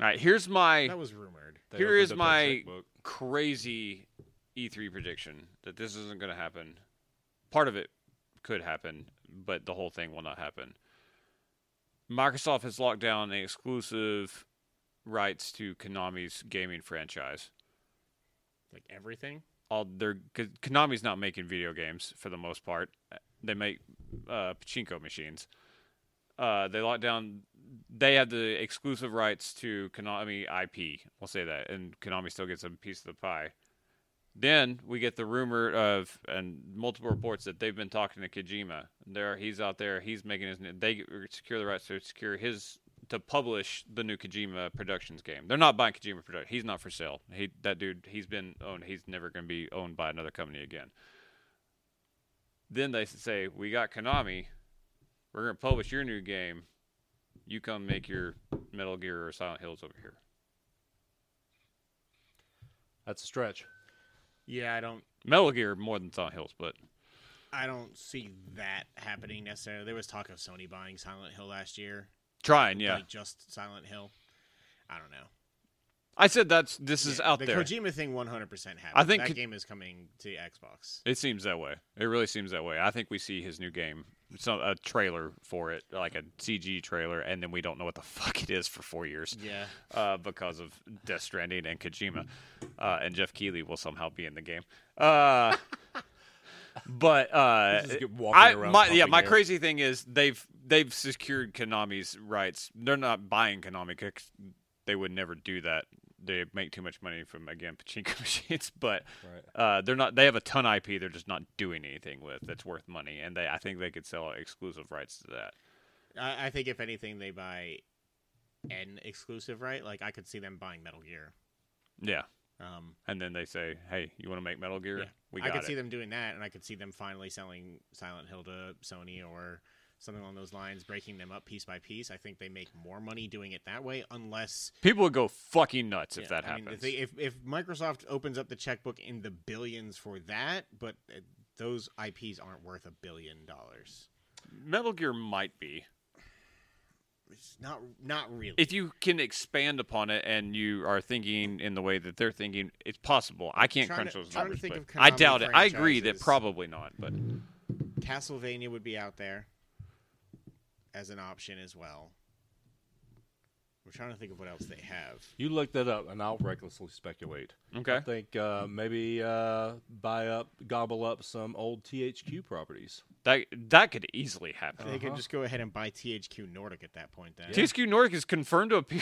All right, here's my
That was rumored.
They
Here
opened
is
up their
my-
checkbook.
crazy E3 prediction that this isn't going to happen. Part of it could happen, but the whole thing will not happen. Microsoft has locked down the exclusive rights to Konami's gaming franchise.
Like everything?
All their 'cause Konami's not making video games for the most part. They make uh, pachinko machines. Uh, they locked down. They have the exclusive rights to Konami IP. We'll say that, and Konami still gets a piece of the pie. Then we get the rumor of and multiple reports that they've been talking to Kojima. There, he's out there. He's making his. They secure the rights to secure his to publish the new Kojima Productions game. They're not buying Kojima Productions. He's not for sale. He that dude. He's been owned. He's never going to be owned by another company again. Then they say we got Konami. We're going to publish your new game. You come make your Metal Gear or Silent Hills over here.
That's a stretch.
Yeah, I don't
Metal Gear more than Silent Hills, but
I don't see that happening necessarily. There was talk of Sony buying Silent Hill last year.
trying. Yeah,
Like just Silent Hill. I don't know.
I said that's this is
Yeah,
out
the
there.
Kojima thing 100% happened.
I think
that
Ko-
game is coming to Xbox.
It seems that way. It really seems that way. I think we see his new game, some a trailer for it, like a CG trailer, and then we don't know what the <laughs> fuck it is for four years
Yeah.
uh, because of Death Stranding and Kojima, uh, and Jeff Keighley will somehow be in the game. Uh, but uh,
This is good walking
I,
around
my, yeah,
pumping
my
air.
crazy thing is they've they've secured Konami's rights. They're not buying Konami 'cause they would never do that. They make too much money from again <laughs> pachinko machines, but
Right.
uh, they're not. They have a ton of IP. They're just not doing anything with that's worth money, and they I think they could sell exclusive rights to that.
I, I think if anything, they buy an exclusive right. Like I could see them buying Metal Gear.
Yeah,
Um,
and then they say, "Hey, you want to make Metal Gear?
yeah.
We
I
got
could
it."
see them doing that, and I could see them finally selling Silent Hill to Sony or something along those lines, breaking them up piece by piece. I think they make more money doing it that way, unless
People would go fucking nuts if
Yeah,
that
I
happens.
mean, if, they, if if Microsoft opens up the checkbook in the billions for that, but uh, those IPs aren't worth a billion dollars.
Metal Gear might be.
It's not not really.
if you can expand upon it and you are thinking in the way that they're thinking, it's possible. I can't
Trying
crunch
to-
those
trying to
numbers.
think
but
of
I
Konami
doubt it. I agree that
franchises.
probably not, but
Castlevania would be out there as an option as well. We're trying to think of what else they have.
You look that up, and I'll recklessly speculate. I
okay.
think uh, maybe uh, buy up, gobble up some old THQ properties.
That that could easily happen.
They could
Uh-huh.
just go ahead and buy THQ Nordic at that point. Then
TSQ Nordic is confirmed to appear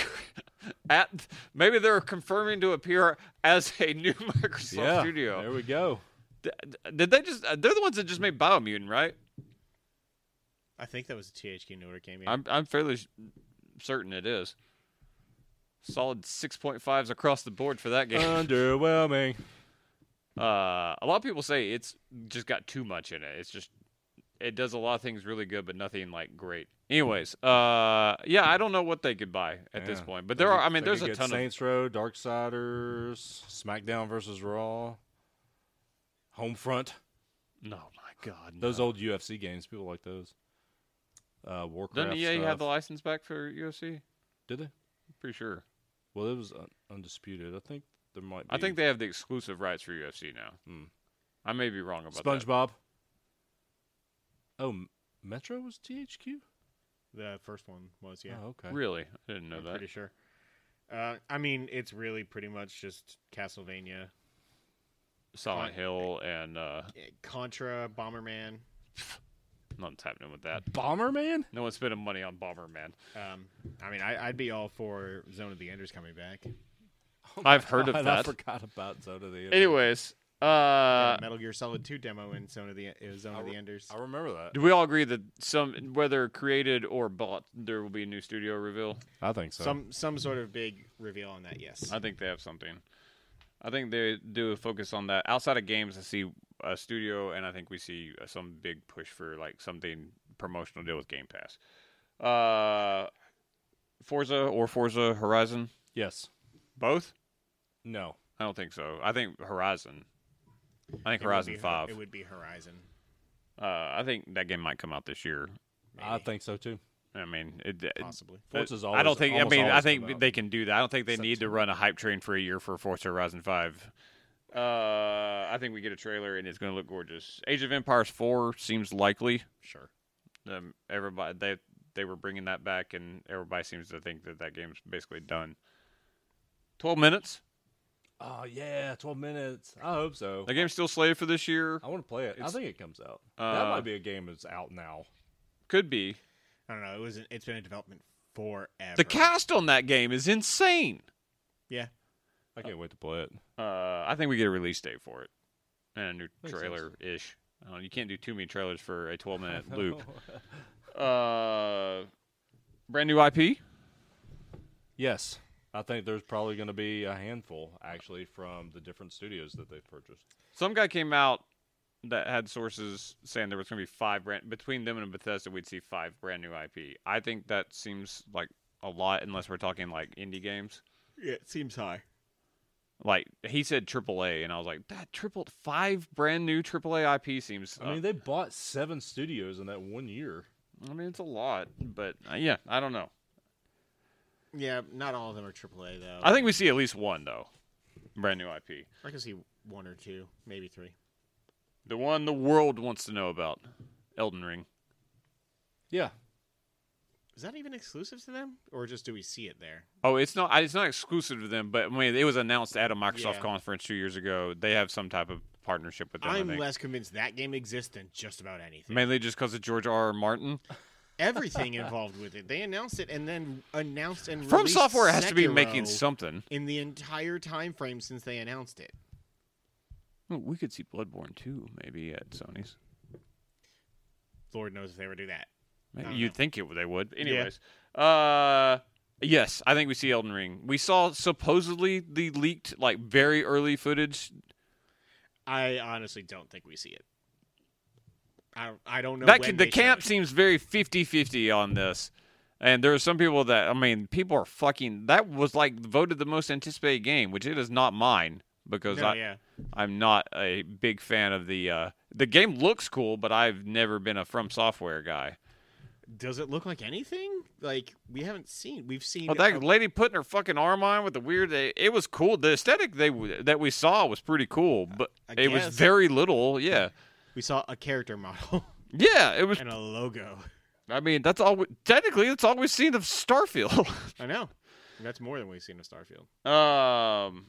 <laughs> at maybe they're confirming to appear as a new <laughs> Microsoft
yeah, there
studio.
we
<laughs>
go.
D- d- Did they just? uh, They're the ones that just made Biomutant, right?
I think that was a THQ Nordic game. yeah.
I'm I'm fairly s- certain it is. Solid 6.5s across the board for that game.
Underwhelming.
<laughs> uh, a lot of people say it's just got too much in it. It's just it does a lot of things really good, but nothing like great. Anyways, uh, yeah, I don't know what they could buy at this
Yeah.
point, but there are. I mean, there's a ton of
Saints Row, Darksiders, SmackDown versus Raw, Homefront.
no, Oh my god,
Those
no.
old UFC games, people like those. Uh, Warcraft.
Doesn't EA
stuff.
E have the license back for UFC?
Did they?
Pretty sure.
Well, it was un- undisputed. I think there might. Be.
I think they have the exclusive rights for UFC now.
Hmm.
I may be wrong about that.
SpongeBob. Oh, M- Metro was THQ.
the first one was yeah.
Oh, okay.
Really, I didn't know
I'm
that.
pretty sure. Uh, I mean, it's really pretty much just Castlevania,
Silent
Fine.
Hill and uh,
eh, Contra, Bomberman.
nothing's happening with that.
Bomberman.
No one's spending money on Bomberman.
Um, I mean, I, I'd be all for Zone of the Enders coming back.
<laughs> I've heard of
God, I
that.
forgot about Zone of the Enders.
Anyways, uh,
And Metal Gear Solid 2 demo in Zone of the uh, Zone
I
of
re-
the Enders.
I remember that.
do we all agree that some, whether created or bought, there will be a new studio reveal?
I think so.
Some some sort of big reveal on that. Yes.
I think they have something. I think they do a focus on that. Outside of games, I see a studio, and I think we see uh, some big push for like something promotional deal with Game Pass. Uh, Forza or Forza Horizon,
yes.
both?
No.
I don't think so. I think Horizon. I think
It would
Horizon
be-
Five.
It would be Horizon.
uh, I think that game might come out this year.
I
maybe,
think so too.
I mean, it, it-
possibly.
Forza's
I
always-
don't think. I
almost
mean, I
always
think
come out.
they can do that. I don't think they need to run a hype train for a year for Forza Horizon Five. Uh, I think we get a trailer and it's going to look gorgeous. Age of Empires Four seems likely.
Sure.
Um, everybody they they were bringing that back, and everybody seems to think that that game's basically done. Twelve minutes.
Oh yeah, twelve minutes. I hope so.
That game's still slated for this year.
I want to play it. I
It's-
think it comes out.
Uh,
that might be a game that's out now.
Could be.
I don't know. It was. It's been in development forever.
The cast on that game is insane.
Yeah.
I can't wait to play
<laughs>
it.
Uh, I think we get a release date for it and a new
Makes sense.
trailer ish. Uh, you can't do too many trailers for a 12
<laughs>
minute loop. Uh, brand new IP.
yes, I think there's probably going to be a handful actually from the different studios that they've purchased.
Some guy came out that had sources saying there was going to be five brand between them and Bethesda. We'd see five brand new IP. I think that seems like a lot, unless we're talking like indie games.
Yeah. It seems high.
Like he said, AAA, and I was like, that triple five brand new AAA IP seems.
I mean, they bought seven studios in that one year.
uh, I mean, it's a lot, but uh, yeah, I don't know.
Yeah. Not all of them are AAA though.
I think we see at least one though, brand new IP.
I can see one or two, maybe three.
The one the world wants to know about, Elden Ring.
Yeah,
Is that even exclusive to them, or just do we see it there?
Oh, it's not. It's not exclusive to them, but I mean, it was announced at a Microsoft
Yeah.
conference two years ago. They have some type of partnership with them. i
I'm
think.
less convinced that game exists than just about anything.
Mainly just because of George R. R. Martin.
Everything involved with it. They announced it and then announced and
From
released
Software has to be
Sekiro
making something.
in the entire time frame since they announced it.
Well, Oh, We could see Bloodborne too, maybe at Sony's.
Lord knows if they ever do that.
Maybe
don't
you'd
know.
think it they would. Anyways, uh, yes, I think we see Elden Ring. We saw supposedly the leaked, like very early footage
I honestly don't think we see it. I I don't know.
that
when
could, the
they showed
camp
it.
seems very 50-50 on this and there are some people that i mean people are fucking that was like voted the most anticipated game which it is not mine because
No,
I,
yeah.
i'm not a big fan of the uh, the game looks cool but i've never been a from software guy
Does it look like anything? Like we haven't seen. We've seen.
Well, that lady putting her fucking arm on with the weird. It was cool. The aesthetic they that we saw was pretty cool, but
I
it was
guess.
very little. Yeah,
we saw a character model <laughs>
yeah. It was.
and a logo.
I mean, that's all. We, technically, that's all we've seen of Starfield. <laughs>
I know. That's more than we've seen of Starfield.
um,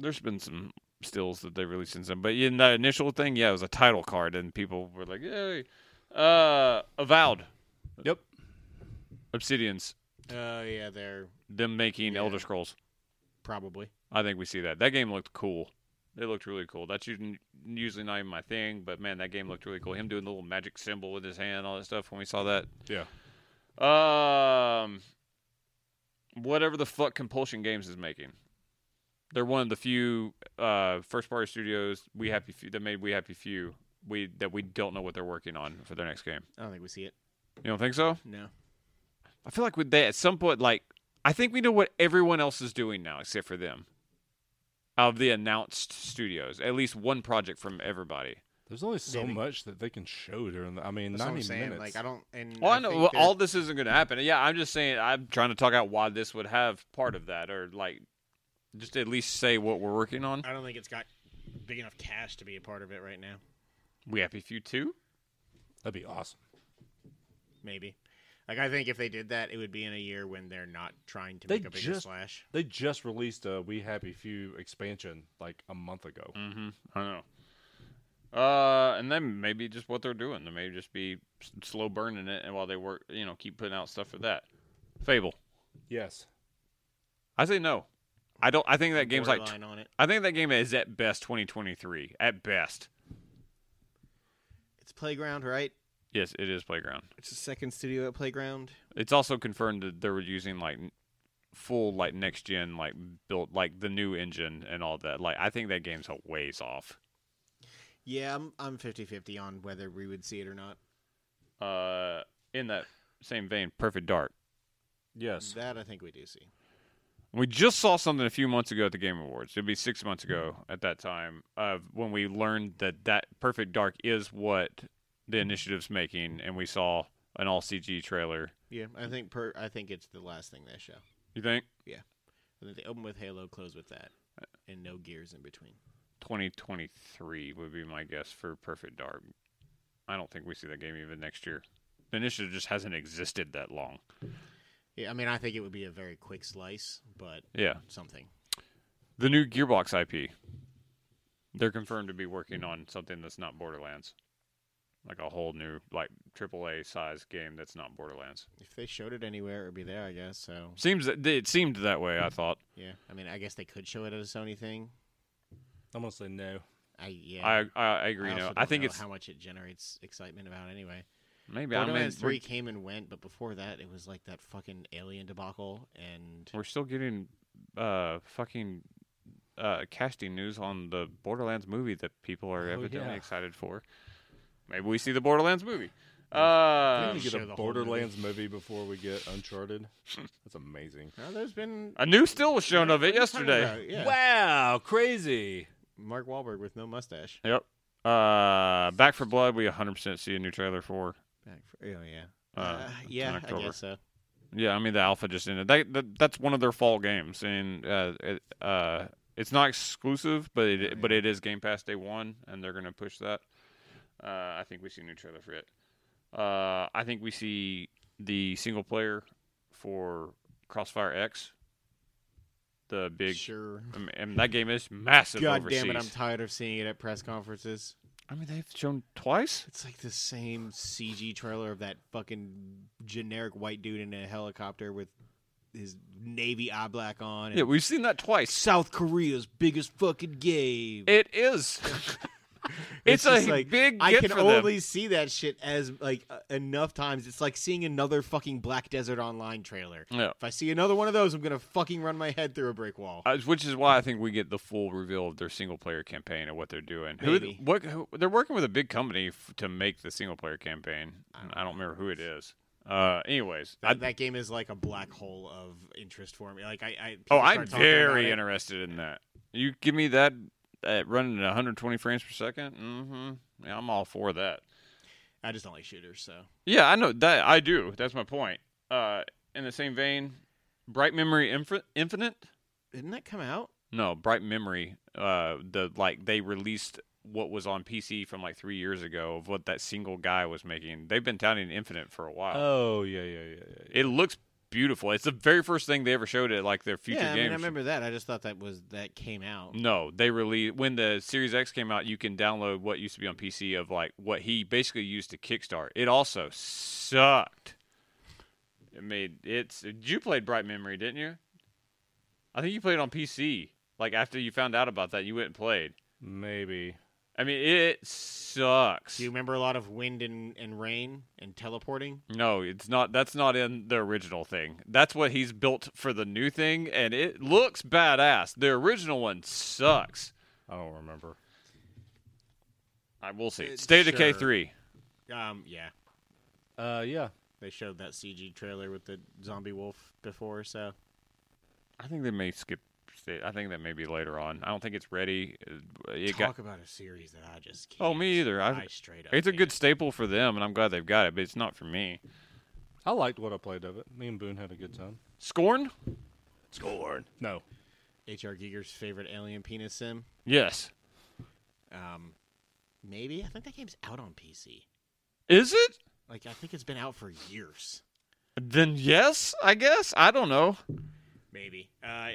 there's been some stills that they released in some, but in the initial thing, yeah, it was a title card, and people were like, "Yay!" Uh, Avowed,
Yep.
Obsidian's,
Oh yeah, they're
them making
Yeah.
Elder Scrolls.
probably.
I think we see that. That game looked cool. It looked really cool. That's usually, usually not even my thing, but man, that game looked really cool. Him doing the little magic symbol with his hand, all that stuff. When we saw that,
Yeah.
um, whatever the fuck Compulsion Games is making, they're one of the few uh, first-party studios we happy few that made we happy few we that we don't know what they're working on for their next game.
I don't think we see it.
You don't think so?
No.
I feel like with that at some point, like I think we know what everyone else is doing now except for them. Of the announced studios, at least one project from everybody.
There's only so
Maybe.
much that they can show during the. I mean,
That's what I'm
90
saying.
minutes.
Like I don't. And
Well, I, know
think
well,
they're-
all this isn't going to happen. Yeah, I'm just saying. I'm trying to talk out why this would have part of that, or like just at least say what we're working on.
I don't think it's got big enough cash to be a part of it right now.
We happy few two.
That'd be awesome.
Maybe. Like I think if they did that, it would be in a year when they're not trying to
They
make a bigger
just-
splash.
They just released a We Happy Few expansion like a month ago.
Mm.
Mm-hmm. I don't know. Uh, and then maybe just what they're doing. They may just be s- slow burning it, and while they work, you know, keep putting out stuff for that. Fable.
Yes.
I say no. I don't. I think that game's like.
Borderline on it.
I think that game is at best 2023. At best.
It's Playground, right?
Yes, it is Playground.
It's the second studio at Playground.
It's also confirmed that they were using like n- full like next gen like built like the new engine and all that. Like I think that game's a ways off.
Yeah, I'm I'm 50-50 on whether we would see it or not.
Uh, in that same vein, Perfect Dark.
Yes.
That I think we do see.
We just saw something a few months ago at the Game Awards. It'd be six months ago at that time uh, when we learned that that Perfect Dark is what the initiative's making, and we saw an all CG trailer.
Yeah, I think per I think it's the last thing they show.
You think
I think they open with Halo, close with that, and no gears in between.
2023 would be my guess for Perfect Dark. I don't think we see that game even next year. The initiative just hasn't existed that long.
Yeah, I mean I think it would be a very quick slice, but
Yeah.
something.
The new Gearbox IP. They're confirmed to be working on something that's not Borderlands. Like a whole new, like, AAA size game that's not Borderlands.
If they showed it anywhere, it would be there, I guess. So
Seems that it seemed that way, I thought.
yeah, I mean I guess they could show it as a Sony thing.
I'm gonna say no.
I yeah.
I, I, I agree.
I
no,
also
I
don't
think
know
it's
how much it generates excitement about anyway.
maybe I mean,
Borderlands Three
we're,
came and went, but before that, it was like that fucking alien debacle. <laughs> And
we're still getting uh fucking uh casting news on the Borderlands movie that people are
Oh,
evidently
yeah.
excited for. Maybe we see the Borderlands movie.
We
Uh,
need to
show
get
the
a
whole movie.
Borderlands movie before we get
<laughs>
Uncharted. That's amazing.
now there's been
a new still was shown of it
Talking
yesterday.
about- yeah.
Wow, crazy.
Mark Wahlberg with no mustache.
Yep. Uh, Back for Blood, we 100% see a new trailer for.
Back for, oh yeah,
Uh,
uh,
it's in
yeah, I
October.
guess so.
Yeah, I mean the alpha just ended. They, that that's one of their fall games, and uh, it, uh, it's not exclusive, but it but it is Game Pass day one, and they're gonna push that. Uh, I think we see a new trailer for it. Uh, I think we see the single player for Crossfire X. The big,
Sure.
I mean, and that game is massive
God
overseas.
damn it! I'm tired of seeing it at press conferences.
I mean, they've shown twice.
It's like the same CG trailer of that fucking generic white dude in a helicopter with his navy eye black on. And
Yeah, we've seen that twice.
South Korea's biggest fucking game.
It
<laughs>
is. it's a
just like,
big.
I
get
can
for them.
only see that shit as like uh, enough times. It's like seeing another fucking Black Desert Online trailer.
Yeah.
If I see another one of those, I'm gonna fucking run my head through a brick wall.
Uh, which is why I think we get the full reveal of their single player campaign and what they're doing. Who,
Maybe.
what, who they're working with a big company f- to make the single player campaign. I don't, remember who it is. Uh, anyways, I,
that, that game is like a black hole of interest for me. Like I, I
oh,
people
I'm
start talking about
very
it.
interested in that. You give me that uh, running at 120 frames per second. Mm-hmm. Yeah, I'm all for that.
I just don't like shooters, so
Yeah, I know that I do. That's my point. Uh, in the same vein, Bright Memory Inf- Infinite.
didn't that come out?
No, Bright Memory. Uh, the like they released what was on PC from like three years ago of what that single guy was making. They've been touting Infinite for a while.
Oh yeah, yeah, yeah, yeah.
it looks beautiful. It's the very first thing they ever showed at like their future
yeah, I
games. Mm.
mean, I remember that. I just thought that was that came out.
No, they released when the Series X came out. You can download what used to be on PC of like what he basically used to kickstart. It also sucked. It made it's. You played Bright Memory, didn't you? I think you played on PC. Like after you found out about that, you went and played.
Maybe.
I mean, it sucks.
Do you remember a lot of wind and, and rain and teleporting?
No, it's not. That's not in the original thing. That's what he's built for the new thing, and it looks badass. The original one sucks.
I don't remember.
I will see.
Uh,
State of K
sure.
three.
Um, yeah,
Uh, yeah.
they showed that CG trailer with the zombie wolf before, so
I think they may skip. State. I think that may be later on. I don't think it's ready. Uh, It got,
talk about a series that I just can't.
oh, me either.
I
I,
straight up.
it's a
can't.
good staple for them, and I'm glad they've got it, but it's not for me.
I liked what I played of it. Me and Boone had a good time.
Scorn?
Scorn. No.
H.R. Giger's favorite alien penis sim.
Yes.
Um, maybe I think that game's out on PC.
Is it?
Like I think it's been out for years.
Then yes, I guess. I don't know.
Maybe. Uh,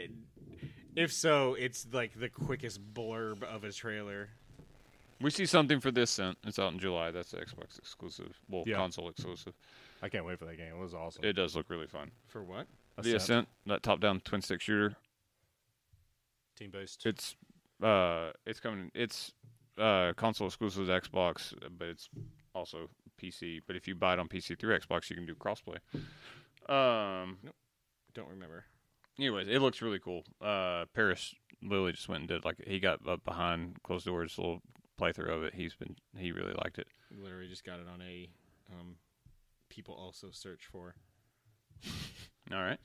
if so, it's like the quickest blurb of a trailer.
We see something for this sent. It's out in July. That's the Xbox exclusive. Well,
Yeah.
console exclusive.
I can't wait for that game. It was awesome.
It does look really fun.
For what?
The Ascent, that top-down twin-stick shooter.
Team based.
It's uh, it's coming. It's uh, console exclusive to Xbox, but it's also PC. But if you buy it on PC through Xbox, you can do crossplay. Um.
Don't remember.
Anyways, it looks really cool. Uh, Paris Lily just went and did like he got up behind closed doors, little playthrough of it. He's been he really liked it.
Literally just got it on a um, people also search for.
All right.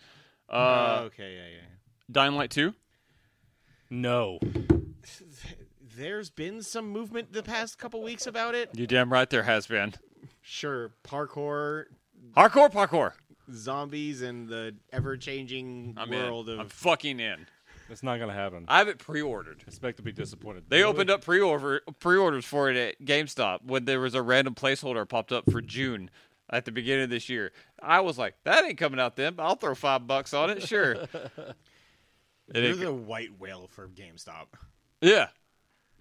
Uh,
Oh, okay, yeah, yeah.
Dying Light two.
No.
<laughs> There's been some movement the past couple weeks about it.
You damn right there has been
Sure, parkour,
hardcore parkour.
zombies, and the ever-changing
I'm
world
in.
of
I'm fucking in.
It's not gonna happen. I
I have it pre-ordered.
expect to be disappointed.
They opened up pre-order pre-orders for it at GameStop when there was a random placeholder popped up for June at the beginning of this year. I was like, that ain't coming out then. But I'll throw five bucks on it,
<laughs>
sure. It
You're
ain't-
the white whale for GameStop.
yeah,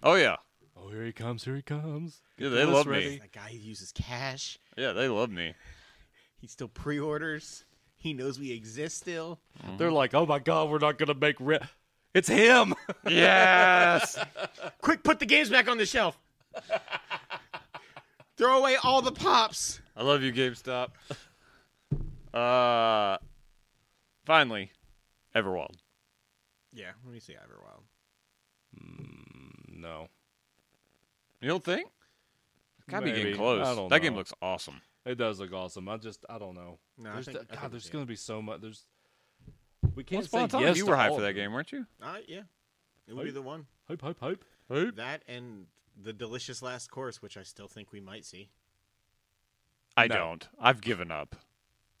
oh yeah,
Oh, here he comes! Here he comes!
yeah.
the
They
list
love
ready.
me.
That guy who uses cash.
Yeah, they love me.
He still pre-orders. He knows we exist still.
They're like, "Oh my God, we're not gonna make rent." It's him. <laughs>
Yes.
Quick, put the games back on the <laughs> shelf. Throw away all the pops.
<laughs> I love you, GameStop. Uh, finally, Everwild.
Yeah, let me see Everwild.
Mm, no,
You don't think? Gotta be
Maybe.
getting close.
I don't
that
know.
game looks awesome.
it does look awesome. I just, I don't know.
No, I
there's
think-
the-
I think
God,
it's
there's
him.
gonna be so much. There's we can't
Once upon a
say
time,
yes
you
to
were hyped
all
for that
of it.
game, weren't you?
Uh, yeah, it would be the one.
Hype, hype, hype.
That and the delicious last course, which I still think we might see.
I
No.
don't. I've given up.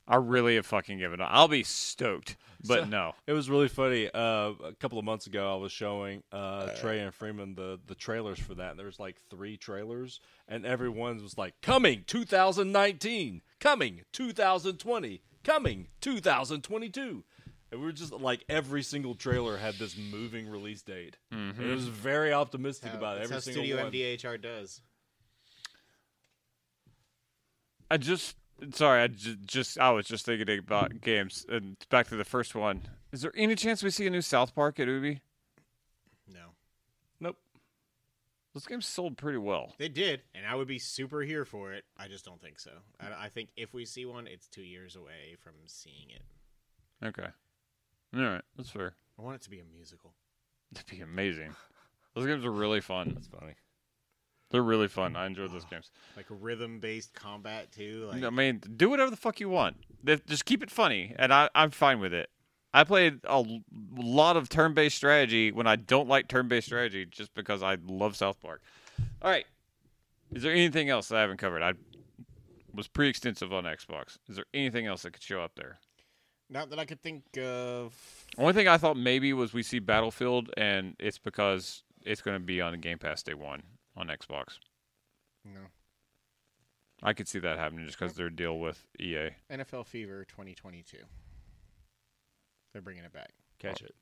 I really have fucking given up. I'll be stoked, but
So-
no.
It was really funny. Uh, a couple of months ago, I was showing uh, Trey and Freeman the the trailers for that. And there was like three trailers, and everyone was like, "Coming 2019, coming 2020, coming 2022." And we were just like every single trailer had this moving release date. And it was very optimistic about it. every
That's Mm-hmm. how
single
Studio
one.
MDHR does.
I just sorry. I ju- just I was just thinking about games and back to the first one. Is there any chance we see a new South Park at Ubi?
No,
Nope.
Those games sold pretty well.
they did, and I would be super here for it. I just don't think so. I, I think if we see one, it's two years away from seeing it.
Okay. All right, that's fair.
I want it to be a musical.
That'd be amazing. Those games are really fun.
That's funny.
They're really fun. I enjoyed those games.
like rhythm based combat too. Like,
I mean, do whatever the fuck you want. Th- Just keep it funny, and I, I'm fine with it. I played a l- lot of turn-based strategy when I don't like turn-based strategy, just because I love South Park. All right, is there anything else that I haven't covered? I was pretty extensive on Xbox. Is there anything else that could show up there?
Not that I could think of.
Only thing I thought maybe was we see Battlefield, and it's because it's going to be on Game Pass day one on Xbox.
No.
I could see that happening just because their deal with E EA.
NFL Fever 2022. They're bringing it back.
Catch it.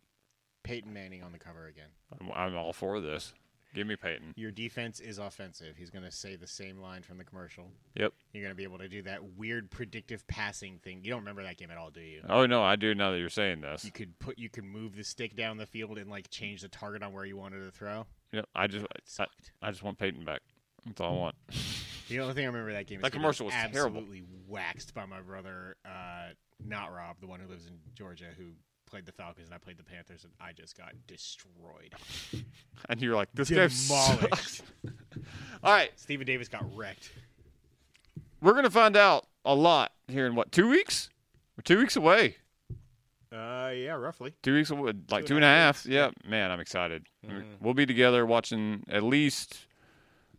Peyton Manning on the cover again.
I'm, I'm all for this. Give me Peyton.
Your defense is offensive. He's going to say the same line from the commercial.
Yep.
You're going to be able to do that weird predictive passing thing. You don't remember that game at all, do you?
Oh no, I do now that you're saying this.
You could put you could move the stick down the field and like change the target on where you wanted to throw.
Yep. I just
It
I,
sucked.
I just want Peyton back. That's all I want. <laughs>
The only thing I remember that game is
That
getting
commercial was terrible.
absolutely waxed by my brother, uh, not Rob, the one who lives in Georgia, who played the Falcons and I played the Panthers, and I just got destroyed,
And you're like, this game sucks. <laughs>
demolished.
All right,
Stephen Davis got wrecked.
we're gonna find out a lot here in what two weeks? We're two weeks away.
Uh, yeah, roughly.
Two weeks away, like
Two
two
and
and
a
a
half
half. Yeah, Mm-hmm. man, I'm excited. We'll be together watching at least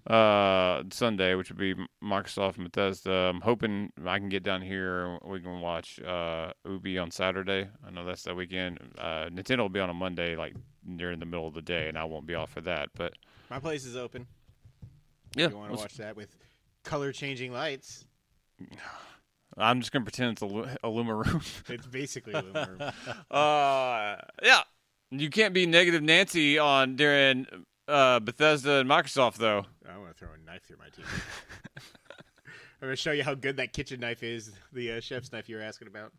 uh, Sunday, which would be M- Microsoft and Bethesda. I'm hoping I can get down here. and We can watch uh, Ubi on Saturday. I know that's that weekend. Uh, Nintendo will be on a Monday, like during the middle of the day, and I won't be off for that. But
My place is open.
yeah,
If you want to
let's-
watch that with color changing lights?
I'm just gonna pretend it's a, lu- a Lumaroon.
It's basically Lumiroom.
<laughs> Uh, yeah. You can't be negative Nancy on during uh, Bethesda and Microsoft though.
I want to throw a knife through my teeth. I'm going to show you how good that kitchen knife is, the uh, chef's knife you were asking about.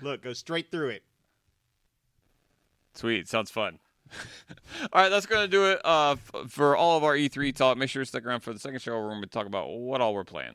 Look, go straight through it.
Sweet, sounds fun. <laughs> all right, that's gonna do it uh, f- for all of our E3 talk. Make sure to stick around for the second show where we're gonna talk about what all we're playing.